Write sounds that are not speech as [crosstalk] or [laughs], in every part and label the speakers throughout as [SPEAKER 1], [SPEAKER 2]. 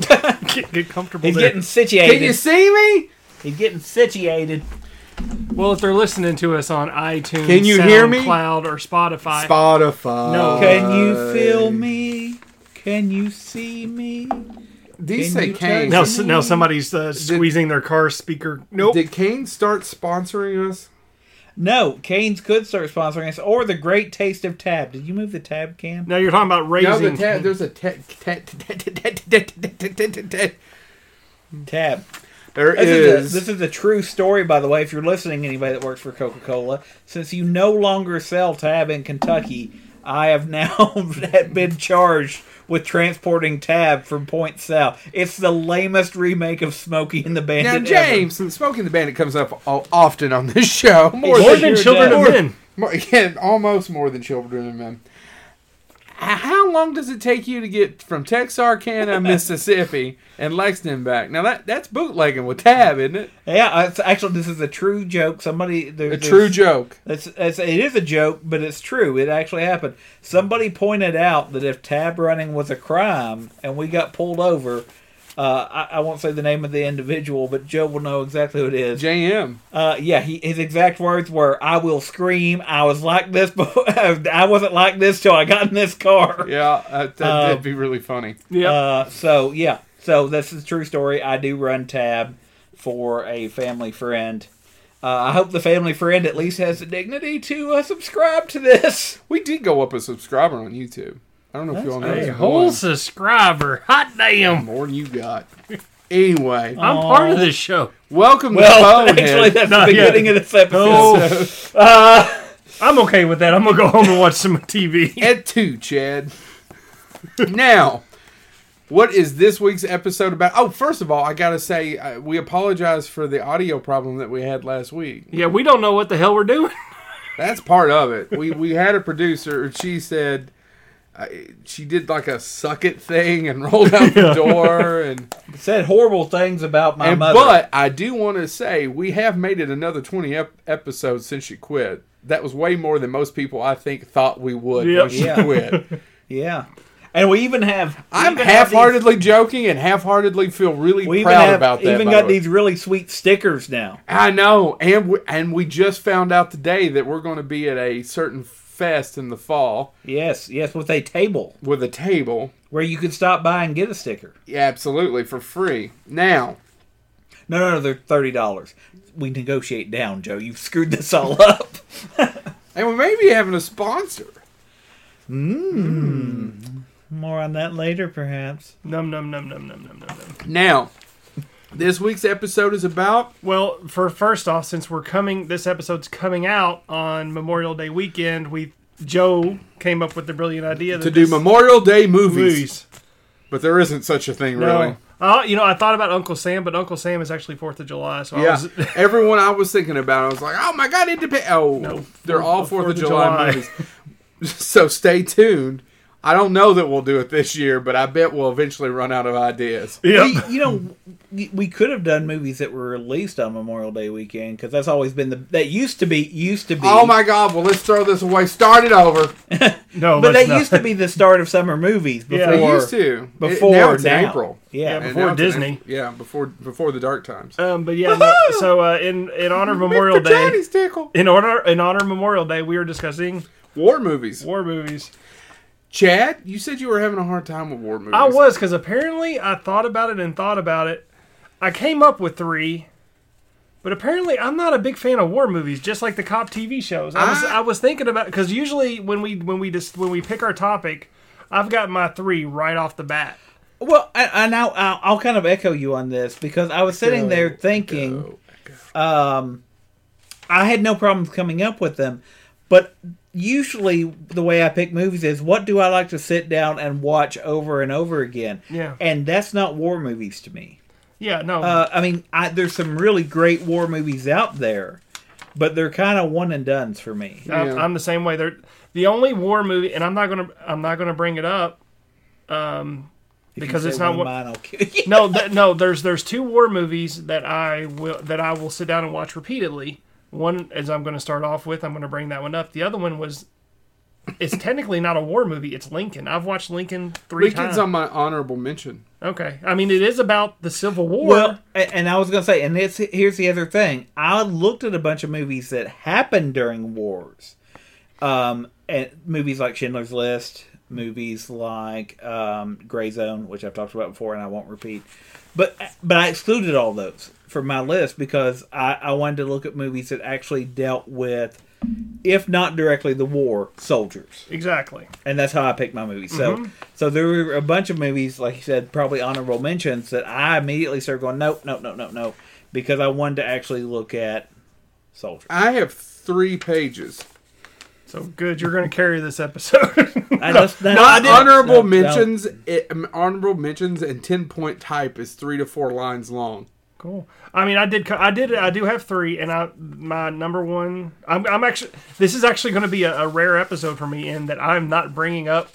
[SPEAKER 1] Get, get comfortable.
[SPEAKER 2] He's
[SPEAKER 1] there.
[SPEAKER 2] getting
[SPEAKER 3] Can
[SPEAKER 2] situated.
[SPEAKER 3] you see me?
[SPEAKER 2] He's getting situated.
[SPEAKER 1] well, if they're listening to us on iTunes,
[SPEAKER 3] Can you hear me?
[SPEAKER 1] Cloud or Spotify.
[SPEAKER 3] Spotify.
[SPEAKER 1] No.
[SPEAKER 2] Can you feel me? Can you see me?
[SPEAKER 3] These
[SPEAKER 2] Can
[SPEAKER 3] say
[SPEAKER 2] you
[SPEAKER 3] Kane.
[SPEAKER 1] now, s- now somebody's uh, squeezing their car speaker. Nope.
[SPEAKER 3] Did Kane start sponsoring us?
[SPEAKER 2] No, Canes could start sponsoring us, or the Great Taste of Tab. Did you move the tab, Cam?
[SPEAKER 1] now you're talking about
[SPEAKER 3] No, the
[SPEAKER 1] raising.
[SPEAKER 3] ta- there's a ta- ta- ta- ta- ta- ta- ta- ta- ta- ta- ta-
[SPEAKER 2] Tab.
[SPEAKER 3] there
[SPEAKER 2] This is,
[SPEAKER 3] is.
[SPEAKER 2] a, this is a true story, by the way. If you're listening, anybody that works for Coca Cola, since you no longer sell Tab in Kentucky, I have now [laughs] been charged with transporting Tab from Point South. It's the lamest remake of Smokey and the Bandit.
[SPEAKER 3] Now,
[SPEAKER 2] ever.
[SPEAKER 3] James, and Smoking the Bandit comes up o- often on this show. More
[SPEAKER 1] More
[SPEAKER 2] Sure
[SPEAKER 1] than
[SPEAKER 2] does.
[SPEAKER 1] children of
[SPEAKER 2] More-
[SPEAKER 1] men.
[SPEAKER 3] More, yeah, almost more than children and men. Uh, How long does it take you to get
[SPEAKER 1] [laughs]
[SPEAKER 3] from Texarkana, Mississippi, and Lexington back? Now that that's bootlegging with Tab, isn't it?
[SPEAKER 2] Yeah, it's, actually, this is a true joke. Somebody, there,
[SPEAKER 3] A
[SPEAKER 2] there's-
[SPEAKER 3] true joke.
[SPEAKER 2] It's, it's, it is a joke, but it's true. It actually happened. Somebody pointed out that if tab running was a crime and we got pulled over, uh, I, I won't say the name of the individual, but Joe will know exactly who it is.
[SPEAKER 3] JM.
[SPEAKER 2] Uh, yeah, he, his exact words were, "I will scream. I was like this, but [laughs] I wasn't like this till I got in this car."
[SPEAKER 3] Yeah, that, that,
[SPEAKER 2] Uh,
[SPEAKER 3] that'd be really funny.
[SPEAKER 1] Yeah.
[SPEAKER 2] Uh, so yeah, so this is a true story. I do run tab for a family friend. Uh, I hope the family friend at least has the dignity to uh, subscribe to
[SPEAKER 3] [laughs]
[SPEAKER 2] this.
[SPEAKER 3] We did go up a subscriber on YouTube. I don't know if you all know.
[SPEAKER 1] a
[SPEAKER 3] there's
[SPEAKER 1] whole
[SPEAKER 3] one.
[SPEAKER 1] subscriber. Hot damn.
[SPEAKER 3] More than you got. [laughs] Anyway,
[SPEAKER 1] I'm part of this show.
[SPEAKER 3] welcome
[SPEAKER 2] Uh, Well, [laughs]
[SPEAKER 3] to Bonehead.
[SPEAKER 2] actually, that's
[SPEAKER 1] Not
[SPEAKER 2] the
[SPEAKER 1] yet.
[SPEAKER 2] beginning of this episode. [laughs]
[SPEAKER 1] Oh, I'm okay with that. I'm gonna go home and watch some [laughs] TV.
[SPEAKER 3] Ed two, Chad. now, what is this week's episode about? Oh, first of all, I gotta say uh, we apologize for the audio problem that we had last week.
[SPEAKER 1] Yeah, we don't know what the hell we're doing.
[SPEAKER 3] That's part of it. We we had a producer. She said uh, she did like a suck it thing and [laughs] rolled out the door and.
[SPEAKER 2] Said horrible things about my
[SPEAKER 3] and
[SPEAKER 2] mother.
[SPEAKER 3] but I do want to say we have made it another twenty ep- episodes since she quit. That was way more than most people I think thought we would
[SPEAKER 1] Yep.
[SPEAKER 3] when she
[SPEAKER 2] Yeah. [laughs]
[SPEAKER 3] quit.
[SPEAKER 2] yeah, and we even have. we
[SPEAKER 3] I'm
[SPEAKER 2] even have
[SPEAKER 3] half-heartedly joking and half-heartedly feel really
[SPEAKER 2] these- We even
[SPEAKER 3] proud
[SPEAKER 2] have-
[SPEAKER 3] about that.
[SPEAKER 2] even
[SPEAKER 3] by
[SPEAKER 2] got
[SPEAKER 3] the way.
[SPEAKER 2] these really sweet stickers now.
[SPEAKER 3] I know, and we, and we just found out today that we're going to be at a certain fest in the fall
[SPEAKER 2] Yes, yes, with a table
[SPEAKER 3] with a table.
[SPEAKER 2] where you could stop by and get a sticker.
[SPEAKER 3] Yeah, absolutely for free. Now,
[SPEAKER 2] No, no, no, they're thirty dollars. We negotiate down, Joe. You've screwed this all [laughs] up.
[SPEAKER 3] and we may be having a sponsor.
[SPEAKER 2] More on that later, perhaps.
[SPEAKER 1] Num num num num num num num num.
[SPEAKER 3] Now, this week's episode is about
[SPEAKER 1] Well, for first off, since we're coming, this episode's coming out on Memorial Day weekend. We Joe came up with the brilliant idea that
[SPEAKER 3] to do
[SPEAKER 1] this-
[SPEAKER 3] Memorial Day movies,
[SPEAKER 1] movies.
[SPEAKER 3] but there isn't such a thing
[SPEAKER 1] No.
[SPEAKER 3] really.
[SPEAKER 1] Uh, you know, I thought about Uncle Sam, but Uncle Sam is actually Fourth of July, so I
[SPEAKER 3] Yeah,
[SPEAKER 1] was [laughs]
[SPEAKER 3] everyone I was thinking about, I was like, oh my god, it depends. Oh, they're all
[SPEAKER 1] Fourth- Fourth
[SPEAKER 3] Fourth, of
[SPEAKER 1] of
[SPEAKER 3] July,
[SPEAKER 1] July.
[SPEAKER 3] movies. [laughs] so stay tuned. I don't know that we'll do it this year, but I bet we'll eventually run out of ideas.
[SPEAKER 1] Yep.
[SPEAKER 2] We, you know, we- we could have done movies that were released on Memorial Day weekend because that's always been the that used to be used to be.
[SPEAKER 3] Oh my god! Well, let's throw this away. Start it over.
[SPEAKER 1] No,
[SPEAKER 2] But
[SPEAKER 1] [laughs] let's
[SPEAKER 2] that
[SPEAKER 1] not.
[SPEAKER 2] used to be the start of summer movies
[SPEAKER 1] Yeah.
[SPEAKER 2] before.
[SPEAKER 3] They used to It-
[SPEAKER 2] Before
[SPEAKER 3] now it's in
[SPEAKER 2] now.
[SPEAKER 3] April.
[SPEAKER 2] Yeah.
[SPEAKER 3] And
[SPEAKER 1] before
[SPEAKER 3] now it's in
[SPEAKER 1] Disney.
[SPEAKER 3] April. yeah, before before the dark times.
[SPEAKER 1] Um, but yeah, no, so uh, in in honor of Memorial
[SPEAKER 3] Mr.
[SPEAKER 1] Day,
[SPEAKER 3] Johnny's tickle.
[SPEAKER 1] in honor in honor of Memorial Day, we are discussing
[SPEAKER 3] War movies.
[SPEAKER 1] war movies.
[SPEAKER 3] Chad, you said you were having a hard time with war movies.
[SPEAKER 1] I was because apparently I thought about it and thought about it. I came up with three, but apparently I'm not a big fan of war movies. Just like the cop TV shows, I was
[SPEAKER 3] I-
[SPEAKER 1] I, was thinking about because usually when we when we just when we pick our topic, I've got my three right off the bat.
[SPEAKER 2] Well, and I, now I'll, I'll kind of echo you on this because I was sitting there thinking.
[SPEAKER 3] Oh.
[SPEAKER 2] um, I had no problems coming up with them, but usually the way I pick movies is what do I like to sit down and watch over and over again?
[SPEAKER 1] Yeah.
[SPEAKER 2] and that's not war movies to me.
[SPEAKER 1] Yeah, no,
[SPEAKER 2] Uh, I mean, I, there's some really great war movies out there, but they're kind of one and done's for me.
[SPEAKER 1] I'm,
[SPEAKER 3] Yeah.
[SPEAKER 1] I'm the same way. They're the only war movie, and I'm not gonna I'm not gonna bring it up, um, because
[SPEAKER 2] Say
[SPEAKER 1] it's not what.
[SPEAKER 2] one of [laughs] mine. I'll kill you.
[SPEAKER 1] no, th- no. There's there's two war movies that I will that I will sit down and watch repeatedly. One is I'm going to start off with. I'm going to bring that one up. The other one was it's technically not a war movie. It's Lincoln. I've watched Lincoln three times.
[SPEAKER 3] Lincoln's um on my honorable mention.
[SPEAKER 1] okay, I mean it is about the Civil War.
[SPEAKER 2] Well, a- and I was gonna say, and it's here's the other thing. I looked at a bunch of movies that happened during wars, um, and movies like Schindler's List, movies like um, Gray Zone, which I've talked about before, and I won't repeat. But but I excluded all those from my list because I, I wanted to look at movies that actually dealt with, if not directly the war, soldiers
[SPEAKER 1] exactly.
[SPEAKER 2] and that's how I picked my movies. So,
[SPEAKER 3] Mm-hmm.
[SPEAKER 2] so there were a bunch of movies, like you said, probably honorable mentions that I immediately started going, nope, nope, nope, nope, nope, because I wanted to actually look at soldiers.
[SPEAKER 3] I have three pages.
[SPEAKER 1] So good, you're going to carry this episode. [laughs]
[SPEAKER 2] I just, no,
[SPEAKER 3] Not
[SPEAKER 2] didn't- no, no.
[SPEAKER 3] honorable mentions. It, um, honorable mentions and ten point type is three to four lines long.
[SPEAKER 1] Cool. I mean, I did. co- I did. I do have three, and I my number one. I'm, I'm actually. This is actually going to be a, a rare episode for me in that I'm not bringing up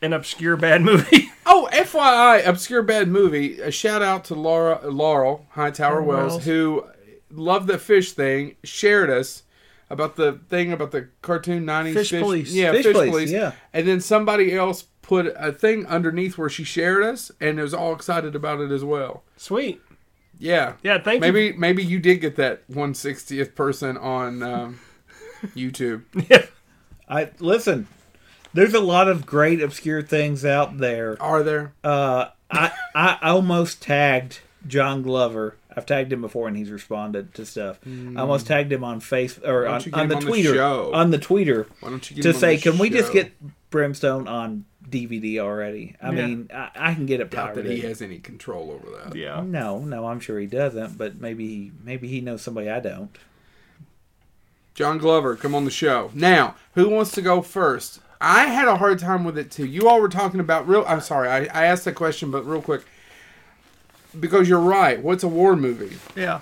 [SPEAKER 1] an obscure bad [laughs] movie.
[SPEAKER 3] Oh, FYI, obscure bad movie. A shout out to Laura Laurel Hightower Wells,
[SPEAKER 1] Wells.
[SPEAKER 3] who loved the fish thing. Shared us about the thing about the cartoon nineties
[SPEAKER 1] Fish Police.
[SPEAKER 3] Yeah,
[SPEAKER 2] Fish
[SPEAKER 3] fish,
[SPEAKER 2] Police,
[SPEAKER 3] police.
[SPEAKER 2] yeah.
[SPEAKER 3] And then somebody else put a thing underneath where she shared us, and was all excited about it as well.
[SPEAKER 1] Sweet.
[SPEAKER 3] Yeah.
[SPEAKER 1] Yeah. Thank you.
[SPEAKER 3] Maybe maybe you did get that 160th person on um, YouTube.
[SPEAKER 2] I listen. There's a lot of great obscure things out there.
[SPEAKER 3] Are there?
[SPEAKER 2] Uh, I I almost tagged John Glover. I've tagged him before, and he's responded to stuff. I almost tagged him on face or on,
[SPEAKER 3] Mm. don't you get
[SPEAKER 2] on the
[SPEAKER 3] him on the
[SPEAKER 2] tweeter
[SPEAKER 3] show?
[SPEAKER 2] on the tweeter.
[SPEAKER 3] Why don't you get
[SPEAKER 2] to
[SPEAKER 3] him on
[SPEAKER 2] say,
[SPEAKER 3] the
[SPEAKER 2] can we just
[SPEAKER 3] show?"
[SPEAKER 2] get Brimstone on DVD already? I
[SPEAKER 1] Yeah.
[SPEAKER 2] mean, I, I can get it
[SPEAKER 3] Doubt that he
[SPEAKER 2] pirated.
[SPEAKER 3] has any control over that.
[SPEAKER 1] Yeah.
[SPEAKER 2] No, no, I'm sure he doesn't. But maybe, maybe he knows somebody I don't.
[SPEAKER 3] John Glover, come on the show now. Who wants to go first? I had a hard time with it too. You all were talking about real. I'm sorry, I, I asked that question, but real quick, because you're right. What's a war movie?
[SPEAKER 1] Yeah.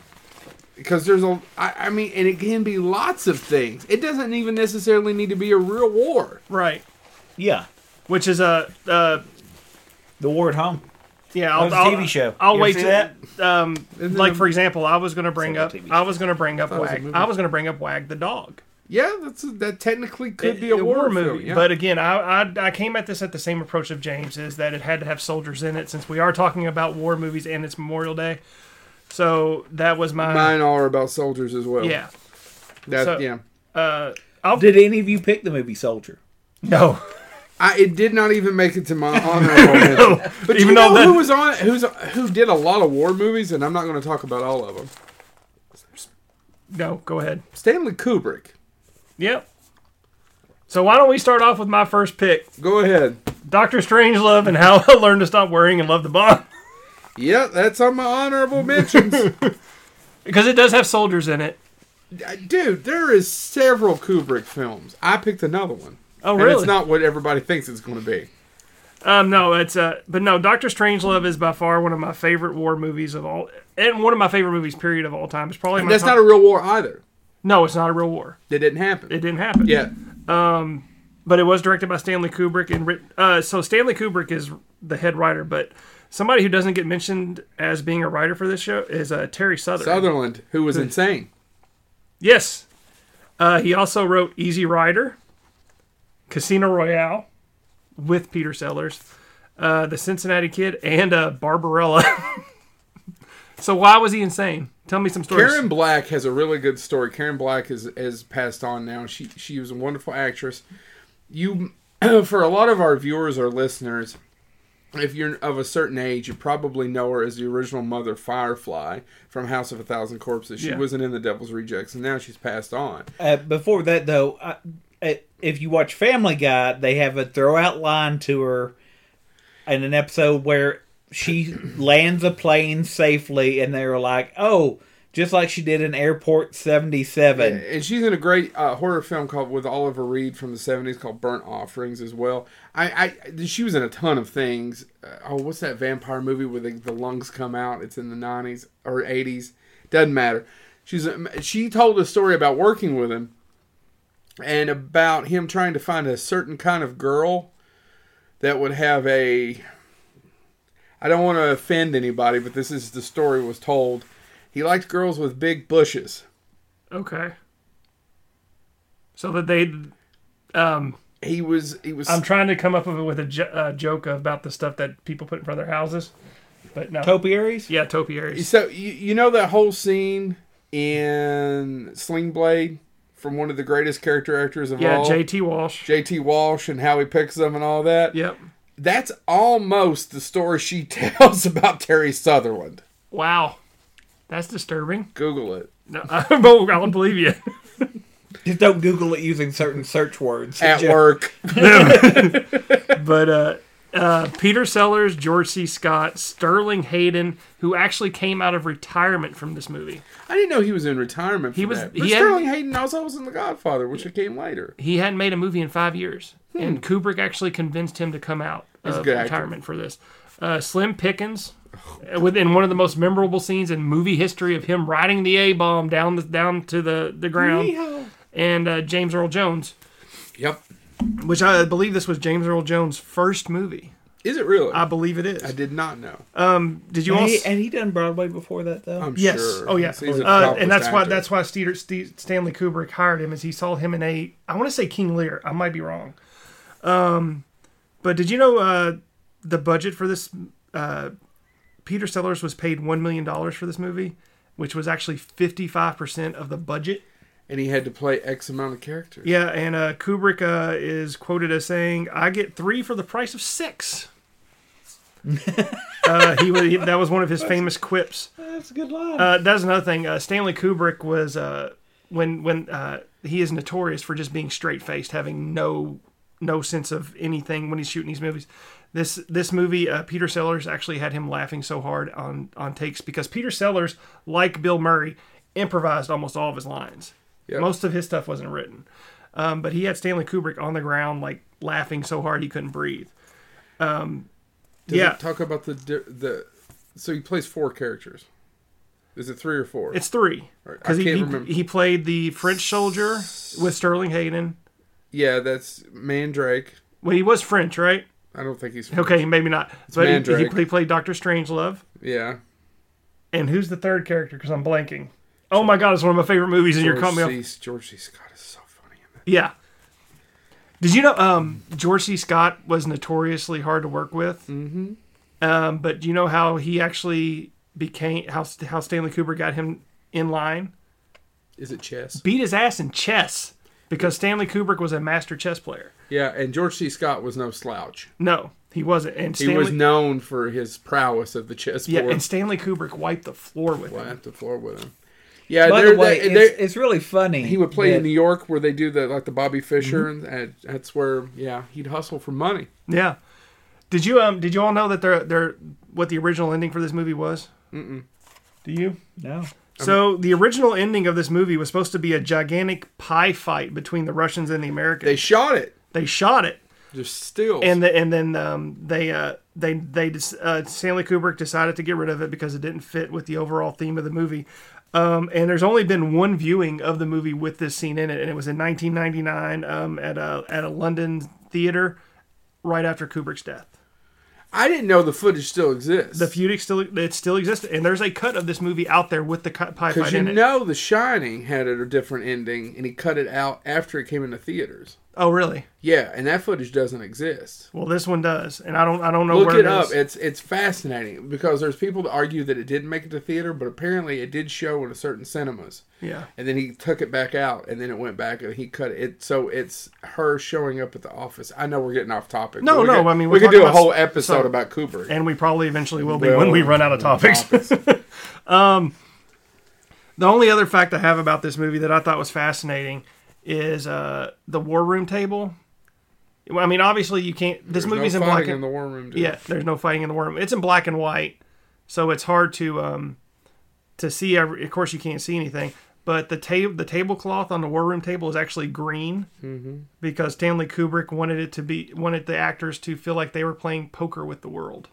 [SPEAKER 3] Because there's a. I, I mean, and it can be lots of things. It doesn't even necessarily need to be a real war.
[SPEAKER 1] Right.
[SPEAKER 2] Yeah,
[SPEAKER 1] Which is a. Uh,
[SPEAKER 2] The War at Home.
[SPEAKER 1] yeah, I'll,
[SPEAKER 2] was a
[SPEAKER 1] I'll-
[SPEAKER 2] TV show.
[SPEAKER 1] I'll
[SPEAKER 2] You ever
[SPEAKER 1] wait
[SPEAKER 2] see
[SPEAKER 1] to
[SPEAKER 2] that?
[SPEAKER 1] Um,
[SPEAKER 3] Isn't
[SPEAKER 1] like
[SPEAKER 3] it a-
[SPEAKER 1] for example, I was gonna bring
[SPEAKER 2] not a
[SPEAKER 1] up.
[SPEAKER 2] TV show.
[SPEAKER 1] I was gonna bring up
[SPEAKER 3] it was a
[SPEAKER 1] wag.
[SPEAKER 3] movie.
[SPEAKER 1] I was gonna bring up wag the dog.
[SPEAKER 3] Yeah, that's a, that technically could
[SPEAKER 1] it-
[SPEAKER 3] be a,
[SPEAKER 1] it
[SPEAKER 3] war,
[SPEAKER 1] were
[SPEAKER 3] movie. yeah.
[SPEAKER 1] But again, I, I I came at this at the same approach of James is that it had to have soldiers in it since we are talking about war movies and it's Memorial Day. So that was my
[SPEAKER 3] mine are about soldiers as well.
[SPEAKER 1] uh, yeah.
[SPEAKER 3] that
[SPEAKER 1] so-
[SPEAKER 3] yeah.
[SPEAKER 1] Uh, I'll,
[SPEAKER 2] Did any of you pick the movie Soldier?
[SPEAKER 1] no,
[SPEAKER 3] I, it did not even make it
[SPEAKER 1] [laughs]
[SPEAKER 3] to my honorable mention. But
[SPEAKER 1] Even
[SPEAKER 3] you know
[SPEAKER 1] though that-
[SPEAKER 3] who was on who's who did a lot of war movies, and I'm not going to talk about all of them.
[SPEAKER 1] no. Go ahead.
[SPEAKER 3] Stanley Kubrick.
[SPEAKER 1] Yep. So why don't we start off with my first pick,
[SPEAKER 3] Go ahead.
[SPEAKER 1] Doctor Strangelove and How [laughs] I Learned to Stop Worrying and Love the Bomb,
[SPEAKER 3] Yeah, that's on my honorable mentions.
[SPEAKER 1] [laughs] because it does have soldiers in it.
[SPEAKER 3] Dude, there is several Kubrick films. I picked another one.
[SPEAKER 1] Oh,
[SPEAKER 3] And
[SPEAKER 1] really?
[SPEAKER 3] it's not what everybody thinks it's going to be.
[SPEAKER 1] Um, no, it's uh, but no, Doctor Strangelove is by far one of my favorite war movies of all, and one of my favorite movies period of all time. It's probably my
[SPEAKER 3] That's
[SPEAKER 1] top-
[SPEAKER 3] not a real war either.
[SPEAKER 1] No, it's not a real war.
[SPEAKER 3] That didn't happen.
[SPEAKER 1] It didn't happen.
[SPEAKER 3] yeah.
[SPEAKER 1] But it was directed by Stanley Kubrick and writ- uh, so Stanley Kubrick is the head writer, but somebody who doesn't get mentioned as being a writer for this show is uh, Terry Southern.
[SPEAKER 3] Sutherland, who was insane.
[SPEAKER 1] Yes. Uh, he also wrote Easy Rider, Casino Royale with Peter Sellers, uh, The Cincinnati Kid, and uh, Barbarella. [laughs] so why was he insane? Tell me some stories.
[SPEAKER 3] Karen Black has a really good story. Karen Black is has passed on now. She she was a wonderful actress. You [clears throat] for a lot of our viewers or listeners, if you're of a certain age, you probably know her as the original mother Firefly from House of a Thousand Corpses. She
[SPEAKER 1] Yeah.
[SPEAKER 3] wasn't in The Devil's Rejects, and now she's passed on.
[SPEAKER 2] Uh, before that, though, I, I, if you watch Family Guy, they have a throwout line to her in an episode where she lands a plane safely, and they were like, "Oh, just like she did in Airport '77."
[SPEAKER 3] And she's in a great uh, horror film called with Oliver Reed from the '70s called Burnt Offerings as well. I, I she was in a ton of things. Uh, oh, what's that vampire movie where the, the lungs come out? It's in the '90s or '80s. Doesn't matter. She's a, she told a story about working with him and about him trying to find a certain kind of girl that would have a I don't want to offend anybody, but this is the story was told. He liked girls with big bushes.
[SPEAKER 1] Okay. So that they, um,
[SPEAKER 3] He was he was
[SPEAKER 1] I'm trying to come up with a- with a jo- uh, joke about the stuff that people put in front of their houses, but no.
[SPEAKER 2] Topiaries?
[SPEAKER 1] yeah, topiaries.
[SPEAKER 3] So you, you know that whole scene in Sling Blade from one of the greatest character actors of
[SPEAKER 1] Yeah,
[SPEAKER 3] all,
[SPEAKER 1] J.T. Walsh.
[SPEAKER 3] JT Walsh, and how he picks them and all that.
[SPEAKER 1] Yep.
[SPEAKER 3] That's almost the story she [laughs] tells about Terry Sutherland.
[SPEAKER 1] Wow, that's disturbing.
[SPEAKER 3] Google it.
[SPEAKER 1] No, [laughs] I don't I don't believe you.
[SPEAKER 2] Just don't Google it using certain search words.
[SPEAKER 3] At
[SPEAKER 2] Just-
[SPEAKER 1] [laughs]
[SPEAKER 3] work,
[SPEAKER 1] but uh, uh, Peter Sellers, George C. Scott, Sterling Hayden, who actually came out of retirement from this movie.
[SPEAKER 3] I didn't know he was in retirement. For
[SPEAKER 1] He was-
[SPEAKER 3] that. But
[SPEAKER 1] he had-
[SPEAKER 3] Sterling Hayden also was in The Godfather, which it came later.
[SPEAKER 1] He hadn't made a movie in five years, and Kubrick actually convinced him to come out
[SPEAKER 3] Hmm. a
[SPEAKER 1] of
[SPEAKER 3] good actor.
[SPEAKER 1] retirement for this. Uh, Slim Pickens, uh, within one of the most memorable scenes in movie history of him riding the A bomb down the, down to the the ground, and uh, James Earl Jones,
[SPEAKER 3] Yep.
[SPEAKER 1] which I believe this was James Earl Jones' first movie.
[SPEAKER 3] Is it really?
[SPEAKER 1] I
[SPEAKER 3] I,
[SPEAKER 1] believe it is.
[SPEAKER 3] did not know.
[SPEAKER 1] Did you
[SPEAKER 2] And
[SPEAKER 1] all?
[SPEAKER 2] he, and he done Broadway before that though.
[SPEAKER 3] I'm
[SPEAKER 1] Uh, Yes.
[SPEAKER 3] sure.
[SPEAKER 1] Oh yeah.
[SPEAKER 3] He's
[SPEAKER 1] Uh,
[SPEAKER 3] an
[SPEAKER 1] and
[SPEAKER 3] accomplished
[SPEAKER 1] that's why
[SPEAKER 3] actor.
[SPEAKER 1] that's why Steter, Ste Stanley Kubrick hired him, is he saw him in a I want to say King Lear. I might be wrong. Um, but did you know uh, the budget for this? Uh, Peter Sellers was paid one million dollars for this movie, which was actually fifty five percent of the budget.
[SPEAKER 3] and he had to play X amount of characters.
[SPEAKER 1] Yeah, and uh, Kubrick uh, is quoted as saying, "I get three for the price of six. [laughs] uh, he, was- he that was one of his famous quips.
[SPEAKER 2] That's a good line.
[SPEAKER 1] Uh, that's another thing. Uh, Stanley Kubrick was uh, when when uh, he is notorious for just being straight faced, having no no sense of anything when he's shooting these movies. This this movie, uh, Peter Sellers actually had him laughing so hard on on takes because Peter Sellers, like Bill Murray, improvised almost all of his lines.
[SPEAKER 3] Yep.
[SPEAKER 1] Most of his stuff wasn't written, um, but he had Stanley Kubrick on the ground, like laughing so hard he couldn't breathe. Um,
[SPEAKER 3] Does
[SPEAKER 1] yeah,
[SPEAKER 3] It talk about the di- the. So he plays four characters. Is it three or four?
[SPEAKER 1] It's three
[SPEAKER 3] I
[SPEAKER 1] because he,
[SPEAKER 3] can't
[SPEAKER 1] he-
[SPEAKER 3] remember.
[SPEAKER 1] he played the French soldier with Sterling Hayden.
[SPEAKER 3] yeah, that's Mandrake.
[SPEAKER 1] Well, he was French, right?
[SPEAKER 3] I don't think he's.
[SPEAKER 1] Okay, maybe not. But he, he
[SPEAKER 3] Mandrake.
[SPEAKER 1] played, played Doctor Strangelove.
[SPEAKER 3] Yeah.
[SPEAKER 1] And who's the third character? Because I'm blanking. Oh my God, it's one of my favorite movies, and you're
[SPEAKER 3] George
[SPEAKER 1] caught me off.
[SPEAKER 3] C. George C. Scott is so funny in that.
[SPEAKER 1] Yeah. Did you know um, George C. Scott was notoriously hard to work with? Mm-hmm. Um, but do you know how he actually became how how Stanley Kubrick got him in line?
[SPEAKER 3] Is it chess?
[SPEAKER 1] Beat his ass in chess because Stanley Kubrick was a master chess player.
[SPEAKER 3] Yeah, and George C. Scott was no slouch.
[SPEAKER 1] No, he wasn't. And
[SPEAKER 3] He
[SPEAKER 1] Stanley,
[SPEAKER 3] was known for his prowess of the
[SPEAKER 1] yeah,
[SPEAKER 3] chessboard.
[SPEAKER 1] and Stanley Kubrick wiped the floor with him.
[SPEAKER 3] Wiped the floor with him. Yeah,
[SPEAKER 2] By
[SPEAKER 3] there-
[SPEAKER 2] the way,
[SPEAKER 3] there-
[SPEAKER 2] it's,
[SPEAKER 3] there-
[SPEAKER 2] it's really funny.
[SPEAKER 3] he would play
[SPEAKER 2] that-
[SPEAKER 3] in New York where they do the like the Bobby Fischer,
[SPEAKER 1] Mm-hmm.
[SPEAKER 3] and that, that's where yeah he'd hustle for money.
[SPEAKER 1] Yeah. Did you um did you all know that they're they're what the original ending for this movie was? Mm-mm. Do you?
[SPEAKER 2] No.
[SPEAKER 1] So the original ending of this movie was supposed to be a gigantic pie fight between the Russians and the
[SPEAKER 3] They
[SPEAKER 1] Americans.
[SPEAKER 3] shot it
[SPEAKER 1] They, shot it,
[SPEAKER 3] just still.
[SPEAKER 1] and the, and then um, they uh, they they dis- uh, Stanley Kubrick decided to get rid of it because it didn't fit with the overall theme of the movie. Um, and there's only been one viewing of the movie with this scene in it, and it was in 1999 um, at a at a London theater right after Kubrick's death.
[SPEAKER 3] I didn't know the footage still exists.
[SPEAKER 1] the feud ex- still it still exists, and there's a cut of this movie out there with the cut pie
[SPEAKER 3] Because
[SPEAKER 1] fight
[SPEAKER 3] you
[SPEAKER 1] in it.
[SPEAKER 3] know, The Shining had a different ending, and he cut it out after it came into theaters.
[SPEAKER 1] Oh, really?
[SPEAKER 3] Yeah, and that footage doesn't exist.
[SPEAKER 1] Well, this one does, and I don't I don't know
[SPEAKER 3] Look
[SPEAKER 1] where
[SPEAKER 3] it
[SPEAKER 1] is.
[SPEAKER 3] up. It's it's fascinating because there's people that argue that it didn't make it to theater, but apparently it did show in a certain cinemas.
[SPEAKER 1] yeah,
[SPEAKER 3] And then he took it back out, and then it went back, and he cut it. it so it's her showing up at the office. I know we're getting off topic.
[SPEAKER 1] No,
[SPEAKER 3] but we
[SPEAKER 1] no,
[SPEAKER 3] could-
[SPEAKER 1] I mean, we're
[SPEAKER 3] we could
[SPEAKER 1] talking
[SPEAKER 3] do a
[SPEAKER 1] about-
[SPEAKER 3] whole episode
[SPEAKER 1] so-
[SPEAKER 3] about Kubrick.
[SPEAKER 1] and we probably eventually will be
[SPEAKER 3] Well,
[SPEAKER 1] when we run out of topics. [laughs] Um, The only other fact I have about this movie that I thought was fascinating is uh, the war room table. Well, I mean, obviously you can't. This
[SPEAKER 3] There's no
[SPEAKER 1] movie's in
[SPEAKER 3] fighting
[SPEAKER 1] black
[SPEAKER 3] in
[SPEAKER 1] and
[SPEAKER 3] the war room. Dude.
[SPEAKER 1] yeah. There's no fighting in the war room. It's in black and white, so it's hard to um to see. Every, of course, you can't see anything. But the table the tablecloth on the war room table is actually green because Stanley Kubrick wanted it to be wanted the actors to feel like they were playing poker with the world.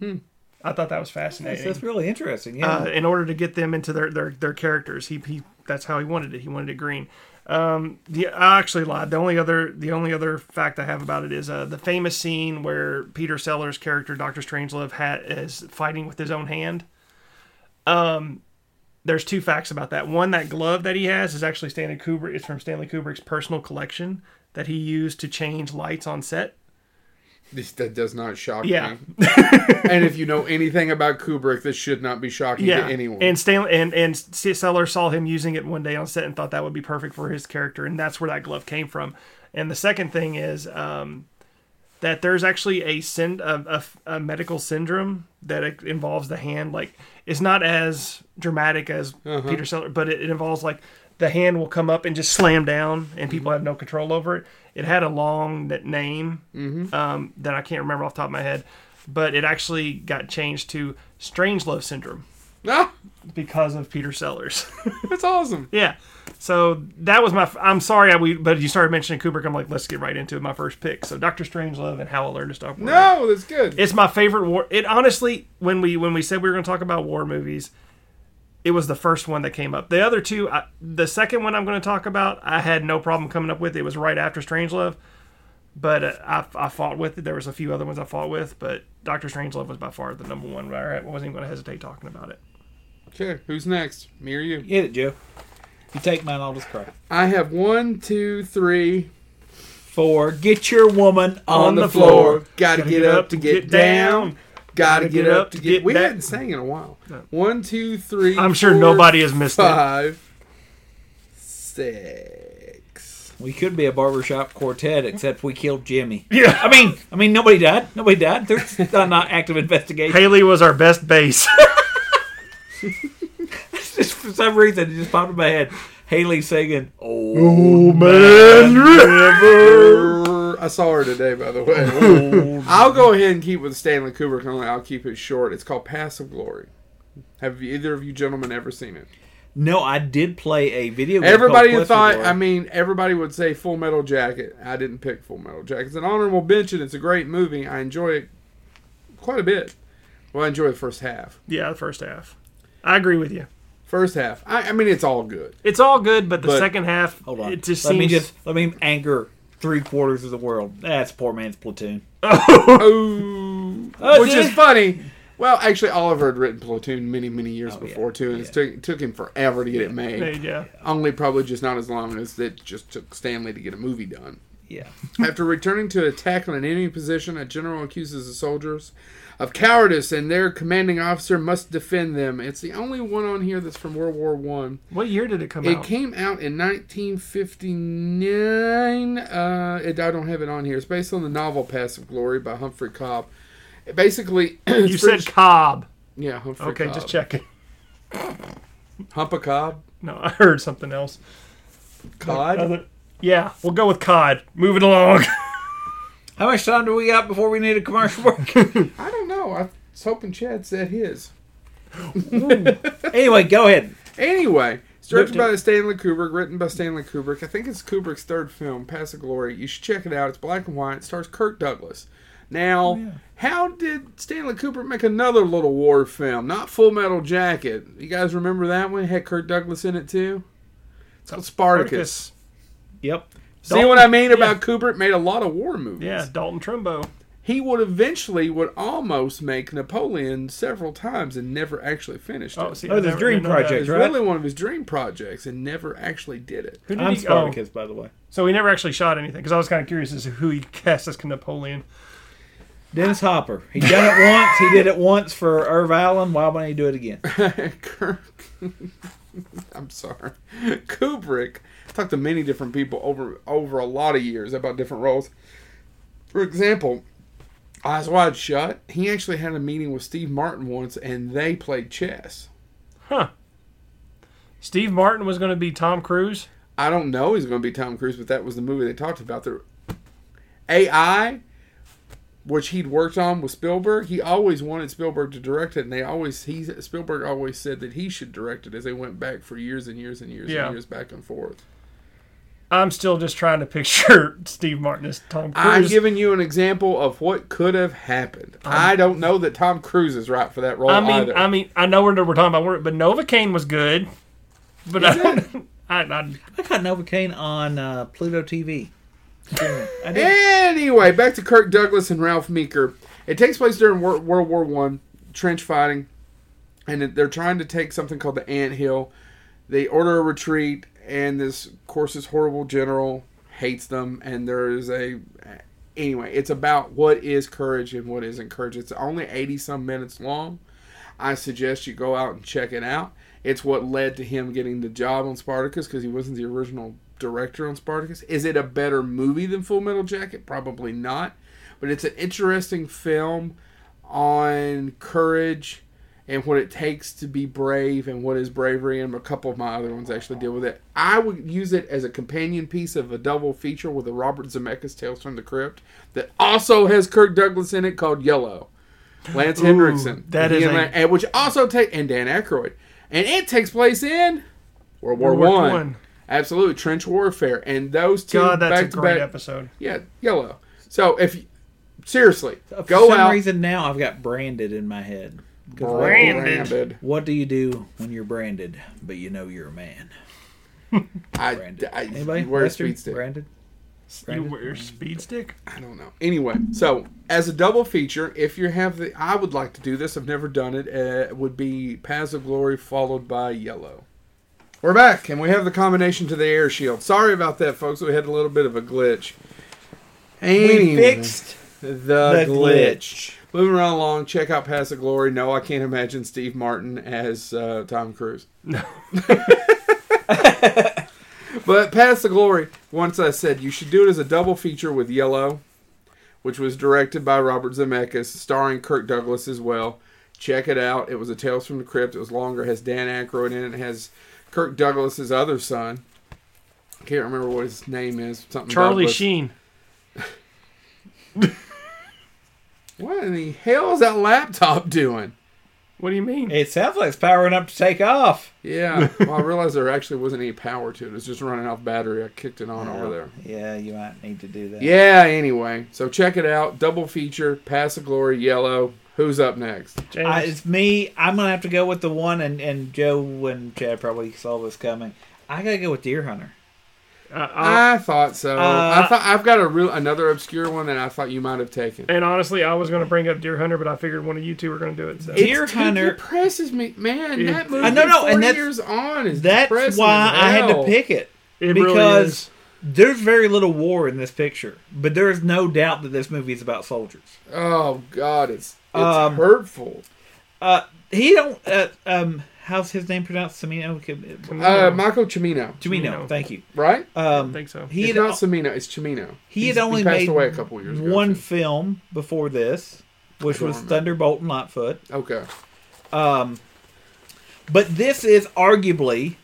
[SPEAKER 1] Hmm. I thought that was
[SPEAKER 2] That's,
[SPEAKER 1] fascinating.
[SPEAKER 2] that's really interesting. Yeah.
[SPEAKER 1] Uh, in order to get them into their their, their characters, he, he that's how he wanted it. He wanted it green. Um, the, I actually lied. The only other the only other fact I have about it is uh, the famous scene where Peter Sellers' character Doctor Strangelove ha- is fighting with his own hand. Um, there's two facts about that. One, that glove that he has is actually Stanley Kubrick. It's from Stanley Kubrick's personal collection. that he used to change lights on set.
[SPEAKER 3] This, that does not shock
[SPEAKER 1] Yeah.
[SPEAKER 3] me. [laughs] and if you know anything about Kubrick, this should not be shocking
[SPEAKER 1] Yeah,
[SPEAKER 3] to anyone.
[SPEAKER 1] and Stanley and and S- Sellers saw him using it one day on set and thought that would be perfect for his character, and that's where that glove came from. And the second thing is um, that there's actually a send a, a, a medical syndrome that it involves the hand. Like it's not as dramatic as
[SPEAKER 3] Uh-huh.
[SPEAKER 1] Peter Sellers, but it, it involves like the hand will come up and just slam down, and
[SPEAKER 3] Mm-hmm.
[SPEAKER 1] people have no control over it. It had a long n- name
[SPEAKER 3] Mm-hmm.
[SPEAKER 1] um, that I can't remember off the top of my head, but it actually got changed to Strange Love Syndrome
[SPEAKER 3] [laughs] ah,
[SPEAKER 1] because of Peter Sellers. [laughs]
[SPEAKER 3] that's awesome.
[SPEAKER 1] yeah. So that was my. I'm sorry, I, we but you started mentioning Kubrick. I'm like, let's get right into it. My first pick. So Doctor Strangelove and How I Learned to Stop Worrying.
[SPEAKER 3] No, that's good.
[SPEAKER 1] It's my favorite war. It honestly, when we when we said we were going to talk about war movies, it was the first one that came up. The other two, I, the second one I'm going to talk about, I had no problem coming up with. It was right after Strangelove, but uh, I, I fought with it. There was a few other ones I fought with, but Doctor Strangelove was by far the number one. Where I wasn't even going to hesitate talking about it.
[SPEAKER 3] Okay, who's next? Me or you?
[SPEAKER 2] Hit it, Joe. You take mine, I'll just cry.
[SPEAKER 3] I have one, two, three.
[SPEAKER 2] Four. Get your woman on,
[SPEAKER 1] On
[SPEAKER 2] the,
[SPEAKER 1] the
[SPEAKER 2] floor.
[SPEAKER 1] floor.
[SPEAKER 3] Gotta, get, up to get, down. Gotta get, up to get. we
[SPEAKER 1] down.
[SPEAKER 3] hadn't sang in a while. One, two, three.
[SPEAKER 1] I'm sure
[SPEAKER 3] four,
[SPEAKER 1] nobody has missed it.
[SPEAKER 3] Five, six.
[SPEAKER 2] We could be a barbershop quartet, except we killed Jimmy.
[SPEAKER 1] Yeah.
[SPEAKER 2] I mean, I mean, nobody died. Nobody died. There's not, not active investigation.
[SPEAKER 1] Haley was our best
[SPEAKER 2] [laughs]
[SPEAKER 1] base.
[SPEAKER 2] Oh, Just [laughs] for some reason, it just popped in my head. Haley singing,
[SPEAKER 1] oh man,
[SPEAKER 3] I saw her today, by the way.
[SPEAKER 2] [laughs] "Old
[SPEAKER 3] I'll go ahead and keep with Stanley Kubrick. Only I'll keep it short. It's called Passive Glory. Have you- either of you gentlemen ever seen it?
[SPEAKER 2] No, I did play a video game.
[SPEAKER 3] Everybody
[SPEAKER 2] called Quest
[SPEAKER 3] thought.
[SPEAKER 2] Rewards.
[SPEAKER 3] I mean, everybody would say Full Metal Jacket. I didn't pick Full Metal Jacket. It's an honorable mention. It's a great movie. I enjoy it quite a bit. Well, I enjoy the first half.
[SPEAKER 1] yeah, the first half. I agree with you.
[SPEAKER 3] First half. I, I mean, it's
[SPEAKER 2] [laughs]
[SPEAKER 3] all good.
[SPEAKER 1] It's all good, but the
[SPEAKER 3] But-
[SPEAKER 1] second half,
[SPEAKER 2] hold on.
[SPEAKER 1] it just
[SPEAKER 2] let
[SPEAKER 1] seems.
[SPEAKER 2] me just let me anger three quarters of the world. That's poor man's platoon.
[SPEAKER 3] Oh,
[SPEAKER 2] Oh,
[SPEAKER 3] which
[SPEAKER 2] did
[SPEAKER 3] is
[SPEAKER 2] it?
[SPEAKER 3] funny. Well, actually, Oliver had written Platoon many, many years
[SPEAKER 2] Oh, yeah.
[SPEAKER 3] before too, and it took, took him forever to get it made.
[SPEAKER 1] Yeah, yeah.
[SPEAKER 3] Only probably just not as long as it just took Stanley to get a movie done.
[SPEAKER 2] Yeah,
[SPEAKER 3] After returning to attack on an enemy position, a general accuses the soldiers of cowardice, and their commanding officer must defend them. It's the only one on here that's from World War One.
[SPEAKER 1] What year did it come
[SPEAKER 3] It
[SPEAKER 1] out?
[SPEAKER 3] came out in 1959. Uh, it, I don't have it on here. It's based on the novel Passive Glory by Humphrey Cobb. It basically, [clears throat] it's
[SPEAKER 1] you
[SPEAKER 3] pretty-
[SPEAKER 1] said Cobb.
[SPEAKER 3] yeah, Humphrey
[SPEAKER 1] Okay,
[SPEAKER 3] Cobb.
[SPEAKER 1] just checking.
[SPEAKER 3] Humpa Cobb.
[SPEAKER 1] No, I heard something else.
[SPEAKER 3] Cobb.
[SPEAKER 1] Other- yeah, we'll go with Cod. Moving along.
[SPEAKER 2] how much time do we got before we need a commercial break? [laughs]
[SPEAKER 3] I don't know. I was hoping Chad said his.
[SPEAKER 2] anyway, go ahead.
[SPEAKER 3] Anyway, it's directed
[SPEAKER 2] Nope.
[SPEAKER 3] by Stanley Kubrick, written by Stanley Kubrick. I think it's Kubrick's third film, Pass the Glory. You should check it out. It's black and white. It stars Kirk Douglas. Now, how did Stanley Kubrick make another little war film? Not Full Metal Jacket. You guys remember that one? It had Kirk Douglas in it too. It's called Spartacus.
[SPEAKER 1] Spartacus.
[SPEAKER 2] Yep.
[SPEAKER 3] See what I mean about Kubrick? Made a lot of war movies.
[SPEAKER 1] Yeah, Dalton Trumbo.
[SPEAKER 3] He would eventually would almost make Napoleon several times and never actually finished it.
[SPEAKER 1] Oh, see,
[SPEAKER 2] Oh,
[SPEAKER 1] I
[SPEAKER 2] the
[SPEAKER 1] never-
[SPEAKER 2] Dream
[SPEAKER 1] didn't know that.
[SPEAKER 2] Project,
[SPEAKER 3] It's
[SPEAKER 2] right?
[SPEAKER 3] really one of his dream projects and never actually did it.
[SPEAKER 1] Who did
[SPEAKER 2] I'm
[SPEAKER 1] he, oh,
[SPEAKER 2] Spartacus, by the way.
[SPEAKER 1] so he never actually shot anything because I was kind of curious as to who he [laughs] cast as Napoleon.
[SPEAKER 2] Dennis Hopper.
[SPEAKER 1] [laughs]
[SPEAKER 2] He done it once. He did it once for Irv Allen. Why wouldn't he do it again?
[SPEAKER 3] [laughs] Kirk. I'm sorry. Kubrick talked to many different people over over a lot of years about different roles. For example, Eyes Wide Shut. He actually had a meeting with Steve Martin once, and they played chess.
[SPEAKER 1] Huh. Steve Martin was going to be Tom Cruise.
[SPEAKER 3] I don't know he's going to be Tom Cruise, but that was the movie they talked about. The AI, which he'd worked on with Spielberg, he always wanted Spielberg to direct it, and they always he Spielberg always said that he should direct it as they went back for years and years and years
[SPEAKER 1] Yeah.
[SPEAKER 3] and years back and forth.
[SPEAKER 1] I'm still just trying to picture [laughs] Steve Martin as Tom Cruise.
[SPEAKER 3] I'm giving you an example of what could have happened. I don't know that Tom Cruise is right for that role
[SPEAKER 1] Um, I mean,
[SPEAKER 3] either.
[SPEAKER 1] I mean, I know we're, we're talking about work, but Novocaine was good. But I, don't- [laughs] I, I,
[SPEAKER 2] I got Novocaine on uh, Pluto TV. I did.
[SPEAKER 3] Anyway, back to Kirk Douglas and Ralph Meeker. It takes place during Wor- World War One, trench fighting, and it- they're trying to take something called the Ant Hill. They order a retreat, and this, of course, this horrible general hates them, and there is a. Anyway, it's about what is courage and what isn't courage. It's only 80 some minutes long. I suggest you go out and check it out. It's what led to him getting the job on Spartacus because he wasn't the original director on Spartacus. Is it a better movie than Full Metal Jacket? Probably not. But it's an interesting film on courage and what it takes to be brave and what is bravery. And a couple of my other ones actually deal with it. I would use it as a companion piece of a double feature with the Robert Zemeckis Tales from the Crypt that also has Kirk Douglas in it called Yellow. Lance Hendrickson.
[SPEAKER 1] that
[SPEAKER 3] He
[SPEAKER 1] is
[SPEAKER 3] and
[SPEAKER 1] a-
[SPEAKER 3] Lan- and which also take and Dan Aykroyd, and it takes place in World War
[SPEAKER 1] World War
[SPEAKER 3] One.
[SPEAKER 1] One.
[SPEAKER 3] Absolutely, trench warfare, and those two
[SPEAKER 1] God, that's a
[SPEAKER 3] back to
[SPEAKER 1] great
[SPEAKER 3] back-
[SPEAKER 1] episode.
[SPEAKER 3] Yeah, yellow. So if you- seriously
[SPEAKER 2] For
[SPEAKER 3] go
[SPEAKER 2] some
[SPEAKER 3] out,
[SPEAKER 2] reason now I've got branded in my head. 'Cause what-
[SPEAKER 1] Branded.
[SPEAKER 2] What do you do when you're branded, but you know you're a man?
[SPEAKER 3] I,
[SPEAKER 2] Branded.
[SPEAKER 3] I,
[SPEAKER 2] Anybody?
[SPEAKER 3] you wear a
[SPEAKER 2] Lester?
[SPEAKER 3] speed stick.
[SPEAKER 2] Branded?
[SPEAKER 1] You wear speed stick?
[SPEAKER 3] I don't know. Anyway, so as a double feature, if you have the, I would like to do this. I've never done it. Uh, it would be Paths of Glory followed by Yellow. We're back, and we have the combination to the air shield. Sorry about that, folks. We had a little bit of a glitch.
[SPEAKER 2] We
[SPEAKER 3] Anyway,
[SPEAKER 2] fixed.
[SPEAKER 3] the, glitch.
[SPEAKER 2] glitch.
[SPEAKER 3] Moving right along, check out Paths of Glory. No, I can't imagine Steve Martin as uh, Tom Cruise.
[SPEAKER 1] No.
[SPEAKER 3] [laughs] But Pass the Glory, once I said you should do it as a double feature with Yellow, which was directed by Robert Zemeckis, starring Kirk Douglas as well. Check it out. It was a Tales from the Crypt. It was longer. It has Dan Aykroyd in it. It has Kirk Douglas's other son. I can't remember what his name is. Something
[SPEAKER 1] Charlie
[SPEAKER 3] Douglas.
[SPEAKER 1] Sheen.
[SPEAKER 3] What in the hell is that laptop [laughs] doing?
[SPEAKER 1] What do you mean?
[SPEAKER 2] It sounds like it's powering up to take off.
[SPEAKER 3] Yeah. well, I realized there actually wasn't any power to it. It was just running off battery. I kicked it on over there.
[SPEAKER 2] Yeah, you might need to do that.
[SPEAKER 3] Yeah, anyway. So check it out. Double feature, Pass the Glory, Yellow. Who's up next?
[SPEAKER 1] James.
[SPEAKER 2] I, Uh, it's me. I'm gonna have to go with the one, and, and Joe and Chad probably saw this coming. I gotta go with Deer Hunter.
[SPEAKER 1] Uh, I-
[SPEAKER 3] I thought so.
[SPEAKER 2] Uh,
[SPEAKER 3] I thought I've got a real another obscure one that I thought you might have taken.
[SPEAKER 1] and honestly, I was going to bring up Deer Hunter, but I figured one of you two were going to do it. So.
[SPEAKER 2] It- Deer Hunter-
[SPEAKER 3] depresses me, man.
[SPEAKER 1] It-
[SPEAKER 3] that movie,
[SPEAKER 2] I know, no, and
[SPEAKER 3] 40
[SPEAKER 2] that's-
[SPEAKER 3] years on is
[SPEAKER 2] That's
[SPEAKER 3] depressing
[SPEAKER 2] why
[SPEAKER 3] as
[SPEAKER 2] I had to
[SPEAKER 3] hell.
[SPEAKER 2] pick it.
[SPEAKER 1] It really
[SPEAKER 2] because-
[SPEAKER 1] is.
[SPEAKER 2] There's very little war in this picture, but there is no doubt that this movie is about soldiers.
[SPEAKER 3] Oh God, it's it's
[SPEAKER 2] Um,
[SPEAKER 3] hurtful.
[SPEAKER 2] Uh, he don't. Uh, um, how's his name pronounced? Samino.
[SPEAKER 3] Uh, Michael Cimino,
[SPEAKER 2] Jamino.
[SPEAKER 1] Jamino.
[SPEAKER 2] Thank you.
[SPEAKER 3] right?
[SPEAKER 1] I
[SPEAKER 2] Um,
[SPEAKER 1] think so.
[SPEAKER 2] he
[SPEAKER 3] it's
[SPEAKER 2] had,
[SPEAKER 3] not
[SPEAKER 2] al-
[SPEAKER 3] Cimino, it's Cimino.
[SPEAKER 2] he had
[SPEAKER 3] He's-
[SPEAKER 2] only
[SPEAKER 3] he passed
[SPEAKER 2] made
[SPEAKER 3] away a couple years ago.
[SPEAKER 2] one
[SPEAKER 3] too.
[SPEAKER 2] film before this, which
[SPEAKER 3] don't
[SPEAKER 2] was
[SPEAKER 3] remember.
[SPEAKER 2] Thunderbolt and Lightfoot.
[SPEAKER 3] Okay,
[SPEAKER 2] Um, but this is arguably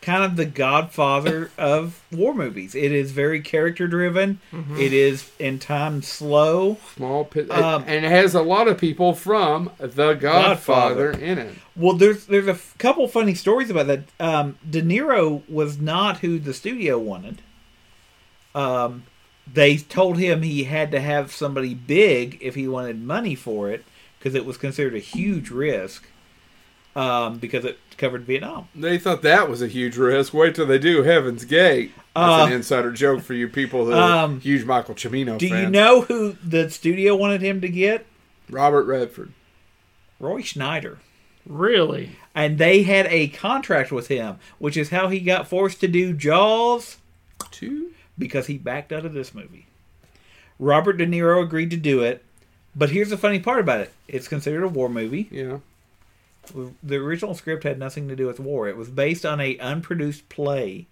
[SPEAKER 2] kind of the godfather of war movies. It is very character driven.
[SPEAKER 3] Mm-hmm.
[SPEAKER 2] It is in time slow.
[SPEAKER 3] small pit,
[SPEAKER 2] Um,
[SPEAKER 3] and it has a lot of people from The
[SPEAKER 2] Godfather.
[SPEAKER 3] Godfather, in it.
[SPEAKER 2] Well, there's there's a f- couple funny stories about that. Um, De Niro was not who the studio wanted. Um, they told him he had to have somebody big if he wanted money for it because it was considered a huge risk um, because it covered Vietnam.
[SPEAKER 3] They thought that was a huge risk. Wait till they do Heaven's Gate. That's an
[SPEAKER 2] Uh,
[SPEAKER 3] insider joke for you people who are
[SPEAKER 2] um,
[SPEAKER 3] huge Michael Cimino
[SPEAKER 2] Do
[SPEAKER 3] fans.
[SPEAKER 2] you know who the studio wanted him to get?
[SPEAKER 3] Robert Redford?
[SPEAKER 2] Roy Schneider.
[SPEAKER 1] Really?
[SPEAKER 2] And they had a contract with him, which is how he got forced to do Jaws
[SPEAKER 3] Two.
[SPEAKER 2] because he backed out of this movie. Robert De Niro agreed to do it, but here's the funny part about it it's considered a war movie.
[SPEAKER 3] Yeah.
[SPEAKER 2] The original script had nothing to do with war, it was based on a unproduced play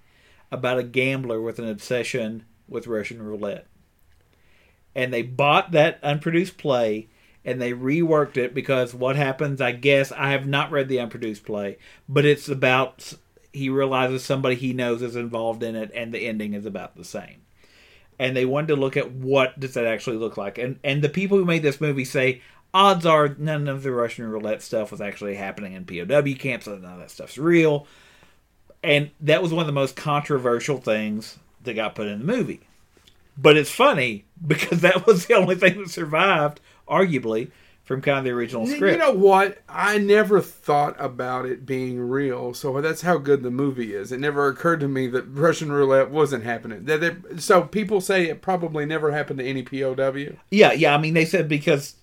[SPEAKER 2] about a gambler with an obsession with Russian roulette. And they bought that unproduced play and they reworked it because what happens, I guess, I have not read the unproduced play, but it's about s- he realizes somebody he knows is involved in it and the ending is about the same. And they wanted to look at what does that actually look like. And and the people who made this movie say odds are none of the Russian roulette stuff was actually happening in POW camps, and none of that stuff's real and that was one of the most controversial things that got put in the movie. But it's funny [laughs] because that was the only thing that survived, arguably, from kind of the original
[SPEAKER 3] You-
[SPEAKER 2] script.
[SPEAKER 3] You know what? I never thought about it being real, so that's how good the movie is. It never occurred to me that Russian roulette wasn't happening. That they, so people say it probably never happened to any POW.
[SPEAKER 2] yeah, yeah. I mean, they said because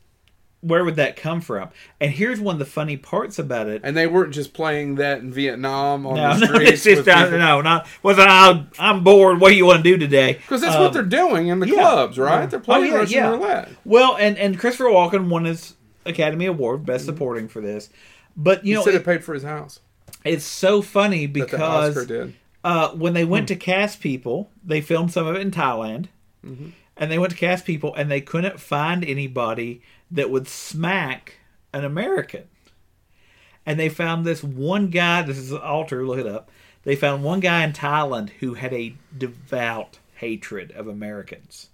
[SPEAKER 2] where would that come from? And here's one of the funny parts about it.
[SPEAKER 3] And they weren't just playing that in Vietnam on
[SPEAKER 2] [laughs] No,
[SPEAKER 3] the
[SPEAKER 2] no,
[SPEAKER 3] streets.
[SPEAKER 2] it's just
[SPEAKER 3] with
[SPEAKER 2] not,
[SPEAKER 3] people.
[SPEAKER 2] no, not. Well, I'm, I'm bored. What do you want to do today?
[SPEAKER 3] Because that's what they're doing in the clubs, right? They're playing
[SPEAKER 2] Um, Oh, yeah,
[SPEAKER 3] Russian
[SPEAKER 2] yeah.
[SPEAKER 3] roulette.
[SPEAKER 2] Well, and and Christopher Walken won his Academy Award Best Supporting for this. But you
[SPEAKER 3] Mm-hmm. He
[SPEAKER 2] know,
[SPEAKER 3] said
[SPEAKER 2] it,
[SPEAKER 3] it paid for his house.
[SPEAKER 2] it's so funny
[SPEAKER 3] That the
[SPEAKER 2] because
[SPEAKER 3] Oscar did.
[SPEAKER 2] uh, when they went to cast people, they filmed some of it in Thailand, and they went to cast people, and they couldn't find anybody that would smack an American. And they found this one guy. This is all true. Look it up. They found one guy in Thailand who had a devout hatred of Americans,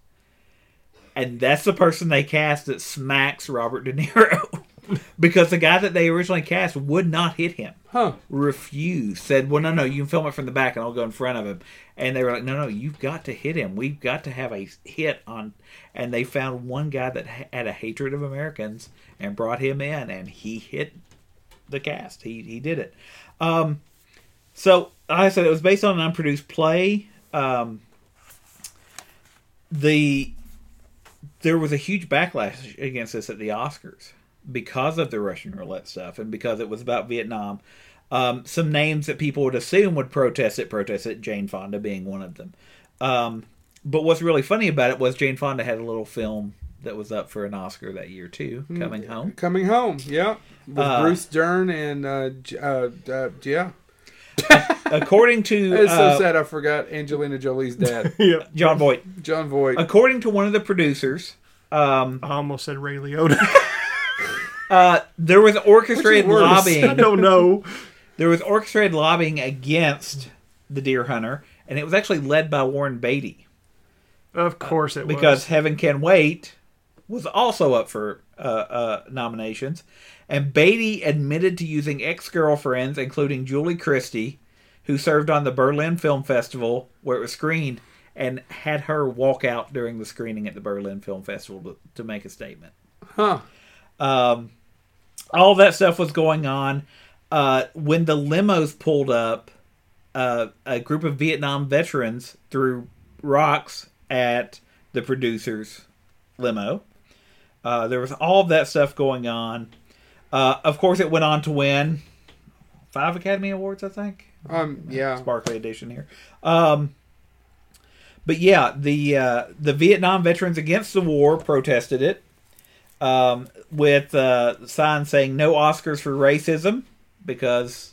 [SPEAKER 2] and that's the person they cast that smacks Robert De Niro, [laughs] because the guy that they originally cast would not hit him
[SPEAKER 3] Huh.
[SPEAKER 2] refused. Said, "Well, no, no, you can film it from the back, and I'll go in front of him." And they were like, "No, no, you've got to hit him. We've got to have a hit on." And they found one guy that ha- had a hatred of Americans and brought him in, and he hit the cast. He he did it. Um, so like I said it was based on an unproduced play. Um, the there was a huge backlash against this at the Oscars because of the Russian roulette stuff and because it was about Vietnam. Um, some names that people would assume would protest it, protest it, Jane Fonda being one of them. Um, but what's really funny about it was Jane Fonda had a little film that was up for an Oscar that year too,
[SPEAKER 3] Hmm.
[SPEAKER 2] Coming Home.
[SPEAKER 3] Coming home, yeah. With
[SPEAKER 2] Uh,
[SPEAKER 3] Bruce Dern and, uh, J- uh, uh, yeah.
[SPEAKER 2] According to
[SPEAKER 3] [laughs] It's so
[SPEAKER 2] uh,
[SPEAKER 3] sad I forgot Angelina
[SPEAKER 2] [laughs]
[SPEAKER 3] Jolie's dad,
[SPEAKER 1] Yep.
[SPEAKER 2] John Voight,
[SPEAKER 3] John Voight.
[SPEAKER 2] according to one of the producers, um,
[SPEAKER 1] I almost said Ray Liotta. [laughs] Oh.
[SPEAKER 2] uh, there was orchestrated
[SPEAKER 3] Which is
[SPEAKER 1] [laughs]
[SPEAKER 3] worse?
[SPEAKER 1] I
[SPEAKER 2] lobbying.
[SPEAKER 1] don't know.
[SPEAKER 2] There was orchestrated lobbying against the deer hunter, and it was actually led by Warren Beatty.
[SPEAKER 1] Of course it
[SPEAKER 2] because
[SPEAKER 1] was.
[SPEAKER 2] Heaven Can Wait was also up for uh, uh, nominations, and Beatty admitted to using ex-girlfriends, including Julie Christie, who served on the Berlin Film Festival where it was screened, and had her walk out during the screening at the Berlin Film Festival to, to make a statement.
[SPEAKER 3] Huh.
[SPEAKER 2] Um, all that stuff was going on. Uh, when the limos pulled up, uh, a group of Vietnam veterans threw rocks at the producer's limo. Uh, there was all of that stuff going on. Uh, of course, it went on to win five Academy Awards, I think.
[SPEAKER 3] Um, yeah.
[SPEAKER 2] Sparkly edition here. Um, but yeah, the uh, the Vietnam Veterans Against the War protested it um, with uh, signs saying "No Oscars for racism" because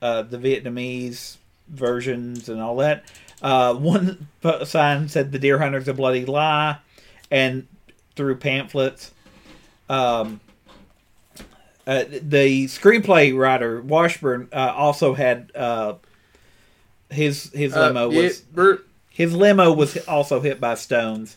[SPEAKER 2] uh, the Vietnamese versions and all that. Uh, one [laughs] p- sign said "The Deer Hunter's a bloody lie," and through pamphlets. Um, uh, the screenplay writer Washburn uh, also had uh, his his limo
[SPEAKER 3] Uh, yeah,
[SPEAKER 2] was
[SPEAKER 3] Bert-
[SPEAKER 2] his limo was also hit by stones.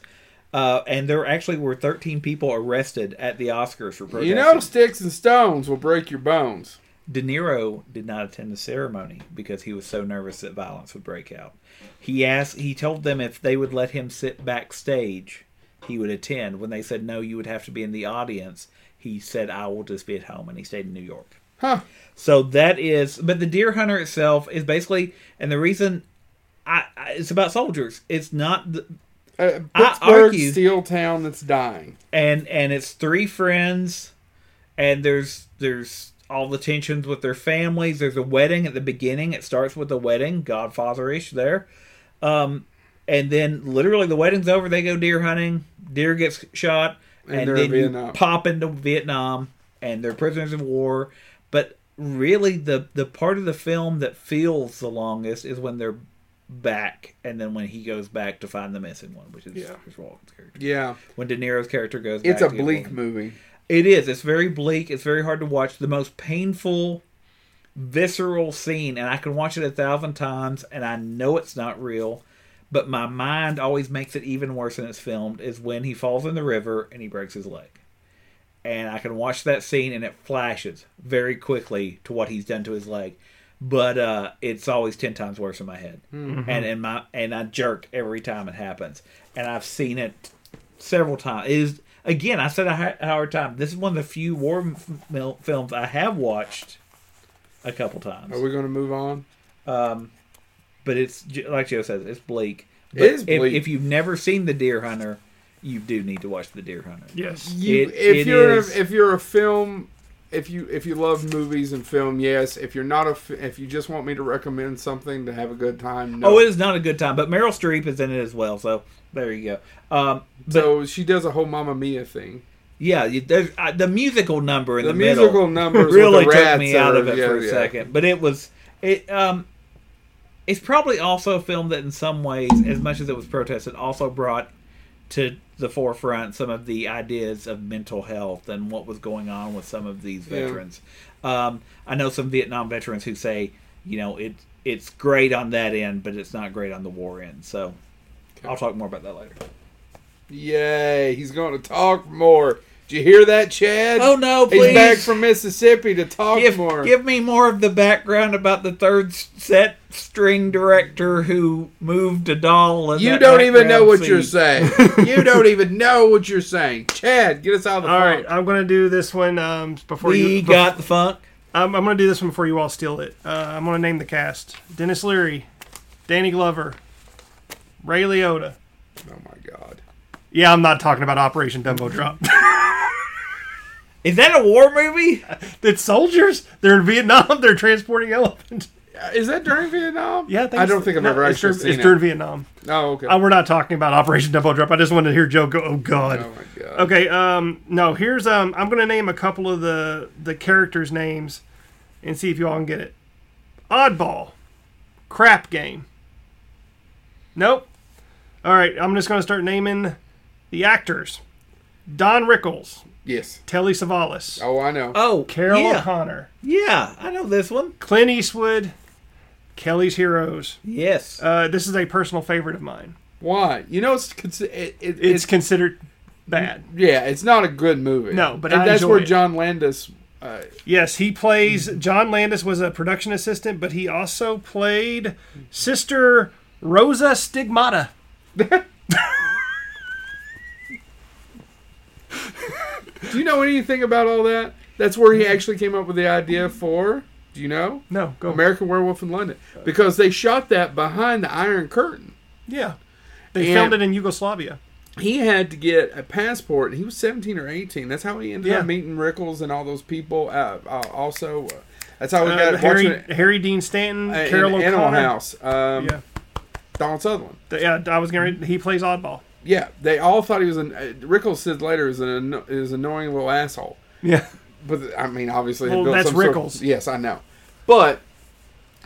[SPEAKER 2] Uh, and there actually were 13 people arrested at the Oscars for protesting.
[SPEAKER 3] you know, sticks and stones will break your bones.
[SPEAKER 2] De Niro did not attend the ceremony because he was so nervous that violence would break out. He asked, he told them if they would let him sit backstage, he would attend. When they said no, you would have to be in the audience, he said, "I will just be at home," and he stayed in New York.
[SPEAKER 3] Huh.
[SPEAKER 2] So that is, but the Deer Hunter itself is basically, and the reason, I, I it's about soldiers. It's not the,
[SPEAKER 3] Uh,
[SPEAKER 2] I
[SPEAKER 3] Pittsburgh
[SPEAKER 2] argue-
[SPEAKER 3] steel town that's dying.
[SPEAKER 2] and and it's three friends and there's there's all the tensions with their families there's a wedding at the beginning it starts with a wedding godfatherish there um and then literally the wedding's over they go deer hunting deer gets shot
[SPEAKER 3] And
[SPEAKER 2] and,
[SPEAKER 3] they're in
[SPEAKER 2] then you
[SPEAKER 3] Vietnam.
[SPEAKER 2] pop into vietnam and they're prisoners of war but really the the part of the film that feels the longest is when they're back and then when he goes back to find the missing one which is
[SPEAKER 3] Yeah.
[SPEAKER 2] Chris Walken's character
[SPEAKER 3] Yeah,
[SPEAKER 2] when De Niro's character goes.
[SPEAKER 3] it's
[SPEAKER 2] back
[SPEAKER 3] a
[SPEAKER 2] to get
[SPEAKER 3] bleak
[SPEAKER 2] along.
[SPEAKER 3] movie.
[SPEAKER 2] It is. It's very bleak. It's very hard to watch. The most painful, visceral scene, and I can watch it a thousand times, and I know it's not real, but my mind always makes it even worse than it's filmed. Is when he falls in the river and he breaks his leg. And I can watch that scene, and it flashes very quickly to what he's done to his leg, but uh, it's always ten times worse in my head,
[SPEAKER 3] Mm-hmm.
[SPEAKER 2] and in my and I jerk every time it happens, and I've seen it several times. It is again, I said a hi- a hard time. This is one of the few war m- mil- films I have watched a couple
[SPEAKER 3] Are
[SPEAKER 2] times.
[SPEAKER 3] we going to move on?
[SPEAKER 2] Um, but it's j- like Joe says, it's bleak.
[SPEAKER 3] It is
[SPEAKER 2] If,
[SPEAKER 3] bleak.
[SPEAKER 2] if you've never seen The Deer Hunter, you do need to watch The Deer Hunter.
[SPEAKER 1] Yes.
[SPEAKER 3] You,
[SPEAKER 2] It-
[SPEAKER 3] if
[SPEAKER 2] it
[SPEAKER 3] you're
[SPEAKER 2] is-
[SPEAKER 3] A, if you're a film, if you if you love movies and film, yes. If you're not a f- if you just want me to recommend something to have a good time, no.
[SPEAKER 2] Oh, it is not a good time, but Meryl Streep is in it as well, so there you go. Um, but
[SPEAKER 3] so she does a whole Mamma Mia thing.
[SPEAKER 2] yeah, you- there's, uh, the musical number in
[SPEAKER 3] The,
[SPEAKER 2] the,
[SPEAKER 3] musical
[SPEAKER 2] middle
[SPEAKER 3] numbers with
[SPEAKER 2] really
[SPEAKER 3] the
[SPEAKER 2] took
[SPEAKER 3] rats
[SPEAKER 2] me out
[SPEAKER 3] are-
[SPEAKER 2] of it
[SPEAKER 3] yeah,
[SPEAKER 2] for a
[SPEAKER 3] yeah.
[SPEAKER 2] second, but it was it. Um, it's probably also a film that, in some ways, as much as it was protested, also brought to the forefront some of the ideas of mental health and what was going on with some of these
[SPEAKER 3] Yeah.
[SPEAKER 2] veterans. Um, I know some Vietnam veterans who say, you know, it it's great on that end, but it's not great on the war end. So I'll talk more about that later.
[SPEAKER 3] Yay! He's going to talk more. Did you hear that, Chad?
[SPEAKER 2] Oh no,
[SPEAKER 3] He's
[SPEAKER 2] please.
[SPEAKER 3] back from Mississippi to talk
[SPEAKER 2] give,
[SPEAKER 3] Oh, more.
[SPEAKER 2] give me more of the background about the third s- set string director who moved to Doll. And
[SPEAKER 3] you
[SPEAKER 2] that
[SPEAKER 3] don't even
[SPEAKER 2] background
[SPEAKER 3] know what
[SPEAKER 2] scene. [laughs]
[SPEAKER 3] you're saying. you don't even know what you're saying. Chad, get us out of the
[SPEAKER 1] All
[SPEAKER 3] phone.
[SPEAKER 1] right, I'm gonna do this one um, before
[SPEAKER 2] We
[SPEAKER 1] you. bef-
[SPEAKER 2] got the funk.
[SPEAKER 1] I'm, I'm gonna do this one before you all steal it. Uh, I'm gonna name the cast: Dennis Leary, Danny Glover, Ray Liotta.
[SPEAKER 3] Oh my god.
[SPEAKER 1] Yeah, I'm not talking about Operation Dumbo Drop. [laughs]
[SPEAKER 2] Is that a war movie?
[SPEAKER 1] it's soldiers. They're in Vietnam. [laughs] They're transporting elephants.
[SPEAKER 3] Uh, Is that during Vietnam?
[SPEAKER 1] Yeah, I, think
[SPEAKER 3] I
[SPEAKER 1] it's-
[SPEAKER 3] don't think I've
[SPEAKER 1] no,
[SPEAKER 3] ever
[SPEAKER 1] it's
[SPEAKER 3] actually
[SPEAKER 1] during,
[SPEAKER 3] seen
[SPEAKER 1] It's
[SPEAKER 3] it.
[SPEAKER 1] during Vietnam.
[SPEAKER 3] oh, okay.
[SPEAKER 1] Uh, we're not talking about Operation Dumbo Drop. I just wanted to hear Joe go. Oh God.
[SPEAKER 3] oh my god.
[SPEAKER 1] Okay, um no, here's um I'm gonna name a couple of the the characters' names and see if you all can get it. Oddball. Crap game. Nope. Alright, I'm just gonna start naming the actors. Don Rickles,
[SPEAKER 3] Yes.
[SPEAKER 1] Telly Savalas,
[SPEAKER 3] [laughs] Oh, I
[SPEAKER 1] Uh,
[SPEAKER 3] know.
[SPEAKER 2] Oh,
[SPEAKER 1] Carol
[SPEAKER 2] Yeah,
[SPEAKER 1] O'Connor,
[SPEAKER 2] yeah, I know this one.
[SPEAKER 1] Clint Eastwood, Kelly's Heroes.
[SPEAKER 2] Yes.
[SPEAKER 1] Uh, this is a personal favorite of mine.
[SPEAKER 3] Why? You know, it's consi- it, it,
[SPEAKER 1] It's,
[SPEAKER 3] it's
[SPEAKER 1] considered bad.
[SPEAKER 3] yeah, it's not a good movie.
[SPEAKER 1] No, but
[SPEAKER 3] and
[SPEAKER 1] I
[SPEAKER 3] that's
[SPEAKER 1] enjoy
[SPEAKER 3] where
[SPEAKER 1] it.
[SPEAKER 3] John Landis. Uh,
[SPEAKER 1] Yes, he plays. John Landis was a production assistant, but he also played Sister Rosa Stigmata.
[SPEAKER 3] do you know anything about all that? That's where he actually came up with the idea for. Do you know
[SPEAKER 1] No, go.
[SPEAKER 3] American Werewolf in London? Because they shot that behind the Iron Curtain.
[SPEAKER 1] Yeah, they
[SPEAKER 3] And-
[SPEAKER 1] filmed it in Yugoslavia.
[SPEAKER 3] he had to get a passport. He was 17 or 18. That's how he ended
[SPEAKER 1] Yeah.
[SPEAKER 3] up meeting Rickles and all those people. Uh, uh, also, uh, that's how we
[SPEAKER 1] Uh,
[SPEAKER 3] got
[SPEAKER 1] Harry
[SPEAKER 3] watching
[SPEAKER 1] Harry Dean Stanton,
[SPEAKER 3] uh, in
[SPEAKER 1] Carol O'Connor.
[SPEAKER 3] Animal House. Um,
[SPEAKER 1] Yeah,
[SPEAKER 3] Donald Sutherland.
[SPEAKER 1] Th- yeah. I was gonna. He plays oddball.
[SPEAKER 3] Yeah, they all thought he was an. Uh, Rickles said later is an anno- is an annoying little asshole.
[SPEAKER 1] Yeah,
[SPEAKER 3] But I mean, obviously, had
[SPEAKER 1] Well,
[SPEAKER 3] built
[SPEAKER 1] that's
[SPEAKER 3] some sort-
[SPEAKER 1] Rickles.
[SPEAKER 3] yes, I know, but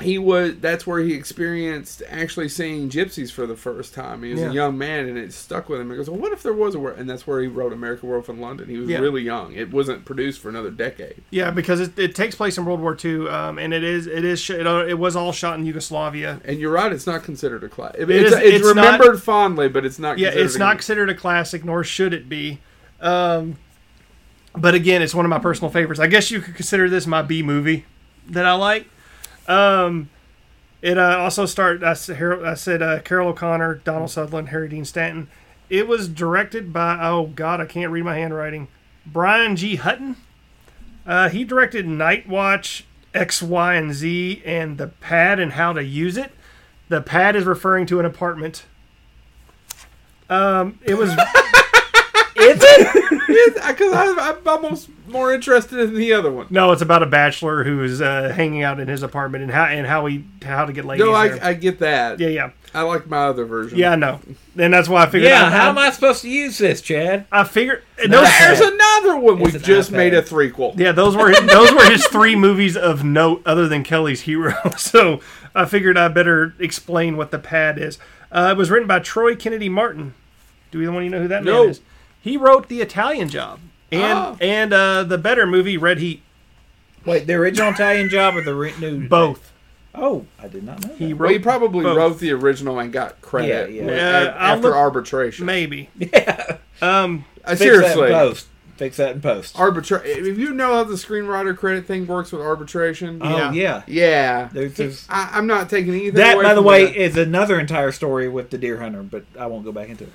[SPEAKER 3] he was. That's where he experienced actually seeing gypsies for the first time. He was
[SPEAKER 1] Yeah.
[SPEAKER 3] a young man, and it stuck with him. He goes, "Well, what if there was a?" Wor-? And that's where he wrote *American Werewolf in London*. He was
[SPEAKER 1] Yeah.
[SPEAKER 3] really young. It wasn't produced for another decade.
[SPEAKER 1] yeah. Because it, it takes place in World War II, um, and it is it is sh- it, uh, it was all shot in Yugoslavia.
[SPEAKER 3] And you're right; it's not considered a class. It,
[SPEAKER 1] It
[SPEAKER 3] it's,
[SPEAKER 1] is-
[SPEAKER 3] it's
[SPEAKER 1] it's not-
[SPEAKER 3] remembered fondly, but it's not.
[SPEAKER 1] Yeah,
[SPEAKER 3] considered
[SPEAKER 1] it's
[SPEAKER 3] a-
[SPEAKER 1] not considered a classic, nor should it be. Um, but again, it's one of my personal favorites. I guess you could consider this my B movie that I like. Um, it uh, also starred. I said, Har- I said uh, Carol O'Connor, Donald Sutherland, Harry Dean Stanton. It was directed by oh god, I can't read my handwriting. Brian G. Hutton. Uh, he directed Night Watch, X, Y, and Z, and the pad and how to use it. The pad is referring to an apartment. Um, it was
[SPEAKER 2] Is it?
[SPEAKER 3] [laughs] Because I'm almost more interested in the other one.
[SPEAKER 1] No, it's about a bachelor who is uh, hanging out in his apartment and how and how he how to get ladies.
[SPEAKER 3] No,
[SPEAKER 1] there.
[SPEAKER 3] I, I get that.
[SPEAKER 1] yeah, yeah,
[SPEAKER 3] I like my other version.
[SPEAKER 1] yeah. I know, and that's why I figured.
[SPEAKER 2] yeah.
[SPEAKER 1] out,
[SPEAKER 2] How am I supposed to use this, Chad?
[SPEAKER 1] I figured no.
[SPEAKER 2] That's
[SPEAKER 3] There's
[SPEAKER 1] There's
[SPEAKER 2] it.
[SPEAKER 1] a,
[SPEAKER 3] another one.
[SPEAKER 2] It's
[SPEAKER 3] We've
[SPEAKER 2] an
[SPEAKER 3] just
[SPEAKER 2] iPad.
[SPEAKER 3] made a threequel.
[SPEAKER 1] yeah, those were those were his three movies of note other than Kelly's Hero. [laughs] So I figured I better explain what the pad is. Uh, it was written by Troy Kennedy Martin. Do either one of you know who that
[SPEAKER 3] No.
[SPEAKER 1] man is? He wrote The Italian Job and
[SPEAKER 3] Oh.
[SPEAKER 1] and uh, the better movie Red Heat.
[SPEAKER 2] Wait, the original Italian Job or the re- new?
[SPEAKER 1] Both
[SPEAKER 2] Oh, I did not know. That.
[SPEAKER 1] he wrote.
[SPEAKER 3] Well, he probably
[SPEAKER 1] both.
[SPEAKER 3] wrote the original and got credit
[SPEAKER 2] Yeah, yeah.
[SPEAKER 3] with-
[SPEAKER 1] Yeah,
[SPEAKER 3] a-
[SPEAKER 1] I'll
[SPEAKER 3] after
[SPEAKER 1] look-
[SPEAKER 3] arbitration. [laughs]
[SPEAKER 1] maybe.
[SPEAKER 3] Uh,
[SPEAKER 2] Fix
[SPEAKER 3] seriously,
[SPEAKER 2] That in post. Fix that in post.
[SPEAKER 3] arbitra- If you know how the screenwriter credit thing works with arbitration,
[SPEAKER 2] oh
[SPEAKER 1] yeah.
[SPEAKER 2] yeah.
[SPEAKER 3] yeah,
[SPEAKER 2] There's, there's
[SPEAKER 3] I, I'm not taking anything.
[SPEAKER 2] that,
[SPEAKER 3] away
[SPEAKER 2] by the
[SPEAKER 3] from
[SPEAKER 2] way,
[SPEAKER 3] that.
[SPEAKER 2] is another entire story with the deer hunter, but I won't go back into it.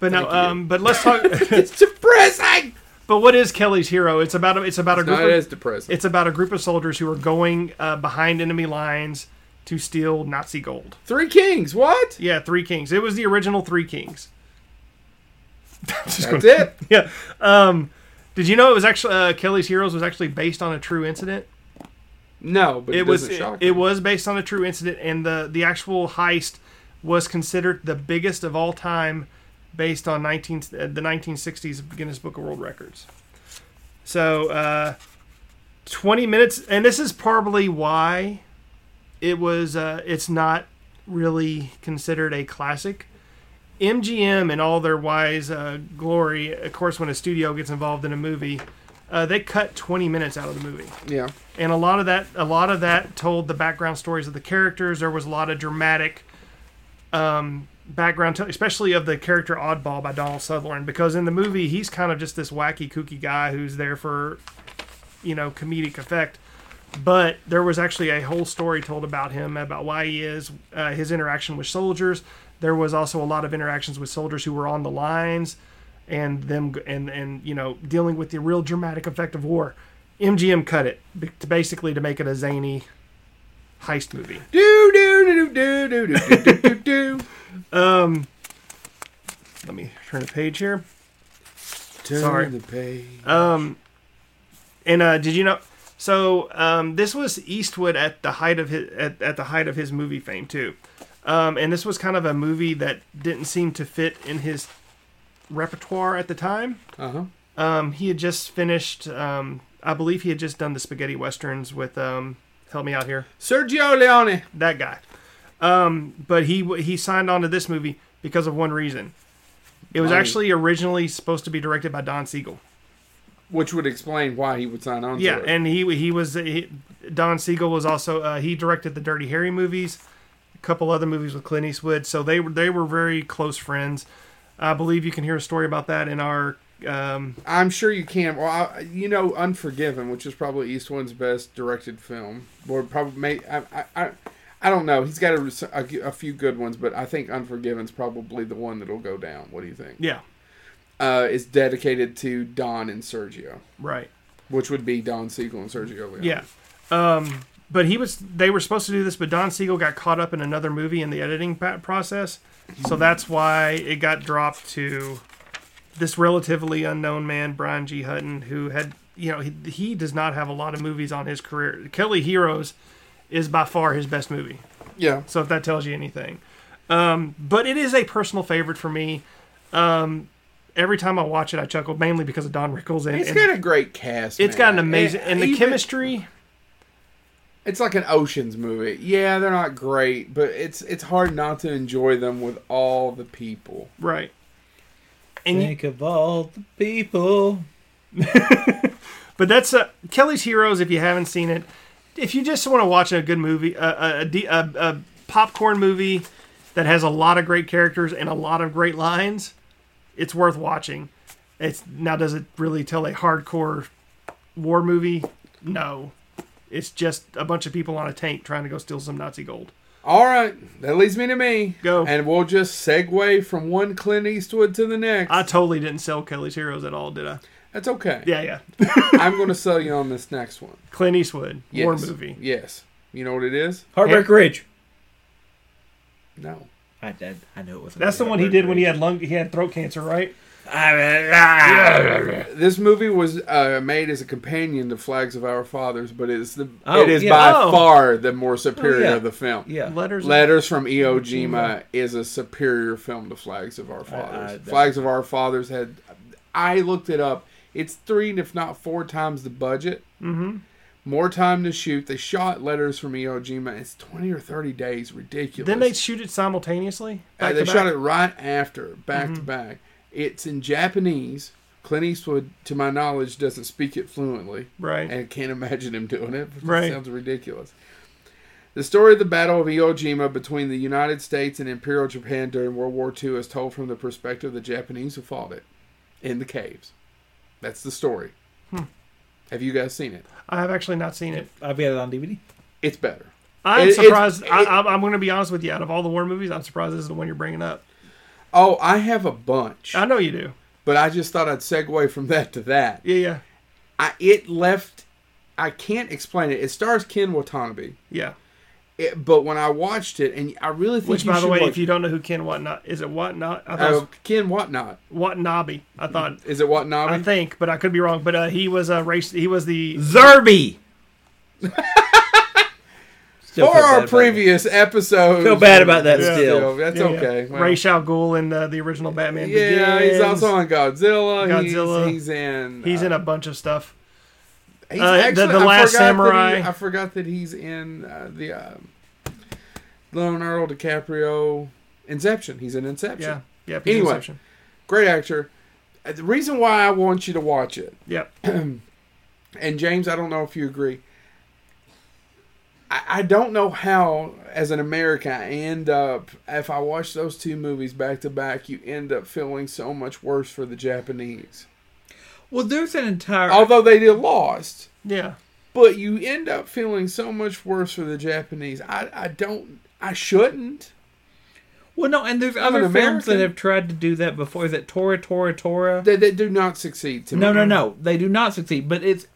[SPEAKER 1] But no.
[SPEAKER 3] Thank you.
[SPEAKER 1] Um. But let's talk.
[SPEAKER 3] [laughs] it's depressing.
[SPEAKER 1] But what is Kelly's hero? It's about a, it's about a group
[SPEAKER 3] No, it
[SPEAKER 1] of,
[SPEAKER 3] is depressing.
[SPEAKER 1] it's about a group of soldiers who are going uh, behind enemy lines to steal Nazi gold. [laughs]
[SPEAKER 3] Three Kings. What?
[SPEAKER 1] Yeah, Three Kings. It was the original Three Kings. Just
[SPEAKER 3] That's
[SPEAKER 1] gonna-
[SPEAKER 3] it.
[SPEAKER 1] Yeah. Um, did you know it was actually uh, Kelly's Heroes was actually based on a true incident?
[SPEAKER 3] No, but it,
[SPEAKER 1] it was
[SPEAKER 3] doesn't
[SPEAKER 1] it,
[SPEAKER 3] shock
[SPEAKER 1] it
[SPEAKER 3] me.
[SPEAKER 1] was based on a true incident and the the actual heist was considered the biggest of all time based on 19 uh, the 1960s Guinness Book of World Records. So uh 20 minutes and this is probably why it was uh it's not really considered a classic. MGM and all their wise uh, glory, of course, when a studio gets involved in a movie, uh, they cut 20 minutes out of the movie
[SPEAKER 3] Yeah.
[SPEAKER 1] and a lot of that a lot of that told the background stories of the characters there was a lot of dramatic um, background tell- especially of the character oddball by donald sutherland because in the movie he's kind of just this wacky kooky guy who's there for you know comedic effect but there was actually a whole story told about him about why he is uh, his interaction with soldiers there was also a lot of interactions with soldiers who were on the lines and them g- and and you know dealing with the real dramatic effect of war mgm cut it b- to basically to make it a zany heist movie
[SPEAKER 3] Do do do do do do do do do do.
[SPEAKER 1] let me turn the page here [laughs]
[SPEAKER 3] Turn
[SPEAKER 1] Sorry. Oh.
[SPEAKER 3] the page.
[SPEAKER 1] Um, and uh did you know so um this was eastwood at the height of his at, at the height of his movie fame too um and this was kind of a movie that didn't seem to fit in his repertoire at the time
[SPEAKER 3] Uh huh.
[SPEAKER 1] um he had just finished um i believe he had just done the spaghetti westerns with um help me out here
[SPEAKER 3] Sergio Leone.
[SPEAKER 1] that guy. Um, but he he signed on to this movie because of one reason. It was
[SPEAKER 3] Money.
[SPEAKER 1] actually originally supposed to be directed by Don Siegel.
[SPEAKER 3] Which would explain why he would sign on
[SPEAKER 1] Yeah,
[SPEAKER 3] to it.
[SPEAKER 1] and he he was he, Don Siegel was also uh, he directed the Dirty Harry movies, a couple other movies with Clint Eastwood. So they were they were very close friends. I believe you can hear a story about that in our. Um,
[SPEAKER 3] I'm sure you can. Well, I, you know, Unforgiven, which is probably Eastwood's best directed film, or probably may, I, I, I, I don't know. He's got a, a, a few good ones, but I think Unforgiven's probably the one that'll go down. What do you think?
[SPEAKER 1] yeah,
[SPEAKER 3] Uh, it's dedicated to Don and Sergio,
[SPEAKER 1] right.
[SPEAKER 3] which would be Don Siegel and Sergio Leone.
[SPEAKER 1] Yeah. Um, but he was they were supposed to do this, but Don Siegel got caught up in another movie in the editing pa- process, so
[SPEAKER 3] Hmm.
[SPEAKER 1] that's why it got dropped to this relatively unknown man, Brian G. Hutton, who had you know he, he does not have a lot of movies on his career. Kelly Heroes is by far his best movie.
[SPEAKER 3] Yeah.
[SPEAKER 1] So if that tells you anything, um, but it is a personal favorite for me. Um, every time I watch it, I chuckle mainly because of Don Rickles and
[SPEAKER 3] It's
[SPEAKER 1] and
[SPEAKER 3] got a great cast.
[SPEAKER 1] it's
[SPEAKER 3] man.
[SPEAKER 1] got an amazing and the
[SPEAKER 3] even-
[SPEAKER 1] chemistry.
[SPEAKER 3] It's like an Ocean's movie. Yeah, they're not great, but it's it's hard not to enjoy them with all the people.
[SPEAKER 1] Right. And you,
[SPEAKER 2] Think of all the people.
[SPEAKER 1] but that's uh, Kelly's Heroes. If you haven't seen it, if you just want to watch a good movie, a, a, a, a, a popcorn movie that has a lot of great characters and a lot of great lines, it's worth watching. It's now does it really tell a hardcore war movie? No, it's just a bunch of people on a tank trying to go steal some Nazi gold.
[SPEAKER 3] All right, that leads me to me.
[SPEAKER 1] Go.
[SPEAKER 3] And we'll just segue from one Clint Eastwood to the next.
[SPEAKER 1] I totally didn't sell Kelly's Heroes at all, did I?
[SPEAKER 3] That's okay.
[SPEAKER 1] Yeah, yeah.
[SPEAKER 3] I'm going to sell you on this next one.
[SPEAKER 1] Clint Eastwood
[SPEAKER 3] Yes.
[SPEAKER 1] war movie.
[SPEAKER 3] Yes. You know what it is?
[SPEAKER 2] Heartbreak Ridge.
[SPEAKER 3] No.
[SPEAKER 2] I did. I knew it was.
[SPEAKER 1] That's the one he did when he had lung, he had throat cancer, right?
[SPEAKER 3] This movie was uh, made as a companion to Flags of Our Fathers, but it's the
[SPEAKER 2] Oh,
[SPEAKER 3] it is
[SPEAKER 2] yeah.
[SPEAKER 3] by
[SPEAKER 1] Oh.
[SPEAKER 3] far the more superior
[SPEAKER 2] yeah.
[SPEAKER 3] of the film.
[SPEAKER 2] Yeah.
[SPEAKER 1] Letters. of-
[SPEAKER 3] Letters from Iwo Jima is a superior film to Flags of Our Fathers.
[SPEAKER 2] that-
[SPEAKER 3] Flags of Our Fathers had, I looked it up. It's three, if not four times the budget. Mm-hmm. More time to shoot. They shot Letters from Iwo Jima. It's twenty or thirty days. Ridiculous.
[SPEAKER 1] Then they shoot it simultaneously.
[SPEAKER 3] Uh,
[SPEAKER 1] Back
[SPEAKER 3] they
[SPEAKER 1] to
[SPEAKER 3] shot
[SPEAKER 1] back? Mm-hmm.
[SPEAKER 3] it right after, back to back. It's in Japanese. Clint Eastwood, to my knowledge, doesn't speak it fluently
[SPEAKER 1] right.
[SPEAKER 3] and can't imagine him doing it. It
[SPEAKER 1] Right.
[SPEAKER 3] sounds ridiculous. The story of the Battle of Iwo Jima between the United States and Imperial Japan during World War II is told from the perspective of the Japanese who fought it in the caves. That's the story.
[SPEAKER 1] Hmm.
[SPEAKER 3] Have you guys seen it?
[SPEAKER 1] I have actually not seen it.
[SPEAKER 2] I've got it on DVD.
[SPEAKER 3] It's better.
[SPEAKER 1] I'm
[SPEAKER 3] It- it's-
[SPEAKER 1] surprised. I,
[SPEAKER 3] it-
[SPEAKER 1] I'm, I'm going to be honest with you. Out of all the war movies, I'm surprised this is the one you're bringing up.
[SPEAKER 3] Oh, I have a bunch,
[SPEAKER 1] I know you do.
[SPEAKER 3] but I just thought I'd segue from that to that.
[SPEAKER 1] Yeah, yeah,
[SPEAKER 3] I, it left. I can't explain it. It stars Ken Watanabe.
[SPEAKER 1] yeah.
[SPEAKER 3] It, but when I watched it, and I really think
[SPEAKER 1] Which,
[SPEAKER 3] you
[SPEAKER 1] by the
[SPEAKER 3] should
[SPEAKER 1] way,
[SPEAKER 3] watch,
[SPEAKER 1] if you don't know who Ken Whatnot is, it Whatnot? I thought it
[SPEAKER 3] uh,
[SPEAKER 1] was
[SPEAKER 3] Ken Whatnot
[SPEAKER 1] Watanabe. I thought,
[SPEAKER 3] is it Watanabe?
[SPEAKER 1] I think, but I could be wrong. But uh, he was a race. He was the
[SPEAKER 2] Zerby. [laughs] Still
[SPEAKER 3] For
[SPEAKER 2] feel bad
[SPEAKER 3] our
[SPEAKER 2] about that.
[SPEAKER 3] previous episode,
[SPEAKER 2] Feel bad about that still.
[SPEAKER 3] That's
[SPEAKER 1] Yeah, yeah.
[SPEAKER 3] okay. Well,
[SPEAKER 1] Ra's al Ghul in the, the original Batman.
[SPEAKER 3] yeah, he's
[SPEAKER 1] Begins.
[SPEAKER 3] also on Godzilla. He's-
[SPEAKER 1] Godzilla.
[SPEAKER 3] He's, in.
[SPEAKER 1] He's
[SPEAKER 3] uh,
[SPEAKER 1] in a bunch of stuff.
[SPEAKER 3] He's
[SPEAKER 1] uh, the- The
[SPEAKER 3] I
[SPEAKER 1] Last
[SPEAKER 3] forgot that
[SPEAKER 1] Samurai.
[SPEAKER 3] he- I forgot that he's in uh, the uh, Leonardo DiCaprio Inception. He's in Inception.
[SPEAKER 1] Yeah, yeah. Peter
[SPEAKER 3] Anyway.
[SPEAKER 1] Inception.
[SPEAKER 3] Great actor. Uh, The reason why I want you to watch it
[SPEAKER 1] Yep.
[SPEAKER 3] and James, I don't know if you agree. I, I don't know how, as an American, I end up if I watch those two movies back to back, you end up feeling so much worse for the Japanese.
[SPEAKER 2] Well, there's an entire.
[SPEAKER 3] Although they did lost,
[SPEAKER 1] Yeah.
[SPEAKER 3] but you end up feeling so much worse for the Japanese. I, I don't. I shouldn't.
[SPEAKER 2] well, no, and there's
[SPEAKER 3] an
[SPEAKER 2] other films
[SPEAKER 3] American.
[SPEAKER 2] that have tried to do that before. Is it Tora Tora Tora?
[SPEAKER 3] They, they do not succeed to
[SPEAKER 2] No,
[SPEAKER 3] me.
[SPEAKER 2] no, no. They do not succeed. But it's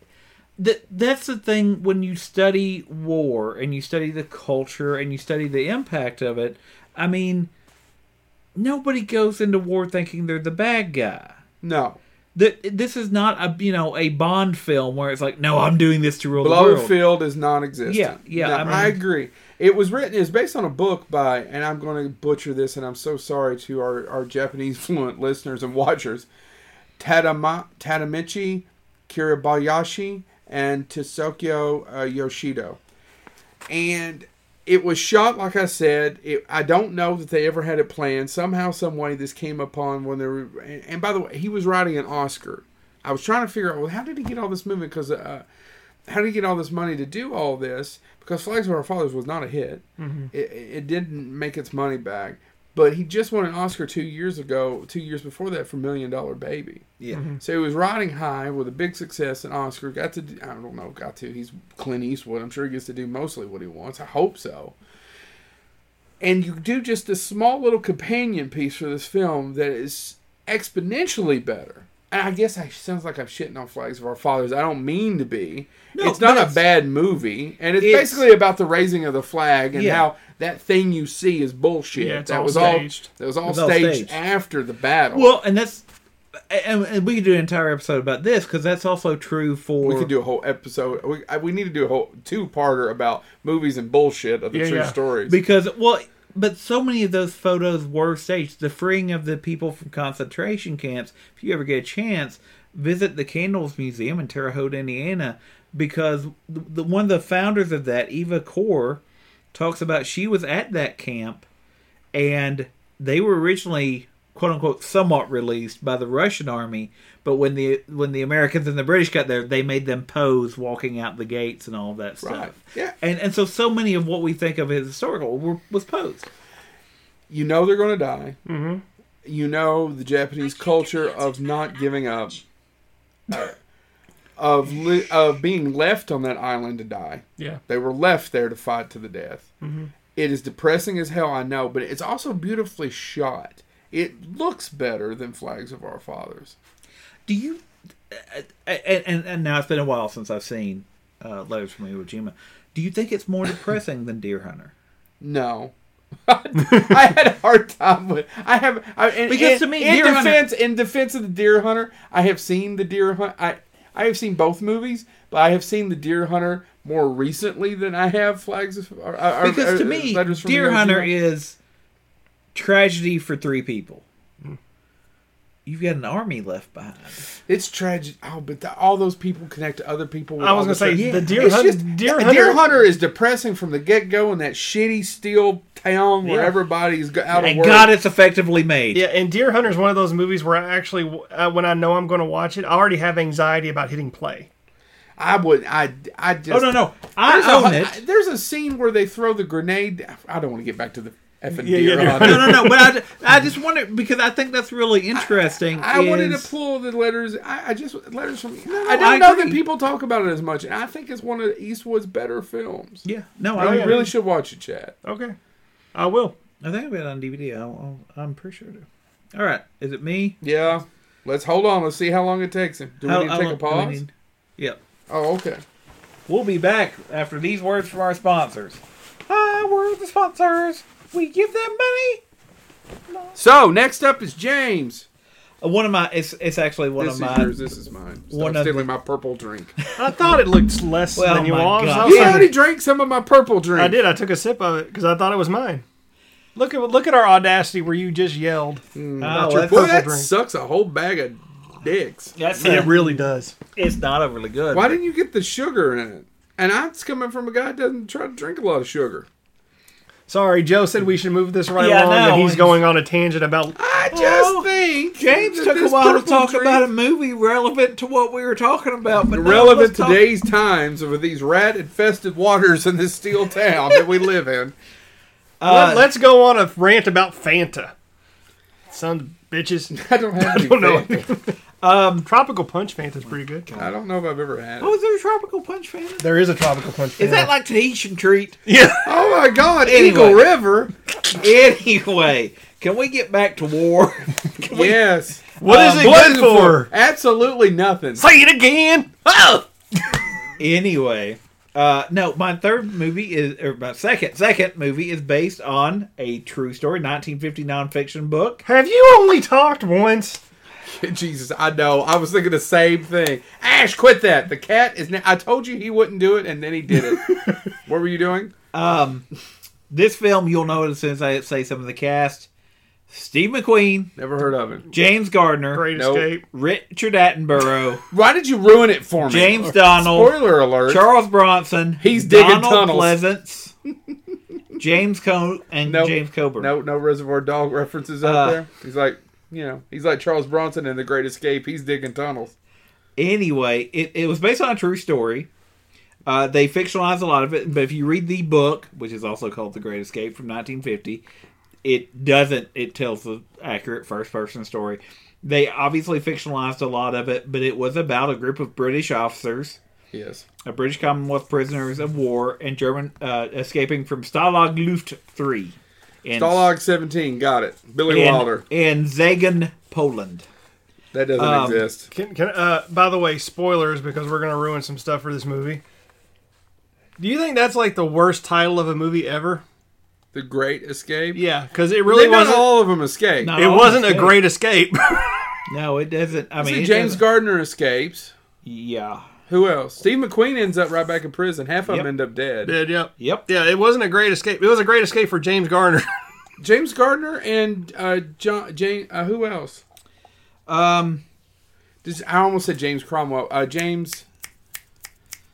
[SPEAKER 2] that that's the thing when you study war and you study the culture and you study the impact of it. I mean, nobody goes into war thinking they're the bad guy.
[SPEAKER 3] no.
[SPEAKER 2] That this is not a you know a Bond film where it's like, no, I'm doing this to rule the world.
[SPEAKER 3] Blowfield is non-existent.
[SPEAKER 2] Yeah, yeah,
[SPEAKER 3] No, I,
[SPEAKER 2] I mean-
[SPEAKER 3] agree. It was written. It's based on a book by, and I'm going to butcher this, and I'm so sorry to our, our Japanese [laughs] fluent listeners and watchers. Tadama, Tadamichi Kiribayashi and Tosokyo uh, Yoshido, and it was shot like I said. It, I don't know that they ever had it planned. Somehow, some way, this came upon when they were. And, and by the way, he was writing an Oscar. I was trying to figure out well, how did he get all this movement because. Uh, how do you get all this money to do all this? Because Flags of Our Fathers was not a hit. It, it didn't make its money back. But he just won an Oscar two years ago, two years before that, for Million Dollar Baby.
[SPEAKER 2] Yeah.
[SPEAKER 3] So he was riding high with a big success in Oscar. Got to, do- I don't know, got to. He's Clint Eastwood. I'm sure he gets to do mostly what he wants. I hope so. And you do just a small little companion piece for this film that is exponentially better. And I guess I sounds like I'm shitting on Flags of Our Fathers. I don't mean to be.
[SPEAKER 2] No,
[SPEAKER 3] it's not
[SPEAKER 2] but
[SPEAKER 3] a
[SPEAKER 2] it's-
[SPEAKER 3] bad movie, and it's,
[SPEAKER 2] It's-
[SPEAKER 3] basically about the raising of the flag and
[SPEAKER 2] Yeah.
[SPEAKER 3] how that thing you see is bullshit.
[SPEAKER 1] Yeah, it's
[SPEAKER 3] that
[SPEAKER 1] all
[SPEAKER 3] was
[SPEAKER 1] staged.
[SPEAKER 3] all that was all
[SPEAKER 2] It's all
[SPEAKER 3] staged,
[SPEAKER 2] staged.
[SPEAKER 3] after the battle.
[SPEAKER 2] Well, and that's and, and we could do an entire episode about this because that's also true for
[SPEAKER 3] We could do a whole episode. We, I- we need to do a whole two-parter about movies and bullshit of the
[SPEAKER 1] Yeah,
[SPEAKER 3] true
[SPEAKER 1] yeah.
[SPEAKER 3] stories.
[SPEAKER 2] because well but so many of those photos were staged the freeing of the people from concentration camps if you ever get a chance visit the candles museum in terre haute indiana because the, the, one of the founders of that eva Kaur, talks about she was at that camp and they were originally quote unquote somewhat released by the Russian army, but when the when the Americans and the British got there, they made them pose walking out the gates and all that stuff.
[SPEAKER 3] Right. Yeah.
[SPEAKER 2] And and so so many of what we think of as historical were, was posed.
[SPEAKER 3] you know they're going to die. Mm-hmm. You know the Japanese culture of not giving up, of li- of being left on that island to die.
[SPEAKER 1] Yeah.
[SPEAKER 3] They were left there to fight to the death.
[SPEAKER 2] Mm-hmm.
[SPEAKER 3] It is depressing as hell, I know, but it's also beautifully shot. It looks better than Flags of Our Fathers.
[SPEAKER 2] Do you? uh, And, and and now it's been a while since I've seen uh, letters from Iwo Jima. Do you think it's more depressing than Deer Hunter?
[SPEAKER 3] No. [laughs] I had a hard time with. I have I, in,
[SPEAKER 2] Because
[SPEAKER 3] in-
[SPEAKER 2] to me,
[SPEAKER 3] in
[SPEAKER 2] Deer Hunter-
[SPEAKER 3] defense, in defense of the Deer Hunter, I have seen the Deer Hunter. I I have seen both movies, but I have seen the Deer Hunter more recently than I have Flags of. Or, or-
[SPEAKER 2] Because to
[SPEAKER 3] or
[SPEAKER 2] me,
[SPEAKER 3] uh, Letters from
[SPEAKER 2] Deer
[SPEAKER 3] Iwo
[SPEAKER 2] Hunter
[SPEAKER 3] Jima.
[SPEAKER 2] is tragedy for three people.
[SPEAKER 3] Hmm.
[SPEAKER 2] You've got an army left behind.
[SPEAKER 3] It's tragic. Oh, but the, all those people connect to other people. With
[SPEAKER 1] I was
[SPEAKER 3] all
[SPEAKER 1] gonna say
[SPEAKER 3] tra-
[SPEAKER 1] the deer
[SPEAKER 3] It's
[SPEAKER 1] hunt.
[SPEAKER 3] just-
[SPEAKER 1] deer,
[SPEAKER 3] Deer
[SPEAKER 1] hunter,
[SPEAKER 3] Hunter is depressing from the get go in that shitty steel town where
[SPEAKER 1] Yeah.
[SPEAKER 3] everybody's go- out of
[SPEAKER 2] And
[SPEAKER 3] work.
[SPEAKER 2] God, it's effectively made.
[SPEAKER 1] Yeah, and Deer Hunter is one of those movies where I actually, uh, when I know I'm going to watch it, I already have anxiety about hitting play.
[SPEAKER 3] I would. I. I just.
[SPEAKER 2] Oh no, no,
[SPEAKER 3] There's
[SPEAKER 2] I
[SPEAKER 3] a,
[SPEAKER 2] own
[SPEAKER 3] hu-
[SPEAKER 2] it.
[SPEAKER 3] There's a scene where they throw the grenade. I don't want to get back to the effing
[SPEAKER 1] Yeah,
[SPEAKER 3] deer
[SPEAKER 1] yeah,
[SPEAKER 3] hunter.
[SPEAKER 2] [laughs] No, no, no. But I, ju- [laughs] I just wonder because I think that's really interesting.
[SPEAKER 3] I wanted to
[SPEAKER 2] is-
[SPEAKER 3] pull the letters. I, I just letters from. I
[SPEAKER 2] I
[SPEAKER 3] don't know that
[SPEAKER 2] agree.
[SPEAKER 3] people talk about it as much, and I think it's one of Eastwood's better films.
[SPEAKER 2] Yeah, no,
[SPEAKER 1] Oh,
[SPEAKER 2] I
[SPEAKER 1] yeah.
[SPEAKER 3] You
[SPEAKER 2] agree.
[SPEAKER 3] really should watch it, Chad.
[SPEAKER 1] Okay, I will.
[SPEAKER 2] I think I've got it on DVD. I'll, I'll, I'm pretty sure. I do. All right, is it me?
[SPEAKER 3] Yeah. Let's hold on. Let's see how long it takes him. Do we
[SPEAKER 2] How-
[SPEAKER 3] need to
[SPEAKER 2] how
[SPEAKER 3] take
[SPEAKER 2] long
[SPEAKER 3] a
[SPEAKER 2] do we
[SPEAKER 3] pause?
[SPEAKER 2] need- Yep.
[SPEAKER 3] Oh, okay.
[SPEAKER 2] We'll be back after these words from our sponsors. Hi. why we're the sponsors. We give them money.
[SPEAKER 3] So next up is James.
[SPEAKER 2] Uh, One of my, it's, it's actually one
[SPEAKER 3] This
[SPEAKER 2] of
[SPEAKER 3] is
[SPEAKER 2] my.
[SPEAKER 3] yours. This is mine. Stop
[SPEAKER 2] one of
[SPEAKER 3] stealing
[SPEAKER 2] the-
[SPEAKER 3] my
[SPEAKER 2] [laughs]
[SPEAKER 3] purple drink.
[SPEAKER 1] I thought it looked less
[SPEAKER 2] Well,
[SPEAKER 1] than you
[SPEAKER 2] my
[SPEAKER 1] want.
[SPEAKER 2] God.
[SPEAKER 1] I, was
[SPEAKER 3] He
[SPEAKER 1] like-
[SPEAKER 3] already drank some of my purple drink.
[SPEAKER 1] I did. I took a sip of it because I thought it was mine. Look at look at our audacity where you just yelled.
[SPEAKER 2] Oh,
[SPEAKER 1] your
[SPEAKER 2] that's-
[SPEAKER 3] Boy,
[SPEAKER 1] purple
[SPEAKER 3] that
[SPEAKER 1] drink.
[SPEAKER 3] sucks a whole bag of dicks.
[SPEAKER 2] that's
[SPEAKER 1] It
[SPEAKER 2] a-
[SPEAKER 1] really does.
[SPEAKER 2] it's not overly good.
[SPEAKER 3] Why didn't you get the sugar in it? And that's coming from a guy who doesn't try to drink a lot of sugar.
[SPEAKER 1] Sorry, Joe said we should move this right
[SPEAKER 2] Yeah, I
[SPEAKER 1] along, and
[SPEAKER 2] know.
[SPEAKER 1] he's going on a tangent about.
[SPEAKER 3] I just
[SPEAKER 2] Oh,
[SPEAKER 3] think
[SPEAKER 2] James
[SPEAKER 3] that
[SPEAKER 2] took a
[SPEAKER 3] this
[SPEAKER 2] while to
[SPEAKER 3] purple
[SPEAKER 2] talk
[SPEAKER 3] drink-
[SPEAKER 2] about a movie relevant to what we were talking about, but now
[SPEAKER 3] relevant
[SPEAKER 2] let's
[SPEAKER 3] to
[SPEAKER 2] talk-
[SPEAKER 3] today's times with these rat infested waters in this steel town that we live
[SPEAKER 2] [laughs]
[SPEAKER 3] in.
[SPEAKER 2] Uh,
[SPEAKER 1] Let, us go on a rant about Fanta. Son of bitches.
[SPEAKER 3] I don't have.
[SPEAKER 1] I [laughs] don't know.
[SPEAKER 2] Um,
[SPEAKER 1] Tropical Punch Fanta's pretty good.
[SPEAKER 3] I don't know if I've ever had.
[SPEAKER 2] oh,
[SPEAKER 3] It.
[SPEAKER 2] is there a tropical punch fan?
[SPEAKER 1] There is a Tropical Punch Fanta.
[SPEAKER 2] Is that like Tahitian treat? [laughs]
[SPEAKER 1] Yeah.
[SPEAKER 3] Oh my God,
[SPEAKER 2] Anyway.
[SPEAKER 3] Eagle River.
[SPEAKER 2] anyway, can we get back to war? [laughs] [laughs] Can we-
[SPEAKER 3] Yes.
[SPEAKER 1] [laughs] Uh, What is
[SPEAKER 2] Um,
[SPEAKER 1] it
[SPEAKER 3] What is
[SPEAKER 1] good for?
[SPEAKER 3] Absolutely nothing.
[SPEAKER 1] Say it again. Oh!
[SPEAKER 2] Anyway, uh, no, my third movie is or my second second movie is based on a true story, 1950 nonfiction book.
[SPEAKER 1] Have you only talked once?
[SPEAKER 3] [laughs] Jesus, I know. I was thinking the same thing. Ash, quit that. The cat is. Na- I told you he wouldn't do it, and then he did [laughs] it. what were you doing?
[SPEAKER 2] Um, this film you'll notice since I say some of the cast: Steve McQueen,
[SPEAKER 3] Never heard of it.
[SPEAKER 2] James Gardner,
[SPEAKER 1] Great
[SPEAKER 3] Nope.
[SPEAKER 1] Escape.
[SPEAKER 2] Richard
[SPEAKER 3] [laughs]
[SPEAKER 2] Attenborough,
[SPEAKER 3] Why did you ruin it for me?
[SPEAKER 2] James Donald,
[SPEAKER 3] Spoiler alert.
[SPEAKER 2] Charles Bronson.
[SPEAKER 3] He's digging
[SPEAKER 2] Donald
[SPEAKER 3] tunnels. [laughs]
[SPEAKER 2] Pleasance, James Co and
[SPEAKER 3] Nope.
[SPEAKER 2] James Coburn.
[SPEAKER 3] No, no Reservoir Dog references out
[SPEAKER 2] Uh,
[SPEAKER 3] there. He's like, you know, he's like Charles Bronson in The Great Escape. He's digging tunnels.
[SPEAKER 2] anyway, it, it was based on a true story. Uh, they fictionalized a lot of it, but if you read the book, which is also called The Great Escape from 1950, it doesn't. It tells the accurate first person story. They obviously fictionalized a lot of it, but it was about a group of British officers,
[SPEAKER 3] Yes.
[SPEAKER 2] a British Commonwealth prisoners of war, and German uh, escaping from Stalag Luft 3 in,
[SPEAKER 3] Stalag 17. Got it.
[SPEAKER 2] in,
[SPEAKER 3] Billy Wilder.
[SPEAKER 2] in Zagan, Poland.
[SPEAKER 3] That doesn't
[SPEAKER 2] um,
[SPEAKER 3] exist.
[SPEAKER 1] Can, can uh by the way, spoilers because we're gonna ruin some stuff for this movie. Do you think that's like the worst title of a movie ever?
[SPEAKER 3] The Great Escape.
[SPEAKER 1] Yeah, because it
[SPEAKER 3] They
[SPEAKER 1] really
[SPEAKER 3] not
[SPEAKER 1] wasn't.
[SPEAKER 3] all of them escape.
[SPEAKER 2] No.
[SPEAKER 1] it wasn't a
[SPEAKER 2] Escape.
[SPEAKER 1] great escape. [laughs]
[SPEAKER 2] No, it doesn't. I mean,
[SPEAKER 3] See,
[SPEAKER 2] it
[SPEAKER 3] James
[SPEAKER 2] doesn't-
[SPEAKER 3] Gardner escapes.
[SPEAKER 2] Yeah.
[SPEAKER 3] Who else? Steve McQueen ends up right back in prison. Half of
[SPEAKER 2] Yep.
[SPEAKER 3] them end up dead.
[SPEAKER 1] yeah, yep.
[SPEAKER 2] Yep.
[SPEAKER 1] Yeah, it wasn't a great escape. It was a great escape for James Garner. [laughs]
[SPEAKER 3] James Gardner and uh, John. Jane, uh, who else?
[SPEAKER 2] Um,
[SPEAKER 3] Just, I almost said James Cromwell. Uh, James.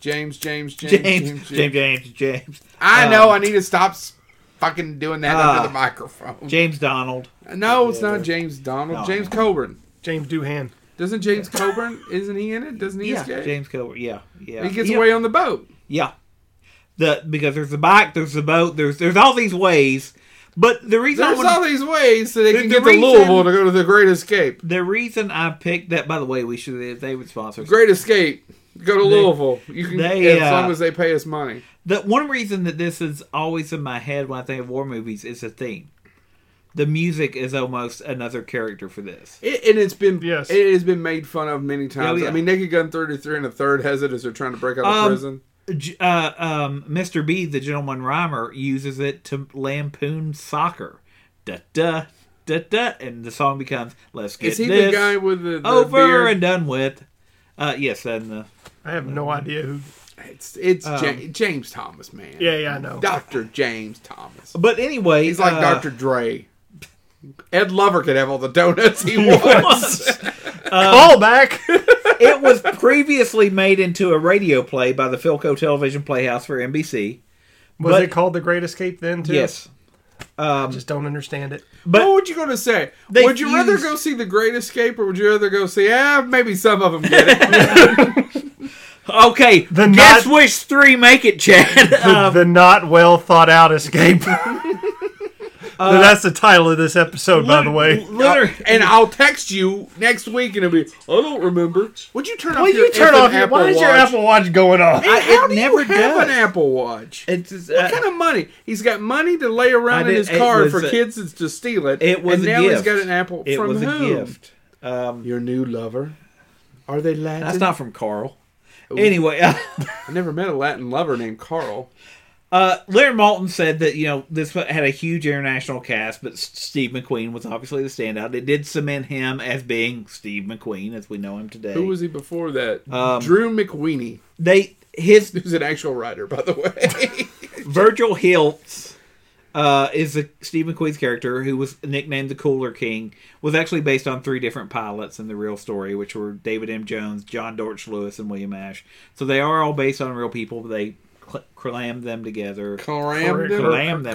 [SPEAKER 3] James, James, James,
[SPEAKER 2] James, James, James, James,
[SPEAKER 3] I know. I need to stop s- fucking doing that
[SPEAKER 2] Ah.
[SPEAKER 3] under the microphone.
[SPEAKER 2] James Donald.
[SPEAKER 3] no, it's not James Donald.
[SPEAKER 2] No.
[SPEAKER 3] James Coburn.
[SPEAKER 1] James Doohan.
[SPEAKER 3] Doesn't James Coburn? Isn't he in it? Doesn't he
[SPEAKER 2] Yeah,
[SPEAKER 3] escape?
[SPEAKER 2] James Coburn. Yeah, yeah.
[SPEAKER 3] He gets
[SPEAKER 2] yeah.
[SPEAKER 3] away on the boat.
[SPEAKER 2] Yeah, the because there's the bike, there's the boat, there's there's all these ways. But the reason I
[SPEAKER 3] There's
[SPEAKER 2] would,
[SPEAKER 3] all these ways that they
[SPEAKER 2] The-
[SPEAKER 3] can
[SPEAKER 2] the
[SPEAKER 3] get to
[SPEAKER 2] reason-
[SPEAKER 3] Louisville to go to the Great Escape.
[SPEAKER 2] the reason I picked that. By the way, we should if they would sponsor us.
[SPEAKER 3] Great Escape. Go to Louisville. You can
[SPEAKER 2] they,
[SPEAKER 3] as
[SPEAKER 2] uh,
[SPEAKER 3] long as they pay us money.
[SPEAKER 2] The one reason that this is always in my head when I think of war movies is the theme. The music is almost another character for this.
[SPEAKER 3] It, and it's been
[SPEAKER 1] Yes.
[SPEAKER 3] it has been made fun of many times.
[SPEAKER 2] yeah.
[SPEAKER 3] I mean, Naked Gun 33 and a third has it as they're trying to break out of
[SPEAKER 2] Um,
[SPEAKER 3] prison.
[SPEAKER 2] J- uh, um, Mr. B, the gentleman rhymer, uses it to lampoon soccer. Da da da da, and the song becomes "Let's get
[SPEAKER 3] Is he
[SPEAKER 2] this
[SPEAKER 3] the guy with the, the
[SPEAKER 2] over
[SPEAKER 3] beard?
[SPEAKER 2] and done with." Uh, yes, and the
[SPEAKER 1] I have no idea who.
[SPEAKER 3] It's it's Ja- James Thomas, man.
[SPEAKER 1] Yeah, yeah, I know.
[SPEAKER 3] Doctor James Thomas.
[SPEAKER 2] but anyway,
[SPEAKER 3] He's like
[SPEAKER 2] uh, [laughs]
[SPEAKER 3] Dr. Dre. Ed Lover could have all the donuts [laughs] he wants.
[SPEAKER 1] Call back. [laughs]
[SPEAKER 2] it was previously made into a radio play by the Philco Television Playhouse for NBC.
[SPEAKER 1] Was
[SPEAKER 2] But-
[SPEAKER 1] it called the Great Escape then too?
[SPEAKER 2] Yes,
[SPEAKER 1] I just don't understand [laughs] it.
[SPEAKER 2] but-
[SPEAKER 3] what would you going to say?
[SPEAKER 2] They
[SPEAKER 3] Would you rather
[SPEAKER 2] fused-
[SPEAKER 3] go see The Great Escape or would you rather go see, ah, maybe some of them get [laughs] it?
[SPEAKER 2] okay.
[SPEAKER 1] The
[SPEAKER 2] guess
[SPEAKER 1] not-
[SPEAKER 2] which three make it, Chad?
[SPEAKER 1] The, the not well thought out escape. [laughs] that's the title of this episode, [laughs] by
[SPEAKER 2] [laughs]
[SPEAKER 1] the way.
[SPEAKER 2] Liter-
[SPEAKER 3] and I'll text you next week and it'll be, I don't remember. Would you turn off
[SPEAKER 1] Will
[SPEAKER 3] your
[SPEAKER 1] you turn
[SPEAKER 3] effing
[SPEAKER 1] off your? Why
[SPEAKER 3] Apple
[SPEAKER 1] is your
[SPEAKER 3] Watch?
[SPEAKER 1] Apple Watch going off?
[SPEAKER 2] I-
[SPEAKER 3] How
[SPEAKER 2] it
[SPEAKER 3] do you
[SPEAKER 2] never
[SPEAKER 3] have
[SPEAKER 2] does.
[SPEAKER 3] an Apple Watch?
[SPEAKER 2] It's uh, just,
[SPEAKER 3] what kind of money? He's got money to lay around
[SPEAKER 2] I
[SPEAKER 3] in
[SPEAKER 2] did-
[SPEAKER 3] his
[SPEAKER 2] it
[SPEAKER 3] car
[SPEAKER 2] was
[SPEAKER 3] for
[SPEAKER 2] a-
[SPEAKER 3] kids to steal it.
[SPEAKER 2] It was
[SPEAKER 3] and
[SPEAKER 2] a
[SPEAKER 3] now he's
[SPEAKER 2] gift.
[SPEAKER 3] got an Apple
[SPEAKER 2] it
[SPEAKER 3] from
[SPEAKER 2] was
[SPEAKER 3] whom?
[SPEAKER 2] a gift. Um,
[SPEAKER 3] Your new lover. Are they Latin?
[SPEAKER 2] that's not from Carl. Anyway.
[SPEAKER 3] I never met a Latin lover named Carl.
[SPEAKER 2] [laughs] Uh, Larry Malton said that you know this had a huge international cast, but S- Steve McQueen was obviously the standout. It did cement him as being Steve McQueen as we know him today.
[SPEAKER 3] Who was he before that?
[SPEAKER 2] Um,
[SPEAKER 3] Drew McWeeny,
[SPEAKER 2] they? His
[SPEAKER 3] who's an actual writer, by the
[SPEAKER 2] [laughs]
[SPEAKER 3] way.
[SPEAKER 2] Virgil Hiltz uh, is the Steve McQueen's character, who was nicknamed the Cooler King, was actually based on three different pilots in the real story, which were David M. Jones, John Dortch Lewis, and William Ash. So they are all based on real people, but they cl- clammed them together.
[SPEAKER 3] Calammed them.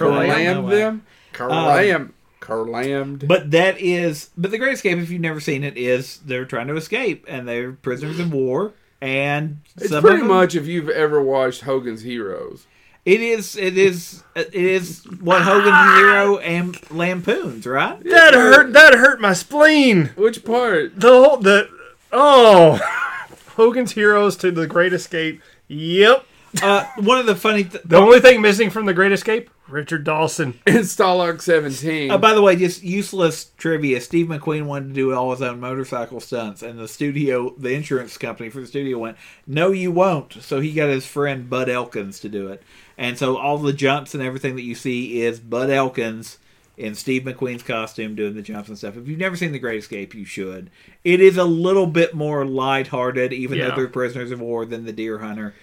[SPEAKER 2] Calammed them.
[SPEAKER 3] Calammed
[SPEAKER 2] Calammed
[SPEAKER 3] them. Calammed. Calammed.
[SPEAKER 2] Um, But that is, but the Great Escape, if you've never seen it, is they're trying to escape and they're prisoners in war. And
[SPEAKER 3] It's
[SPEAKER 2] some
[SPEAKER 3] pretty
[SPEAKER 2] of them-
[SPEAKER 3] much if you've ever watched Hogan's Heroes.
[SPEAKER 2] it is, it is, it is what Hogan's Hero and Lampoons, right?
[SPEAKER 1] That hurt. That hurt my spleen.
[SPEAKER 3] Which part?
[SPEAKER 1] The whole the oh, [laughs] Hogan's Heroes to the Great Escape. Yep.
[SPEAKER 2] Uh, one of the funny, th-
[SPEAKER 1] The only thing missing from the Great Escape, Richard Dawson.
[SPEAKER 3] In Stalag 17.
[SPEAKER 2] Uh, by the way, just useless trivia. Steve McQueen wanted to do all his own motorcycle stunts, and the studio, the insurance company for the studio, went, "No, you won't." So he got his friend Bud Elkins to do it, and so all the jumps and everything that you see is Bud Elkins in Steve McQueen's costume doing the jumps and stuff. If you've never seen The Great Escape, you should. It is a little bit more lighthearted, even
[SPEAKER 1] Yeah.
[SPEAKER 2] though they're prisoners of war, than The Deer Hunter,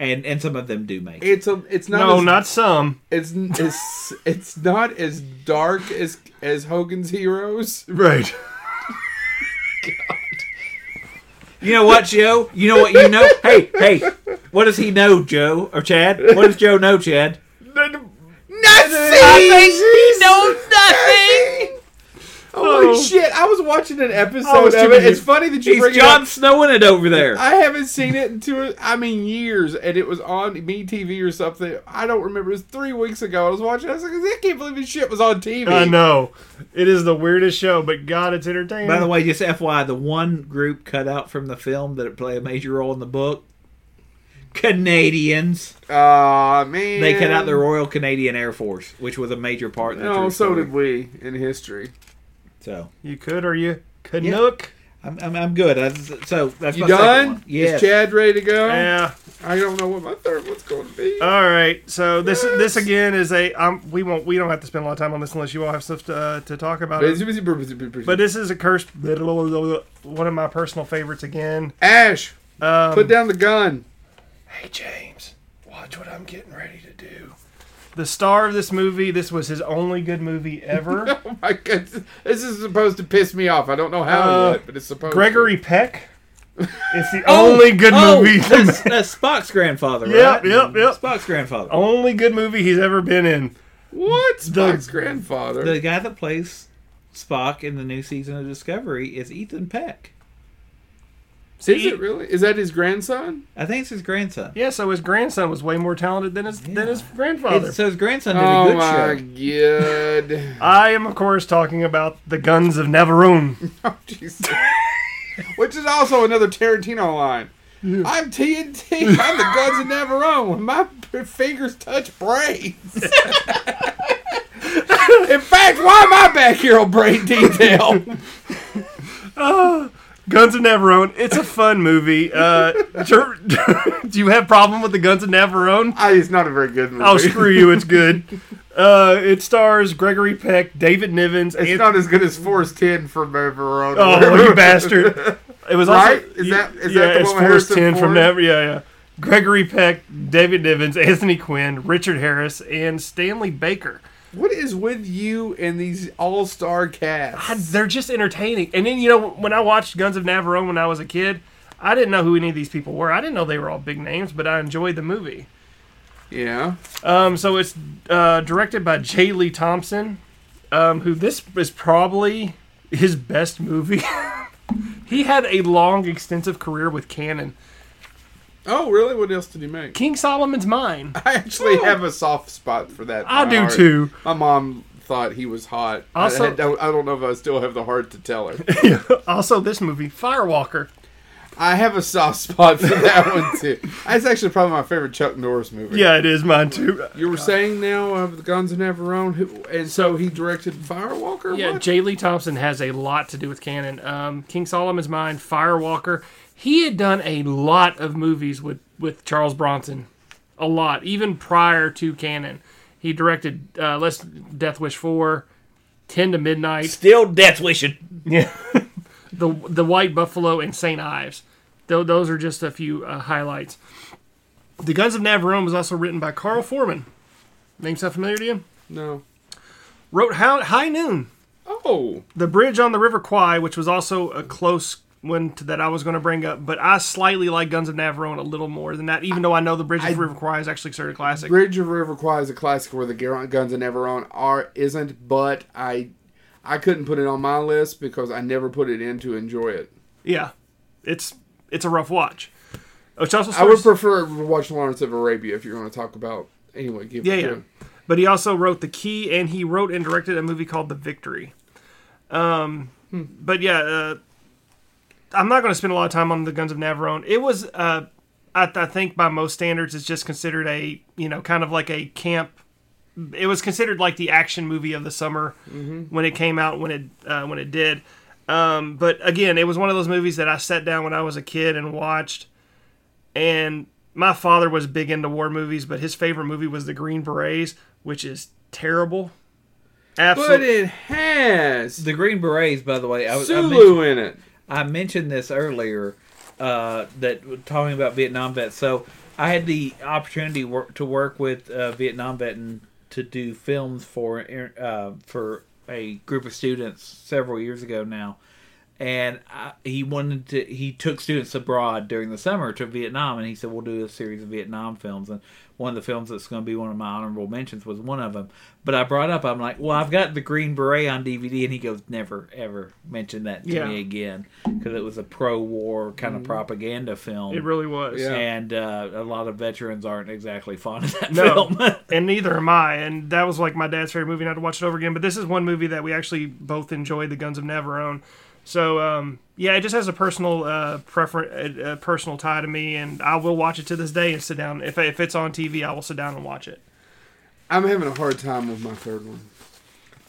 [SPEAKER 2] and and some of them do make. it.
[SPEAKER 3] it's a, it's not
[SPEAKER 1] No,
[SPEAKER 3] as,
[SPEAKER 1] not some.
[SPEAKER 3] it's, it's it's not as dark as as Hogan's Heroes.
[SPEAKER 1] Right.
[SPEAKER 2] You know what, Joe? You know what you know? hey, hey, what does he know, Joe or Chad? What does Joe know, Chad?
[SPEAKER 1] Nothing.
[SPEAKER 2] nothing.
[SPEAKER 3] Holy
[SPEAKER 1] Oh.
[SPEAKER 3] shit! I was watching an episode
[SPEAKER 1] I was
[SPEAKER 3] of
[SPEAKER 1] too
[SPEAKER 3] it.
[SPEAKER 1] busy.
[SPEAKER 3] It's funny that you bring
[SPEAKER 2] He's
[SPEAKER 3] it up.
[SPEAKER 2] John Snowing it over there.
[SPEAKER 3] I haven't seen it in two, I mean, years, and it was on MeTV or something. I don't remember. It was three weeks ago. I was watching. I was like, I can't believe this shit was on TV.
[SPEAKER 1] I know. It is the weirdest show, but God, it's entertaining.
[SPEAKER 2] By the way, just FYI, the one group cut out from the film that play a major role in the book, Canadians.
[SPEAKER 3] Aw, man.
[SPEAKER 2] They cut out the Royal Canadian Air Force, which was a major part. In the
[SPEAKER 3] No,
[SPEAKER 2] true
[SPEAKER 3] Oh, so
[SPEAKER 2] story.
[SPEAKER 3] did we in history.
[SPEAKER 2] So
[SPEAKER 1] you could or you could nook.
[SPEAKER 2] I'm, I'm, I'm good. That's, so that's
[SPEAKER 3] You
[SPEAKER 2] my second
[SPEAKER 3] done?
[SPEAKER 2] one. Yes.
[SPEAKER 3] Is Chad ready to go?
[SPEAKER 1] Yeah.
[SPEAKER 3] I don't know what my third one's going to be.
[SPEAKER 1] All right. So this this again is a um, we won't we don't have to spend a lot of time on this unless you all have stuff to, uh, to talk about. It. But
[SPEAKER 3] but
[SPEAKER 1] this is a cursed one of my personal favorites again.
[SPEAKER 3] Ash,
[SPEAKER 1] Um,
[SPEAKER 3] put down the gun. [laughs]
[SPEAKER 1] Hey James, watch what I'm getting ready to do. The star of this movie, this was his only good movie
[SPEAKER 2] [laughs]
[SPEAKER 1] ever.
[SPEAKER 3] Oh my god, this is supposed to piss me off. I don't know how
[SPEAKER 1] Uh,
[SPEAKER 3] yet, but it's supposed.
[SPEAKER 1] Gregory
[SPEAKER 3] [laughs]
[SPEAKER 1] Peck. It's the only good
[SPEAKER 2] oh,
[SPEAKER 1] movie. he
[SPEAKER 2] That's,
[SPEAKER 1] made.
[SPEAKER 2] that's Spock's grandfather,
[SPEAKER 1] Yep,
[SPEAKER 2] right?
[SPEAKER 1] yep, yep. Oh.
[SPEAKER 2] Spock's grandfather.
[SPEAKER 1] Only good movie he's ever been in.
[SPEAKER 3] to. What?
[SPEAKER 1] The-
[SPEAKER 3] Spock's grandfather.
[SPEAKER 2] The guy that plays Spock in the new season of Discovery is Ethan Peck.
[SPEAKER 3] is it really? Is that his grandson?
[SPEAKER 2] I think it's his grandson.
[SPEAKER 1] Yeah, so his grandson was way more talented than his than his grandfather.
[SPEAKER 2] It's- so his grandson did a
[SPEAKER 3] Oh
[SPEAKER 2] good
[SPEAKER 3] my
[SPEAKER 2] show.
[SPEAKER 3] god.
[SPEAKER 1] I am of course talking about the Guns of
[SPEAKER 3] [laughs]
[SPEAKER 1] Navarone.
[SPEAKER 3] Oh Jesus. Which is also another Tarantino line. I'm TNT. I'm the Guns of Navarone. When my p- fingers touch
[SPEAKER 1] [laughs]
[SPEAKER 3] brains. In fact, why am I back here on brain detail?
[SPEAKER 1] Guns of Navarone. It's a fun movie.
[SPEAKER 3] [laughs]
[SPEAKER 1] Uh, do [laughs] do you have problem with the Guns of Navarone?
[SPEAKER 3] I, it's not a very good movie.
[SPEAKER 1] Oh, screw you. It's good.
[SPEAKER 3] [laughs]
[SPEAKER 1] Uh, it stars Gregory Peck, David Nivens.
[SPEAKER 3] It's
[SPEAKER 1] Anth-
[SPEAKER 3] not as good as Force Ten from Navarone. [laughs]
[SPEAKER 1] oh, you bastard. It was
[SPEAKER 3] Right?
[SPEAKER 1] Also,
[SPEAKER 3] Is that- is
[SPEAKER 1] yeah,
[SPEAKER 3] that the
[SPEAKER 1] it's
[SPEAKER 3] one with
[SPEAKER 1] Force
[SPEAKER 3] Harrison
[SPEAKER 1] 10 from
[SPEAKER 3] Ford?
[SPEAKER 1] Nav- Yeah, yeah. Gregory Peck, David Nivens, Anthony Quinn, Richard Harris, and Stanley Baker.
[SPEAKER 3] What is with you and these all-star casts?
[SPEAKER 1] I- they're just entertaining. And then, you know, when I watched Guns of Navarone when I was a kid, I didn't know who any of these people were. I didn't know they were all big names, but I enjoyed the movie.
[SPEAKER 3] Yeah.
[SPEAKER 1] Um, so it's uh, directed by J. Lee Thompson, um, who this is probably his best movie. [laughs] he had a long, extensive career with Canon.
[SPEAKER 3] Oh, really? What else did he make?
[SPEAKER 1] King Solomon's [laughs] Mine.
[SPEAKER 3] I actually have a soft spot for that. in
[SPEAKER 1] I
[SPEAKER 3] my
[SPEAKER 1] do
[SPEAKER 3] heart.
[SPEAKER 1] too.
[SPEAKER 3] My mom thought he was hot. I-
[SPEAKER 1] Also-
[SPEAKER 3] I, don't, I don't know if I still have the heart to tell her. [laughs]
[SPEAKER 1] also, this movie, Firewalker.
[SPEAKER 3] I have a soft spot for that one too. That's actually probably my favorite Chuck Norris movie.
[SPEAKER 1] Yeah, it is mine too.
[SPEAKER 3] You were saying now of the Guns of Navarone, who, and so he directed Firewalker.
[SPEAKER 1] Yeah,
[SPEAKER 3] What?
[SPEAKER 1] J. Lee Thompson has a lot to do with Canon. Um, King Solomon's Mine, Firewalker. He had done a lot of movies with, with Charles Bronson. a lot, even prior to canon. He directed uh, Less Death Wish 4, 10 to Midnight,
[SPEAKER 2] Still Death Wishing.
[SPEAKER 1] [laughs] The the White Buffalo, and St. Ives. Tho- those are just a few uh, highlights. The Guns of Navarone was also written by Carl Foreman. Name sound familiar to you?
[SPEAKER 3] No.
[SPEAKER 1] Wrote How- High Noon,
[SPEAKER 3] Oh,
[SPEAKER 1] the bridge on the River Kwai, which was also a close one to, that I was going to bring up, but I slightly like Guns of Navarone a little more than that, even though I know the bridge of the River Kwai is actually considered a classic.
[SPEAKER 3] Bridge of River Kwai is a classic where the Gar- Guns of Navarone are isn't, but I I couldn't put it on my list because I never put it in to enjoy it.
[SPEAKER 1] Yeah, it's it's a rough watch. Which also
[SPEAKER 3] I would
[SPEAKER 1] stars-
[SPEAKER 3] prefer to watch Lawrence of Arabia if you're going to talk about anyway. Give
[SPEAKER 1] yeah,
[SPEAKER 3] it
[SPEAKER 1] yeah.
[SPEAKER 3] to-
[SPEAKER 1] But he also wrote The Key, and he wrote and directed a movie called The Victory. Um, but yeah, uh, I'm not going to spend a lot of time on the Guns of Navarone. It was, uh, I, I think, by most standards, it's just considered a you know kind of like a camp. It was considered like the action movie of the summer
[SPEAKER 3] Mm-hmm.
[SPEAKER 1] when it came out when it uh, when it did. Um, but again, it was one of those movies that I sat down when I was a kid and watched. And my father was big into war movies, but his favorite movie was The Green Berets, which is terrible.
[SPEAKER 3] But
[SPEAKER 1] Absolutely.
[SPEAKER 3] it has
[SPEAKER 2] The Green Berets, by the way, I, was, I, mentioned,
[SPEAKER 3] Sulu in it.
[SPEAKER 2] I mentioned this earlier uh, that talking about Vietnam vets. So I had the opportunity work, to work with uh, Vietnam vet and to do films for uh, for a group of students several years ago now. and I, he wanted to he took students abroad during the summer to vietnam and he said we'll do a series of vietnam films and one of the films that's going to be one of my honorable mentions was one of them but i brought up i'm like well i've got the green beret on dvd and he goes never ever mention that to
[SPEAKER 1] Yeah.
[SPEAKER 2] me again because it was a pro-war kind of propaganda film
[SPEAKER 1] It really was.
[SPEAKER 3] Yeah.
[SPEAKER 2] and uh, a lot of veterans aren't exactly fond of that
[SPEAKER 1] No.
[SPEAKER 2] film [laughs]
[SPEAKER 1] and neither am I. And that was like my dad's favorite movie, and I had to watch it over again. But this is one movie that we actually both enjoyed, The Guns of Navarone. So um, yeah, it just has a personal uh, preference, a, a personal tie to me, and I will watch it to this day and sit down. If if it's on TV, I will sit down and watch it.
[SPEAKER 3] I'm having a hard time with my third one.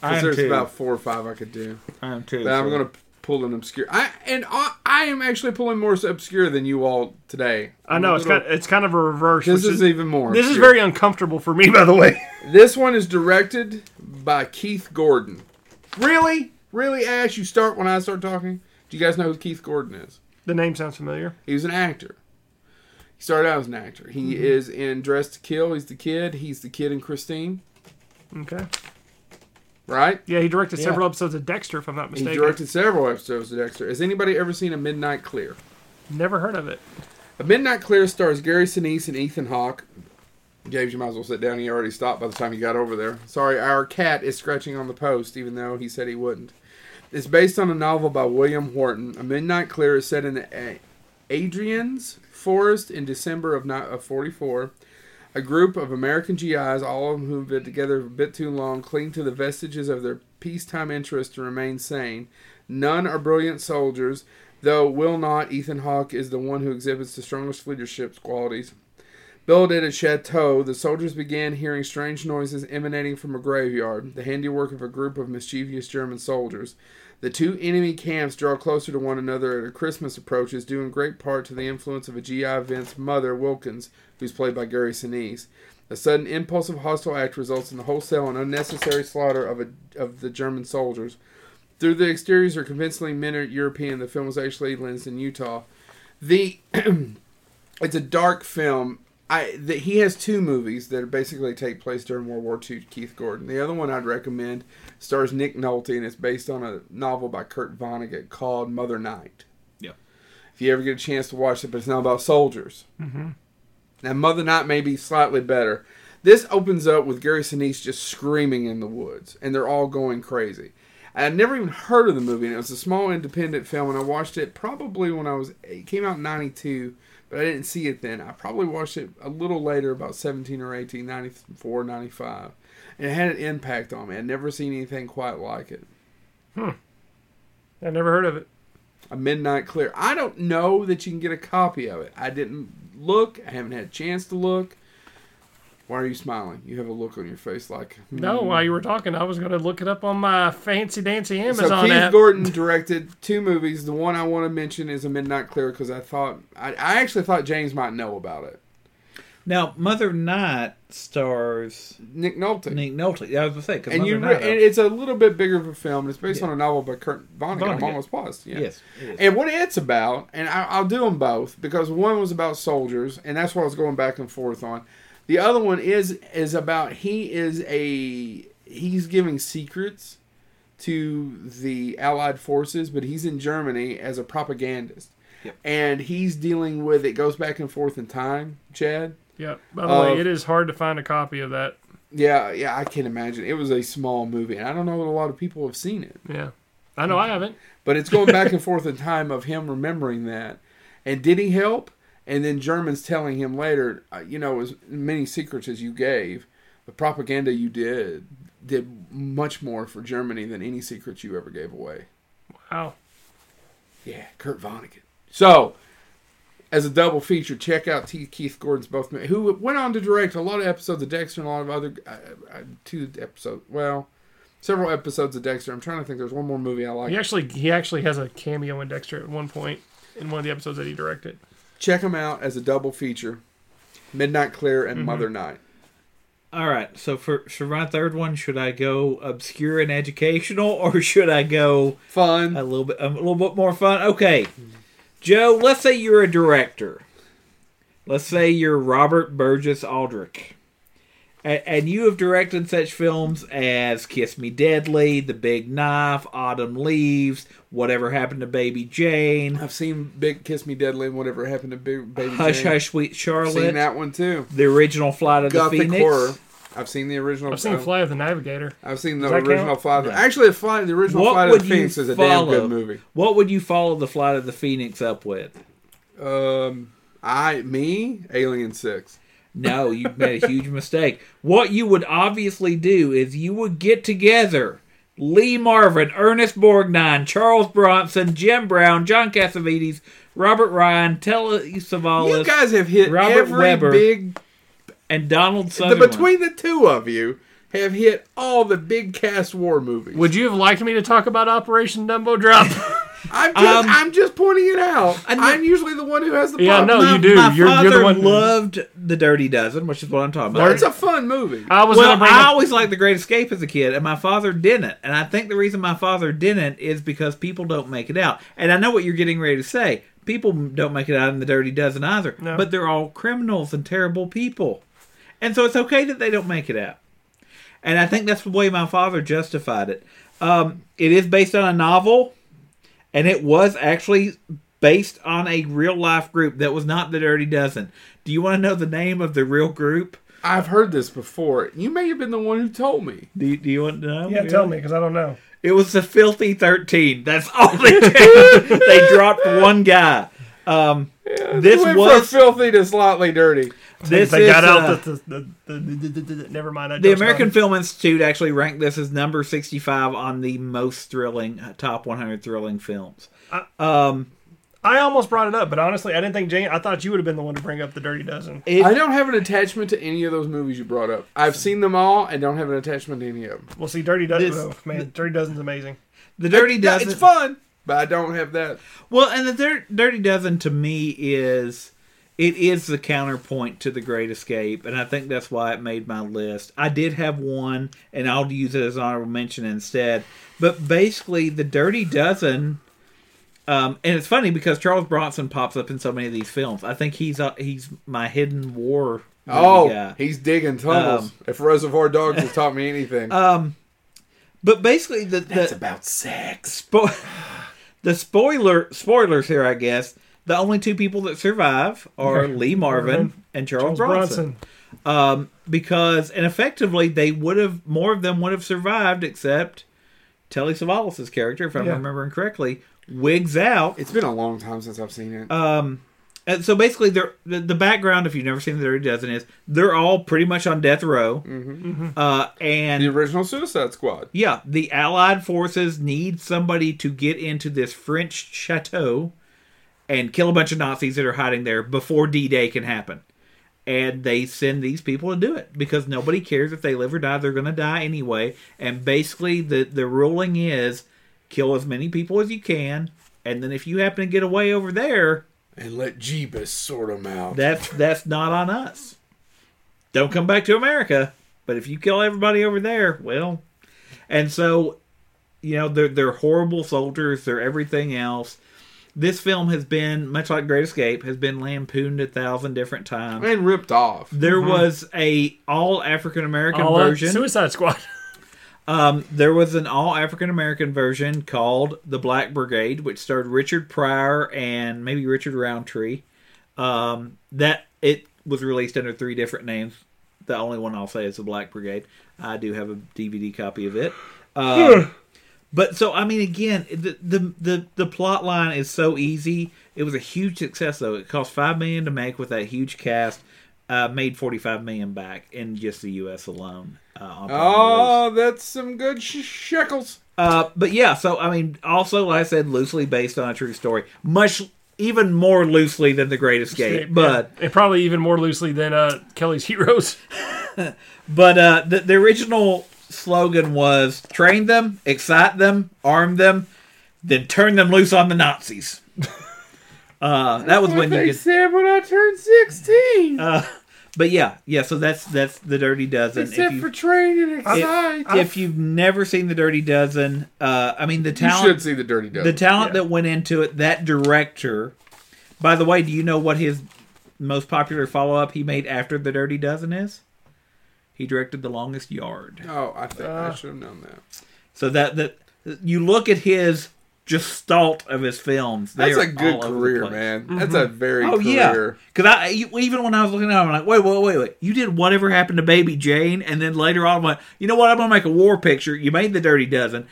[SPEAKER 3] 'Cause
[SPEAKER 2] [laughs] i'm
[SPEAKER 3] there's
[SPEAKER 2] too
[SPEAKER 3] about four or five I could do.
[SPEAKER 2] i'm too
[SPEAKER 3] But I'm
[SPEAKER 2] so-
[SPEAKER 3] going to pull an obscure. I and I, I am actually pulling more obscure than you all today.
[SPEAKER 1] I know it's kind it's kind of a reverse.
[SPEAKER 3] This
[SPEAKER 1] which
[SPEAKER 3] is even more.
[SPEAKER 1] this is
[SPEAKER 3] obscure.
[SPEAKER 1] very uncomfortable for me, by the way. [laughs]
[SPEAKER 3] This one is directed by Keith Gordon.
[SPEAKER 1] really,
[SPEAKER 3] Really, Ash, you start when I start talking. Do you guys know who Keith Gordon is?
[SPEAKER 1] the name sounds familiar.
[SPEAKER 3] He was an actor. He started out as an actor. He is in Dressed to Kill. He's the kid. He's the kid in Christine,
[SPEAKER 1] Okay,
[SPEAKER 3] right?
[SPEAKER 1] yeah, he directed
[SPEAKER 2] Yeah.
[SPEAKER 1] several episodes of Dexter, if I'm not
[SPEAKER 3] He
[SPEAKER 1] mistaken.
[SPEAKER 3] directed several episodes of Dexter. Has anybody ever seen A Midnight Clear?
[SPEAKER 1] Never heard of it.
[SPEAKER 3] A Midnight Clear stars Gary Sinise and Ethan Hawke. James, you might as well sit down. He already stopped by the time you got over there. Sorry, our cat is scratching on the post, even though he said he wouldn't. It's based on a novel by William Horton. A Midnight Clear is set in the A- Adrian's Forest in December of, ni- of 44. A group of American GIs, all of whom have been together a bit too long, cling to the vestiges of their peacetime interests to remain sane. None are brilliant soldiers, though will not. Ethan Hawke is the one who exhibits the strongest leadership qualities. Built at a chateau, the soldiers began hearing strange noises emanating from a graveyard, the handiwork of a group of mischievous German soldiers. The two enemy camps draw closer to one another as Christmas approaches, due in great part to the influence of a GI Vince mother, Wilkins, who's played by Gary Sinise. A sudden impulsive hostile act results in the wholesale and unnecessary slaughter of, a, of the German soldiers. Through the exteriors are convincingly minute European, the film was actually lensed in Utah. The it's a dark film. I the, he has two movies that basically take place during World War II. Keith Gordon. The other one I'd recommend stars Nick Nolte and it's based on a novel by Kurt Vonnegut called Mother Night.
[SPEAKER 2] Yep.
[SPEAKER 3] If you ever get a chance to watch it, but it's not about soldiers. Mm-hmm. Now Mother Night may be slightly better. This opens up with Gary Sinise just screaming in the woods, and they're all going crazy. I had never even heard of the movie, and it was a small independent film, and I watched it probably when I was. It came out in '92, but I didn't see it then. I probably watched it a little later, about 17 or 18, 94, 95. And it had an impact on me. I'd never seen anything quite like it.
[SPEAKER 1] I never heard of it.
[SPEAKER 3] A Midnight Clear. I don't know that you can get a copy of it. I didn't look. I haven't had a chance to look. Why are you smiling? You have a look on your face like hmm.
[SPEAKER 2] Hmm.
[SPEAKER 1] No, while you were talking, I was going to look it up on my fancy dancy
[SPEAKER 3] So
[SPEAKER 1] Amazon
[SPEAKER 3] Keith
[SPEAKER 1] app.
[SPEAKER 3] Gordon directed two movies. The one I want to mention is A Midnight Clear because I thought I, I actually thought James might know about it.
[SPEAKER 2] Now, Mother Night stars
[SPEAKER 3] Nick Nolte.
[SPEAKER 2] Nick Nolte. I was gonna say because
[SPEAKER 3] and
[SPEAKER 2] Mother
[SPEAKER 3] you, re-
[SPEAKER 2] Night. uh,
[SPEAKER 3] and it's a little bit bigger of a film. and It's based on a novel by Kurt Vonnegut.
[SPEAKER 2] Vonnegut.
[SPEAKER 3] I'm almost positive. Yeah.
[SPEAKER 2] Yes, it is.
[SPEAKER 3] And what it's about, and I, I'll do them both because one was about soldiers, and that's what I was going back and forth on. The other one is is about he is a he's giving secrets to the Allied forces, but he's in Germany as a propagandist,
[SPEAKER 2] Yep.
[SPEAKER 3] and he's dealing with it goes back and forth in time. Chad,
[SPEAKER 1] Yeah. By the
[SPEAKER 3] Uh,
[SPEAKER 2] Oh.
[SPEAKER 1] way, it is hard to find a copy of that.
[SPEAKER 3] yeah, yeah, I can imagine it was a small movie, and I don't know that a lot of people have seen it.
[SPEAKER 1] Yeah. I know
[SPEAKER 2] Hmm.
[SPEAKER 1] I haven't.
[SPEAKER 3] But it's going back [laughs] and forth in time of him remembering that. And did he help? And then Germans telling him later, uh, you know, as many secrets as you gave, the propaganda you did did much more for Germany than any secrets you ever gave away.
[SPEAKER 1] Wow.
[SPEAKER 3] Yeah, Kurt Vonnegut. So, as a double feature, check out T. Keith Gordon's both, men, who went on to direct a lot of episodes of Dexter and a lot of other uh, uh, two episodes. Well, several episodes of Dexter. I'm trying to think. There's one more movie I like.
[SPEAKER 1] He actually he actually has a cameo in Dexter at one point in one of the episodes that he directed.
[SPEAKER 3] check them out as a double feature midnight clear
[SPEAKER 2] Mm-hmm.
[SPEAKER 3] and mother night
[SPEAKER 2] All right. So for, for my third one, should I go obscure and educational, or should I go
[SPEAKER 3] fun
[SPEAKER 2] a little bit a little bit more fun? Okay, Joe. Let's say you're a director. Let's say you're Robert Burgess Aldrich, and, and you have directed such films as Kiss Me Deadly, The Big Knife, Autumn Leaves, Whatever Happened to Baby Jane,
[SPEAKER 3] i've seen big kiss me deadly and whatever happened to big baby
[SPEAKER 2] Hush
[SPEAKER 3] Jane.
[SPEAKER 2] Hush Sweet
[SPEAKER 3] i've
[SPEAKER 2] Charlotte,
[SPEAKER 3] seen that one too
[SPEAKER 2] The Original Flight of
[SPEAKER 3] gothic
[SPEAKER 2] the Phoenix.
[SPEAKER 3] horror i've seen the original
[SPEAKER 1] I've seen
[SPEAKER 3] uh,
[SPEAKER 1] Fly of the Navigator.
[SPEAKER 3] I've seen the
[SPEAKER 1] Does that
[SPEAKER 3] original
[SPEAKER 1] count?
[SPEAKER 3] Flight. of the-
[SPEAKER 2] No.
[SPEAKER 3] Actually, Flight, the original
[SPEAKER 2] What
[SPEAKER 3] Flight
[SPEAKER 2] would
[SPEAKER 3] of the
[SPEAKER 2] you
[SPEAKER 3] Phoenix is a damn
[SPEAKER 2] follow?
[SPEAKER 3] good movie.
[SPEAKER 2] What would you follow the flight of the Phoenix up with?
[SPEAKER 3] Um, I, me, Alien Six.
[SPEAKER 2] No, you made a huge mistake. What you would obviously do is you would get together Lee Marvin, Ernest Borgnine, Charles Bronson, Jim Brown, John Cassavetes, Robert Ryan, Telly
[SPEAKER 3] You
[SPEAKER 2] Savalas,
[SPEAKER 3] guys have hit
[SPEAKER 2] Robert
[SPEAKER 3] every
[SPEAKER 2] Weber.
[SPEAKER 3] big.
[SPEAKER 2] and Donald
[SPEAKER 3] The,
[SPEAKER 2] Sutherland.
[SPEAKER 3] between the two of you, have hit all the big cast war movies.
[SPEAKER 1] Would you have liked me to talk about Operation Dumbo Drop? [laughs]
[SPEAKER 3] I'm just,
[SPEAKER 2] Um,
[SPEAKER 3] I'm just pointing it out.
[SPEAKER 2] I know-
[SPEAKER 3] I'm usually the one who has the.
[SPEAKER 1] Yeah,
[SPEAKER 3] problem.
[SPEAKER 1] no,
[SPEAKER 2] my,
[SPEAKER 1] you do.
[SPEAKER 2] My
[SPEAKER 1] You're-
[SPEAKER 2] father
[SPEAKER 1] you're the one-
[SPEAKER 2] loved The Dirty Dozen, which is what I'm talking
[SPEAKER 3] Well,
[SPEAKER 2] about.
[SPEAKER 3] it's a fun movie.
[SPEAKER 1] I was
[SPEAKER 2] well,
[SPEAKER 1] gonna bring
[SPEAKER 2] I
[SPEAKER 1] up-
[SPEAKER 2] always liked The Great Escape as a kid, and my father didn't. And I think the reason my father didn't is because people don't make it out. And I know what you're getting ready to say. People don't make it out in The Dirty Dozen either,
[SPEAKER 1] No.
[SPEAKER 2] but they're all criminals and terrible people. And so it's okay that they don't make it out. And I think that's the way my father justified it. Um, it is based on a novel, and it was actually based on a real life group that was not The Dirty Dozen. Do you want to know the name of the real group?
[SPEAKER 3] I've heard this before. You may have been the one who told me.
[SPEAKER 2] Do you, do you want to know?
[SPEAKER 1] yeah, tell me because I don't know.
[SPEAKER 2] It was the filthy thirteen. That's [laughs] all they did. they dropped one guy. Um, this
[SPEAKER 3] went from
[SPEAKER 2] was
[SPEAKER 3] filthy to slightly dirty.
[SPEAKER 2] this
[SPEAKER 1] they
[SPEAKER 2] is,
[SPEAKER 1] got
[SPEAKER 2] uh,
[SPEAKER 1] out the, the, the, the, the, the, the- never mind. I
[SPEAKER 2] the
[SPEAKER 1] jumped
[SPEAKER 2] American
[SPEAKER 1] on.
[SPEAKER 2] Film Institute actually ranked this as number sixty-five on the most thrilling uh, top one hundred thrilling films. Um,
[SPEAKER 1] I almost brought it up, but honestly, I didn't think Jane. I thought you would have been the one to bring up the Dirty Dozen.
[SPEAKER 2] it,
[SPEAKER 3] I don't have an attachment to any of those movies you brought up. I've seen them all and don't have an attachment to any of them.
[SPEAKER 1] We'll see. Dirty Dozen.
[SPEAKER 2] This-
[SPEAKER 1] oh, man, Dirty Dozen's amazing.
[SPEAKER 2] the Dirty
[SPEAKER 3] Yeah,
[SPEAKER 2] Dozen.
[SPEAKER 3] It's fun, but I don't have that.
[SPEAKER 2] Well, and the Dir- Dirty Dozen to me is it is the counterpoint to the Great Escape, and I think that's why it made my list. I did have one, and I'll use it as honorable mention instead. But basically, the Dirty Dozen, um, and it's funny because Charles Bronson pops up in so many of these films. I think he's uh, he's my hidden war. movie
[SPEAKER 3] Oh,
[SPEAKER 2] guy.
[SPEAKER 3] he's digging tunnels.
[SPEAKER 2] Um, Uh,
[SPEAKER 3] if Reservoir Dogs has
[SPEAKER 2] [laughs]
[SPEAKER 3] taught me anything,
[SPEAKER 2] but basically the
[SPEAKER 3] it's
[SPEAKER 2] the,
[SPEAKER 3] about sex.
[SPEAKER 2] Spo- [sighs] the spoiler spoilers here, I guess. The only two people that survive are Lee Marvin and
[SPEAKER 1] Charles
[SPEAKER 2] Charles, Bronson.
[SPEAKER 1] Bronson.
[SPEAKER 2] Um, because and effectively they would have more of them would have survived except Telly Savalas' character, if I'm
[SPEAKER 1] Yeah.
[SPEAKER 2] remembering correctly, wigs out.
[SPEAKER 3] It's been a long time since I've seen it.
[SPEAKER 2] Um, and so basically, they're, the the background, if you've never seen the Dirty Dozen, is they're all pretty much on death row. Uh, and
[SPEAKER 3] the original Suicide Squad.
[SPEAKER 2] yeah, the Allied forces need somebody to get into this French chateau and kill a bunch of Nazis that are hiding there before D Day can happen. And they send these people to do it because nobody cares if they live or die. They're going to die anyway. And basically, the, the ruling is kill as many people as you can. And then if you happen to get away over there,
[SPEAKER 3] And let Jeebus sort them out.
[SPEAKER 2] that's that's not on us. don't come back to America. But if you kill everybody over there, well, and so you know they're they're horrible soldiers. They're everything else. This film has been much like Great Escape has been lampooned a thousand different times.
[SPEAKER 3] And ripped off.
[SPEAKER 2] There was a all African American
[SPEAKER 1] All out
[SPEAKER 2] version.
[SPEAKER 1] Suicide
[SPEAKER 2] [laughs]
[SPEAKER 1] Squad.
[SPEAKER 2] Um, there was an all African American version called The Black Brigade, which starred Richard Pryor and maybe Richard Roundtree. Um, that it was released under three different names. The only one I'll say is The Black Brigade. I do have a DVD copy of it. Um, but so I mean, again, the, the the the plot line is so easy. It was a huge success, though. It cost five million to make with that huge cast. Uh, made forty five million back in just the U.S. alone. Uh, on Prime Video.
[SPEAKER 3] Oh, that's some good sh- shekels.
[SPEAKER 2] Uh, but yeah, so I mean, also like I said, loosely based on a true story, much even more loosely than The Great
[SPEAKER 1] [laughs]
[SPEAKER 2] Escape. But
[SPEAKER 1] and probably even more loosely than uh, Kelly's Heroes.
[SPEAKER 2] but uh, the, the original slogan was train them, excite them, arm them, then turn them loose on the
[SPEAKER 3] [laughs]
[SPEAKER 2] Nazis. uh, that was
[SPEAKER 3] What
[SPEAKER 2] when you
[SPEAKER 3] they
[SPEAKER 2] could,
[SPEAKER 3] said when I turned
[SPEAKER 2] Uh,
[SPEAKER 3] 16.
[SPEAKER 2] but yeah, yeah. So that's that's the Dirty Dozen. If
[SPEAKER 3] except
[SPEAKER 2] you-
[SPEAKER 3] for training
[SPEAKER 2] if,
[SPEAKER 3] excited.
[SPEAKER 2] if you've never seen the Dirty Dozen, uh, I mean the
[SPEAKER 3] you
[SPEAKER 2] talent.
[SPEAKER 3] should see the Dirty Dozen.
[SPEAKER 2] the talent
[SPEAKER 1] Yeah.
[SPEAKER 2] that went into it that director by the way do you know what his most popular follow-up he made after the dirty dozen is he directed the longest yard
[SPEAKER 3] oh, I think
[SPEAKER 2] uh,
[SPEAKER 3] I should have known that.
[SPEAKER 2] so that that you look at his gestalt of his films they
[SPEAKER 3] That's
[SPEAKER 2] are
[SPEAKER 3] a good
[SPEAKER 2] all over the
[SPEAKER 3] career,
[SPEAKER 2] place.
[SPEAKER 3] man. That's a very
[SPEAKER 2] oh yeah
[SPEAKER 3] career.
[SPEAKER 2] because i you- even when i was looking at him i'm like wait wait wait wait you did whatever happened to baby jane and then later on i went you know what i'm gonna make a war picture you made the dirty dozen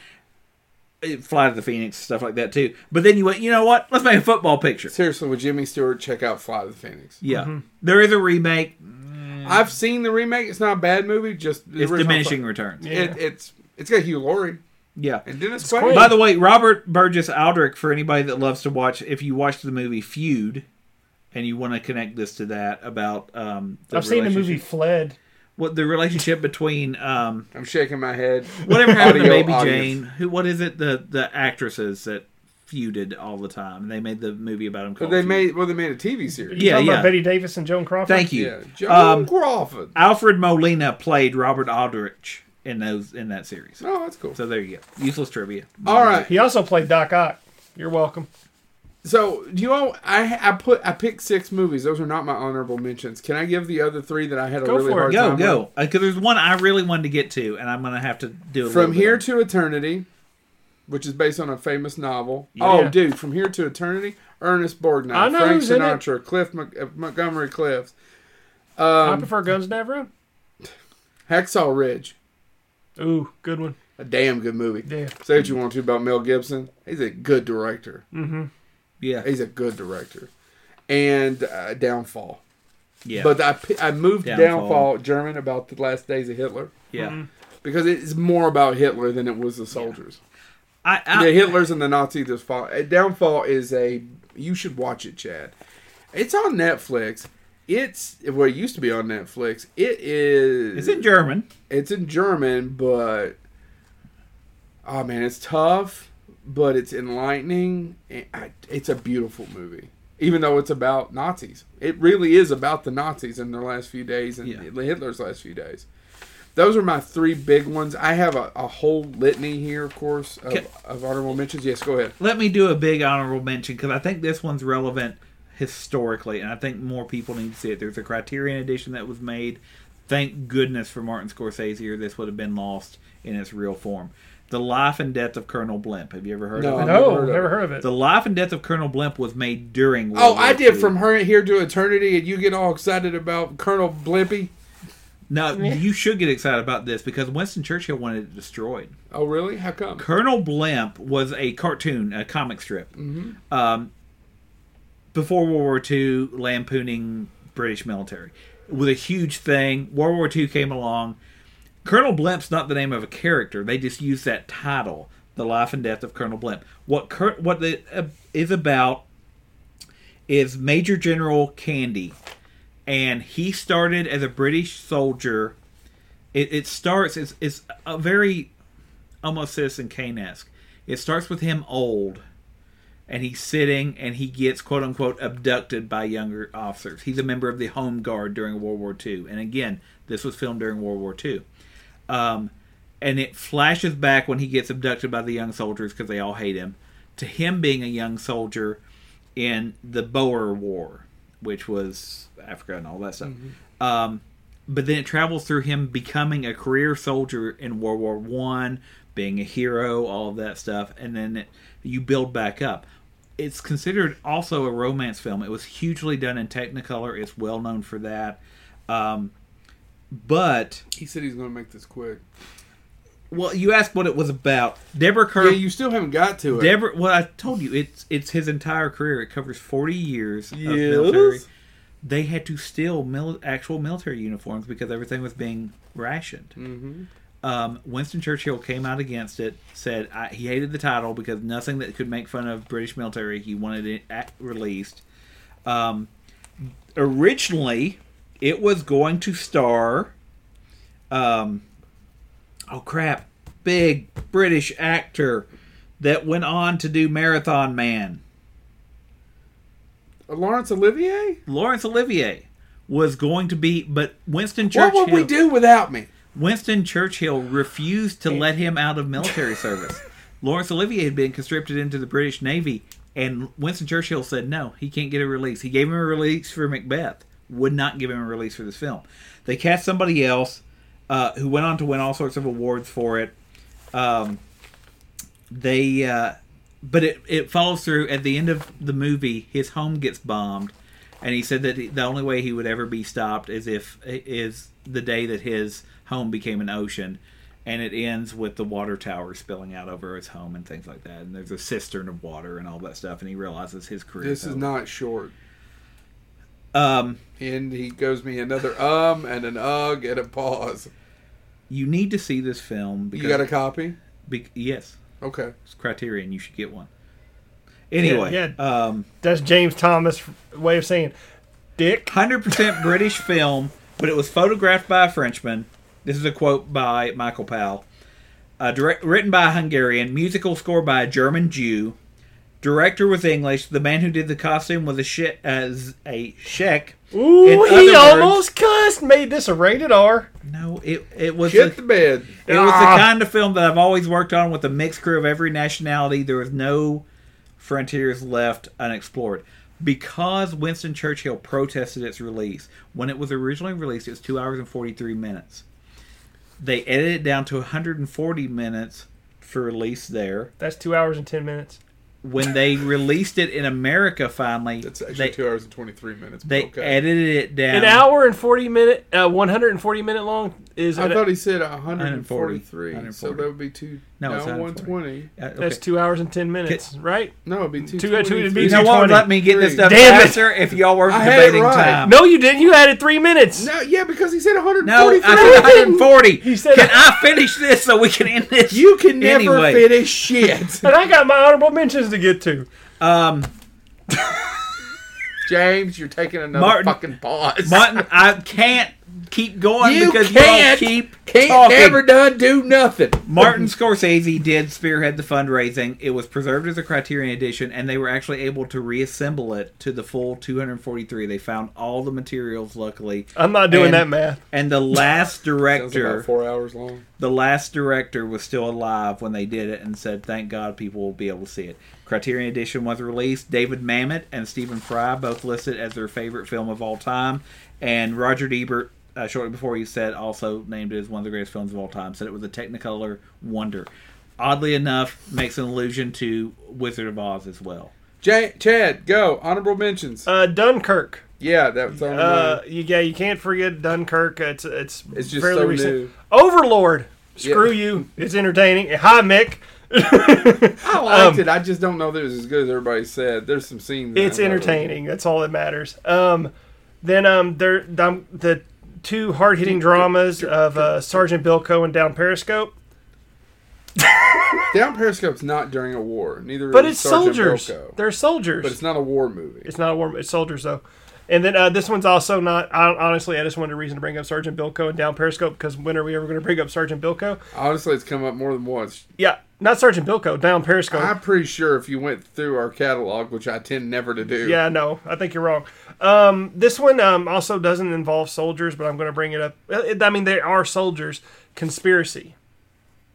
[SPEAKER 2] It- Fly to the Phoenix, stuff like that too. But then you went, you know what? Let's make a football picture.
[SPEAKER 3] Seriously, with Jimmy Stewart, check out Fly to the Phoenix.
[SPEAKER 2] Yeah,
[SPEAKER 1] Mm-hmm.
[SPEAKER 2] There is a remake.
[SPEAKER 3] I've seen the remake. It's not a bad movie. Just the
[SPEAKER 2] Mm. It's
[SPEAKER 3] original-
[SPEAKER 2] diminishing returns.
[SPEAKER 1] Yeah.
[SPEAKER 3] It, it's it's got Hugh Laurie
[SPEAKER 2] Yeah.
[SPEAKER 3] and Dennis
[SPEAKER 1] Quaid.
[SPEAKER 3] Quaid.
[SPEAKER 2] By the way, Robert Burgess Aldrich, for anybody that loves to watch, if you watched the movie Feud, and you want to connect this to that about um, the
[SPEAKER 1] I've seen the
[SPEAKER 2] relationship-
[SPEAKER 1] movie Fled.
[SPEAKER 2] What the relationship between um,
[SPEAKER 3] I'm shaking my head.
[SPEAKER 2] whatever happened to
[SPEAKER 3] Audio
[SPEAKER 2] Baby
[SPEAKER 3] audience.
[SPEAKER 2] Jane? Who? What is it? The the actresses that feuded all the time. They made the movie about him.
[SPEAKER 3] But
[SPEAKER 2] Called
[SPEAKER 3] they
[SPEAKER 2] Feud.
[SPEAKER 3] made well. They made a TV series.
[SPEAKER 1] You
[SPEAKER 2] Yeah,
[SPEAKER 1] talking
[SPEAKER 2] yeah.
[SPEAKER 1] About Betty Davis and Joan Crawford.
[SPEAKER 2] Thank you.
[SPEAKER 3] Yeah, John
[SPEAKER 2] Um,
[SPEAKER 3] Crawford.
[SPEAKER 2] Alfred Molina played Robert Aldrich in those in that series.
[SPEAKER 3] Oh, that's cool.
[SPEAKER 2] So there you go. Useless trivia.
[SPEAKER 3] All right.
[SPEAKER 1] He also played Doc Ock. You're welcome.
[SPEAKER 3] So do you all? I I put I picked six movies. Those are not my honorable mentions. Can I give the other three that I had a
[SPEAKER 1] Go
[SPEAKER 3] really
[SPEAKER 1] for it.
[SPEAKER 3] hard
[SPEAKER 2] Go,
[SPEAKER 3] time
[SPEAKER 2] go. Because there's one I really wanted to get to, and I'm going to have to do a
[SPEAKER 3] with? From
[SPEAKER 2] little bit
[SPEAKER 3] here
[SPEAKER 2] on-
[SPEAKER 3] to eternity, which is based on a famous novel.
[SPEAKER 1] Yeah.
[SPEAKER 3] Oh, dude! From here to eternity, Ernest
[SPEAKER 1] I
[SPEAKER 3] Borgnine,
[SPEAKER 1] know
[SPEAKER 3] Frank
[SPEAKER 1] who's in it.
[SPEAKER 3] Sinatra, Cliff Mc, uh, Montgomery Cliffs,
[SPEAKER 2] Um,
[SPEAKER 1] I prefer Guns Nav Run.
[SPEAKER 3] Hacksaw Ridge.
[SPEAKER 1] Ooh, good one.
[SPEAKER 3] A damn good movie.
[SPEAKER 1] Yeah.
[SPEAKER 3] Say what you want to about Mel Gibson. He's a good director.
[SPEAKER 1] Mm.
[SPEAKER 2] Yeah,
[SPEAKER 3] He's a good director. And uh, Downfall.
[SPEAKER 2] yeah,
[SPEAKER 3] But I, pi- I moved
[SPEAKER 2] Downfall.
[SPEAKER 3] Downfall. German about the last days of Hitler
[SPEAKER 2] yeah.
[SPEAKER 3] because it's more about Hitler than it was the soldiers.
[SPEAKER 2] I,
[SPEAKER 3] The
[SPEAKER 2] I,
[SPEAKER 3] Hitlers and the Nazis just fall. uh, Downfall is a. You should watch it, Chad. It's on Netflix. It's well, it used to be on Netflix. It is.
[SPEAKER 2] it's in German.
[SPEAKER 3] it's in German, but oh man, it's tough, but it's enlightening. and I- It's a beautiful movie, even though it's about Nazis. It really is about the Nazis in their last few days and
[SPEAKER 2] Yeah.
[SPEAKER 3] Hitler's last few days. Those are my three big ones. I have a, a whole litany here, of course, of,
[SPEAKER 2] Can-
[SPEAKER 3] of honorable mentions. Yes, go ahead.
[SPEAKER 2] Let me do a big honorable mention because I think this one's relevant historically, and I think more people need to see it. There's a Criterion edition that was made. Thank goodness for Martin Scorsese, or this would have been lost in its real form. The Life and Death of Colonel Blimp. Have you ever heard
[SPEAKER 3] No.
[SPEAKER 2] of it?
[SPEAKER 1] No,
[SPEAKER 3] never heard of
[SPEAKER 1] never
[SPEAKER 3] it.
[SPEAKER 1] heard of it.
[SPEAKER 2] The Life and Death of Colonel Blimp was made during. World
[SPEAKER 3] Oh,
[SPEAKER 2] War
[SPEAKER 3] I did
[SPEAKER 2] II.
[SPEAKER 3] from her here to eternity, and you get all excited about Colonel Blimpy.
[SPEAKER 2] Now you should get excited about this because Winston Churchill wanted it destroyed.
[SPEAKER 3] Oh, really? How come?
[SPEAKER 2] Colonel Blimp was a cartoon, a comic strip, um, before World War II, lampooning British military. It was a huge thing. World War II came along. Colonel Blimp's not the name of a character. They just use that title, "The Life and Death of Colonel Blimp." What Cur- what it uh, is about is Major General Candy, and he started as a British soldier. It, it starts. It's it's a very almost Citizen Kane esque. It starts with him old, and he's sitting and he gets quote unquote abducted by younger officers. He's a member of the Home Guard during World War II. And again, this was filmed during World War II. Um, and it flashes back when he gets abducted by the young soldiers because they all hate him to him being a young soldier in the Boer War, which was Africa and all that stuff. Um, but then it travels through him becoming a career soldier in World War One, being a hero, all of that stuff, and then it, you build back up. It's considered also a romance film. It was hugely done in Technicolor. It's well known for that. Um, but
[SPEAKER 3] He said he's going to make this quick.
[SPEAKER 2] well, you asked what it was about. Deborah Kerr
[SPEAKER 3] Yeah, you still haven't got to it.
[SPEAKER 2] Deborah, well, I told you it's it's his entire career. It covers forty years of
[SPEAKER 3] Yes.
[SPEAKER 2] military. They had to steal mil- actual military uniforms because everything was being rationed.
[SPEAKER 3] hmm
[SPEAKER 2] Um, Winston Churchill came out against it. Said I, he hated the title because nothing that could make fun of British military he wanted it at, released. Um, originally, it was going to star. Um, oh crap! Big British actor that went on to do Marathon Man.
[SPEAKER 3] Lawrence Olivier?
[SPEAKER 2] Laurence Olivier was going to be, but Winston
[SPEAKER 3] What
[SPEAKER 2] Churchill.
[SPEAKER 3] would we do without me?
[SPEAKER 2] Winston Churchill refused to let him out of military
[SPEAKER 3] [laughs]
[SPEAKER 2] service. Laurence Olivier had been conscripted into the British Navy, and Winston Churchill said no, he can't get a release. He gave him a release for Macbeth, would not give him a release for this film. They cast somebody else uh, who went on to win all sorts of awards for it. Um, they, uh, but it, it follows through at the end of the movie. His home gets bombed, and he said that the only way he would ever be stopped is if is the day that his home became an ocean. And it ends with the water tower spilling out over his home and things like that. And there's a cistern of water and all that stuff. And he realizes his career.
[SPEAKER 3] This is not short.
[SPEAKER 2] Um,
[SPEAKER 3] And he gives me another um and an ugh and a pause.
[SPEAKER 2] you need to see this film because
[SPEAKER 3] You got a copy?
[SPEAKER 2] be, yes,
[SPEAKER 3] Okay.
[SPEAKER 2] it's Criterion. You should get one. Anyway,
[SPEAKER 1] yeah.
[SPEAKER 2] um,
[SPEAKER 1] That's James Thomas' way of saying dick.
[SPEAKER 2] hundred percent British film, but it was photographed by a Frenchman. This is a quote by Michael Powell. Uh, direct, written by a Hungarian, musical score by a German Jew. Director was English. The man who did the costume was a she- uh, z- a Czech. In
[SPEAKER 1] Ooh,
[SPEAKER 2] other
[SPEAKER 1] he
[SPEAKER 2] words-
[SPEAKER 1] almost cussed. Made this a rated R.
[SPEAKER 2] No, it it was
[SPEAKER 3] Get
[SPEAKER 2] a-
[SPEAKER 3] the bed.
[SPEAKER 2] It was the
[SPEAKER 1] Ah.
[SPEAKER 2] kind of film that I've always worked on with a mixed crew of every nationality. There was no frontiers left unexplored. Because Winston Churchill protested its release, when it was originally released, it was 2 hours and 43 minutes. They edited it down to 140 minutes for release there.
[SPEAKER 1] That's two hours and ten minutes.
[SPEAKER 2] When
[SPEAKER 3] [laughs]
[SPEAKER 2] they released it in America finally,
[SPEAKER 3] That's actually
[SPEAKER 2] they,
[SPEAKER 3] two hours and 23 minutes. but
[SPEAKER 2] they edited it down.
[SPEAKER 1] An hour and forty minute, uh, one hundred and forty minute long is
[SPEAKER 3] I
[SPEAKER 1] an-
[SPEAKER 3] thought he said
[SPEAKER 2] 140.
[SPEAKER 3] 143. So that would be two.
[SPEAKER 2] No, it's
[SPEAKER 3] 120.
[SPEAKER 2] Uh, okay.
[SPEAKER 1] that's two hours and ten minutes, right?
[SPEAKER 3] No, it'd be two.
[SPEAKER 1] Two- two- it'd be
[SPEAKER 2] You know what? would
[SPEAKER 1] 220.
[SPEAKER 2] Let me get this stuff
[SPEAKER 1] Damn it.
[SPEAKER 2] faster if y'all were
[SPEAKER 3] I had it
[SPEAKER 2] debating
[SPEAKER 3] right.
[SPEAKER 2] time.
[SPEAKER 1] No, you didn't. You added three minutes.
[SPEAKER 3] No, yeah, because he said
[SPEAKER 2] No,
[SPEAKER 3] 143.
[SPEAKER 2] I said 140.
[SPEAKER 1] He said-
[SPEAKER 2] can I finish this so we can end this?
[SPEAKER 3] you can never
[SPEAKER 2] Anyway.
[SPEAKER 3] finish shit. [laughs]
[SPEAKER 1] And I got my honorable mentions to get to.
[SPEAKER 2] Um,
[SPEAKER 3] James, you're taking another
[SPEAKER 2] Martin-
[SPEAKER 3] fucking pause.
[SPEAKER 2] Martin, I can't keep going
[SPEAKER 3] You
[SPEAKER 2] because
[SPEAKER 3] can't.
[SPEAKER 2] y'all keep
[SPEAKER 3] Can't
[SPEAKER 2] talking.
[SPEAKER 3] never done do nothing.
[SPEAKER 2] Martin Scorsese did spearhead the fundraising. It was preserved as a Criterion edition, and they were actually able to reassemble it to the full 243. They found all the materials, luckily,
[SPEAKER 1] I'm not doing
[SPEAKER 2] And-
[SPEAKER 1] that math.
[SPEAKER 2] and the
[SPEAKER 3] [laughs]
[SPEAKER 2] last
[SPEAKER 3] Sounds Uh, about
[SPEAKER 2] director.
[SPEAKER 3] four hours long.
[SPEAKER 2] the last director was still alive when they did it and said, thank God people will be able to see it. Criterion Edition was released. David Mamet and Stephen Fry both listed as their favorite film of all time. And Roger Ebert, uh, shortly before he said, also named it as one of the greatest films of all time, said it was a Technicolor wonder. Oddly enough, makes an allusion to Wizard of Oz as well.
[SPEAKER 3] J- Chad, go. Honorable mentions.
[SPEAKER 1] Uh, Dunkirk.
[SPEAKER 3] yeah, that was on
[SPEAKER 1] Uh,
[SPEAKER 3] mine.
[SPEAKER 1] you, yeah, you can't forget Dunkirk. It's it's,
[SPEAKER 3] It's just
[SPEAKER 1] fairly
[SPEAKER 3] so
[SPEAKER 1] recent.
[SPEAKER 3] new.
[SPEAKER 1] Overlord.
[SPEAKER 3] Yeah.
[SPEAKER 1] Screw you. It's entertaining. Hi, Mick.
[SPEAKER 3] I liked
[SPEAKER 1] um,
[SPEAKER 3] it. I just don't know that it was as good as everybody said. There's some scenes. in
[SPEAKER 1] It's
[SPEAKER 3] it I really-
[SPEAKER 1] entertaining. That's all that matters. Um, then um, there um, the two hard hitting dramas of uh, Sergeant Bilko and Down Periscope.
[SPEAKER 3] Down Periscope's not during a war. Neither
[SPEAKER 1] But
[SPEAKER 3] is
[SPEAKER 1] it's
[SPEAKER 3] Sergeant
[SPEAKER 1] soldiers.
[SPEAKER 3] Bilko.
[SPEAKER 1] They're soldiers.
[SPEAKER 3] But it's not a war movie.
[SPEAKER 1] It's not a war. It's soldiers though. And then uh, this one's also not. I, honestly, I just wanted a reason to bring up Sergeant Bilko and Down Periscope because when are we ever going to bring up Sergeant Bilko?
[SPEAKER 3] Honestly, it's come up more than once.
[SPEAKER 1] Yeah, not Sergeant Bilko, Down Periscope.
[SPEAKER 3] I'm pretty sure if you went through our catalog, which I tend never to do,
[SPEAKER 1] Yeah, no, I think you're wrong. Um, this one um, also doesn't involve soldiers, but I'm going to bring it up. Uh, it- I mean, they are soldiers. Conspiracy.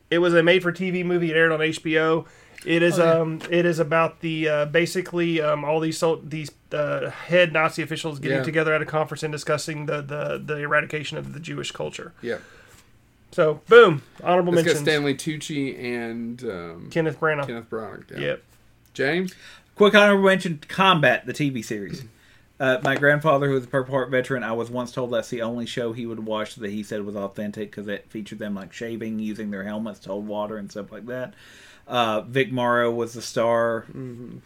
[SPEAKER 1] It was a made-for-TV movie. It aired on HBO. It
[SPEAKER 3] Oh,
[SPEAKER 1] is um, it is about the uh, basically um, all these sol- these uh, head Nazi officials getting
[SPEAKER 3] Yeah.
[SPEAKER 1] together at a conference and discussing the, the the eradication of the Jewish culture.
[SPEAKER 3] yeah.
[SPEAKER 1] So, boom, honorable
[SPEAKER 3] It's got
[SPEAKER 1] mentions.
[SPEAKER 3] Stanley Tucci and um,
[SPEAKER 1] Kenneth Branagh.
[SPEAKER 3] Kenneth Branagh. Yeah.
[SPEAKER 1] Yep.
[SPEAKER 3] James,
[SPEAKER 2] Quick honorable mention: Combat, the TV series. Uh, my grandfather, who was a Purple Heart veteran, I was once told that's the only show he would watch that he said was authentic because it featured them like shaving, using their helmets to hold water and stuff like that. Uh, Vic Morrow was the star.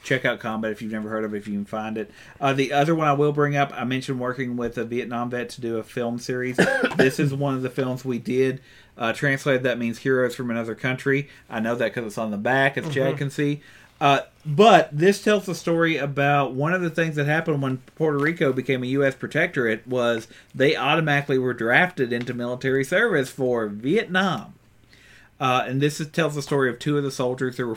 [SPEAKER 2] Check out Combat if you've never heard of it, if you can find it. Uh, the other one I will bring up, I mentioned working with a Vietnam vet to do a film series. this is one of the films we did. Uh, translated, that means heroes from another country. I know that because it's on the back, as Chad can see. Uh, but this tells the story about one of the things that happened when Puerto Rico became a U.S. protectorate was they automatically were drafted into military service for Vietnam. Uh, and this is, tells the story of two of the soldiers. There were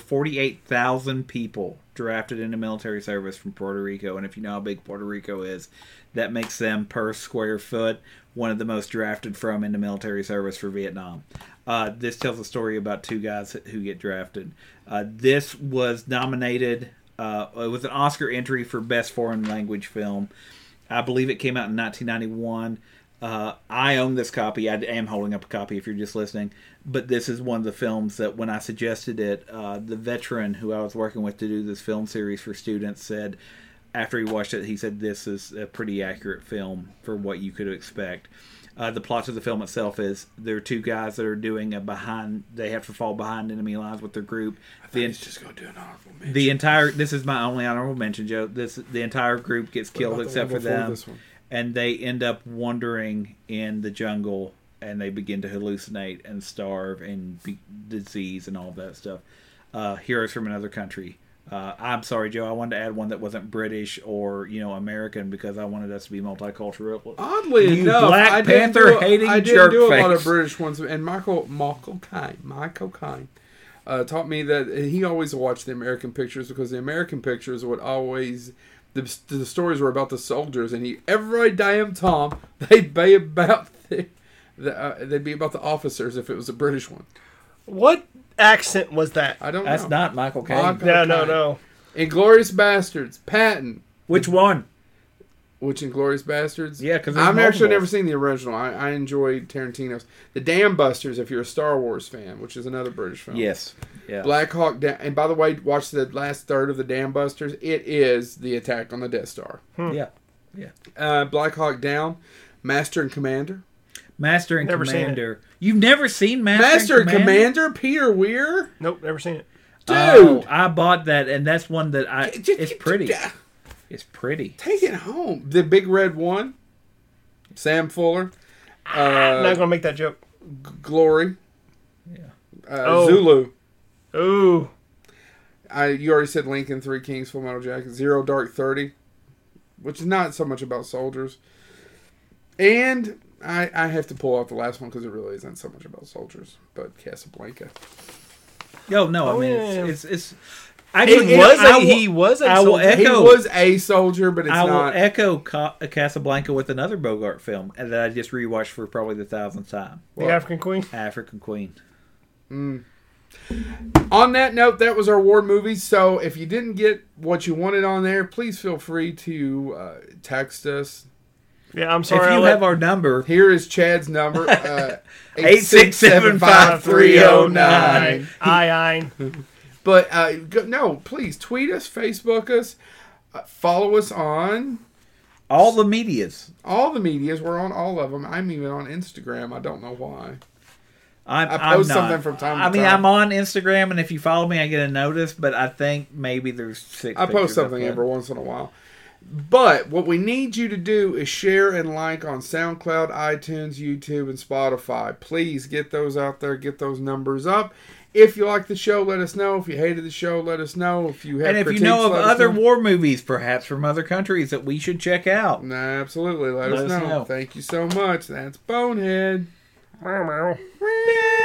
[SPEAKER 2] 48,000 people drafted into military service from Puerto Rico. And if you know how big Puerto Rico is, that makes them, per square foot, one of the most drafted from into military service for Vietnam. Uh, this tells a story about two guys who get drafted. Uh, this was nominated, uh, it was an Oscar entry for Best Foreign Language Film. I believe it came out in 1991. Uh, I own this copy. I am holding up a copy if you're just listening. But this is one of the films that, when I suggested it, uh, the veteran who I was working with to do this film series for students said, after he watched it, he said, This is a pretty accurate film for what you could expect. Uh, the plot of the film itself is there are two guys that are doing a behind, they have to fall behind enemy lines with their group. The
[SPEAKER 3] he's just gonna do an honorable mention.
[SPEAKER 2] the entire this is my only honorable mention, Joe. This the entire group gets killed
[SPEAKER 3] about the
[SPEAKER 2] except for
[SPEAKER 3] one before
[SPEAKER 2] them,
[SPEAKER 3] this one?
[SPEAKER 2] and they end up wandering in the jungle, and they begin to hallucinate and starve and be, disease and all that stuff. Uh, heroes from another country. Uh, I'm sorry, Joe. I wanted to add one that wasn't British or you know American because I wanted us to be multicultural.
[SPEAKER 3] Oddly
[SPEAKER 2] You
[SPEAKER 3] enough,
[SPEAKER 2] Black
[SPEAKER 3] I didn't do a-
[SPEAKER 2] Panther-hating
[SPEAKER 3] I didn't do a lot
[SPEAKER 2] jerkface.
[SPEAKER 3] of British ones, and Michael Michael Kine, Michael Kine, uh, taught me that he always watched the American pictures because the American pictures would always the, the stories were about the soldiers, and he every damn time [laughs] they'd be about the, the uh, they'd be about the officers if it was a British one.
[SPEAKER 1] What accent was that?
[SPEAKER 3] I don't
[SPEAKER 2] That's
[SPEAKER 3] know.
[SPEAKER 2] not Michael Caine.
[SPEAKER 3] Michael-
[SPEAKER 1] No, no,
[SPEAKER 3] Okay.
[SPEAKER 1] no.
[SPEAKER 3] Inglorious Bastards, Patton.
[SPEAKER 2] Which one?
[SPEAKER 3] Which Inglorious Bastards?
[SPEAKER 2] Yeah, 'cause there's
[SPEAKER 3] I've
[SPEAKER 2] multiple.
[SPEAKER 3] actually never seen the original. I, I enjoy Tarantino's. The Dam Busters, if you're a Star Wars fan, which is another British film.
[SPEAKER 2] Yes. Yeah.
[SPEAKER 3] Black Hawk Down. And by the way, watch the last third of the Dam Busters. It is the attack on the Death Star.
[SPEAKER 2] Yeah. Yeah.
[SPEAKER 3] Uh, Black Hawk Down, Master and Commander.
[SPEAKER 2] Master and
[SPEAKER 1] Never seen it.
[SPEAKER 2] Commander. You've never seen Master,
[SPEAKER 3] Master
[SPEAKER 2] and
[SPEAKER 3] and
[SPEAKER 2] Commander?
[SPEAKER 3] Commander Peter Weir?
[SPEAKER 1] Nope, never seen it.
[SPEAKER 3] Dude!
[SPEAKER 2] Oh, I bought that, and that's one that I.
[SPEAKER 3] J- j-
[SPEAKER 2] It's pretty.
[SPEAKER 3] j-
[SPEAKER 2] It's pretty.
[SPEAKER 3] Take it home. The Big Red One, Sam Fuller,
[SPEAKER 1] I'm
[SPEAKER 3] uh,
[SPEAKER 1] not gonna make that joke.
[SPEAKER 3] Glory,
[SPEAKER 2] Yeah.
[SPEAKER 3] uh,
[SPEAKER 1] Oh.
[SPEAKER 3] Zulu.
[SPEAKER 1] Ooh.
[SPEAKER 3] I you already said Lincoln, Three Kings, Full Metal Jacket, Zero Dark Thirty, which is not so much about soldiers. And I I have to pull out the last one because it really isn't so much about soldiers, but Casablanca.
[SPEAKER 2] Yo, no,
[SPEAKER 1] Oh,
[SPEAKER 2] I mean
[SPEAKER 1] yeah, yeah.
[SPEAKER 2] it's it's. it's actually, you know, I will-
[SPEAKER 1] was
[SPEAKER 2] I will
[SPEAKER 1] soldier.
[SPEAKER 2] echo-
[SPEAKER 3] He was a soldier, but it's
[SPEAKER 2] I will
[SPEAKER 3] not.
[SPEAKER 2] echo Ca- Casablanca with another Bogart film that I just rewatched for probably the thousandth time.
[SPEAKER 1] the African Queen.
[SPEAKER 2] African Queen.
[SPEAKER 3] on that note, that was our war movies. So if you didn't get what you wanted on there, please feel free to uh, text us.
[SPEAKER 1] Yeah, I'm sorry.
[SPEAKER 2] if
[SPEAKER 1] I
[SPEAKER 2] you
[SPEAKER 1] let-
[SPEAKER 2] have our number,
[SPEAKER 3] Here is Chad's number.
[SPEAKER 2] [laughs]
[SPEAKER 3] Uh,
[SPEAKER 2] 867-5309.
[SPEAKER 3] 867-5309.
[SPEAKER 1] Aye, oh aye.
[SPEAKER 3] But uh, go, no, please tweet us, Facebook us, uh, follow us on
[SPEAKER 2] all the medias.
[SPEAKER 3] all the medias. We're on all of them. I'm even on Instagram. I don't know why.
[SPEAKER 2] I'm,
[SPEAKER 3] I post
[SPEAKER 2] am not.
[SPEAKER 3] something from time to
[SPEAKER 2] I mean,
[SPEAKER 3] time.
[SPEAKER 2] I'm on Instagram, and if you follow me, I get a notice. But I think maybe there's six.
[SPEAKER 3] I
[SPEAKER 2] pictures
[SPEAKER 3] post
[SPEAKER 2] of
[SPEAKER 3] something
[SPEAKER 2] it.
[SPEAKER 3] every once in a while. But what we need you to do is share and like on SoundCloud, iTunes, YouTube, and Spotify. Please get those out there, get those numbers up. If you like the show, let us know. If you hated the show, let us know. If you have
[SPEAKER 2] And if you
[SPEAKER 3] critiques,
[SPEAKER 2] know of
[SPEAKER 3] let us
[SPEAKER 2] other
[SPEAKER 3] know.
[SPEAKER 2] war movies, perhaps from other countries, that we should check out.
[SPEAKER 3] No, absolutely, let, us, know. Thank you so much. That's Bonehead.
[SPEAKER 1] [laughs] Meow, meow.
[SPEAKER 3] Meow.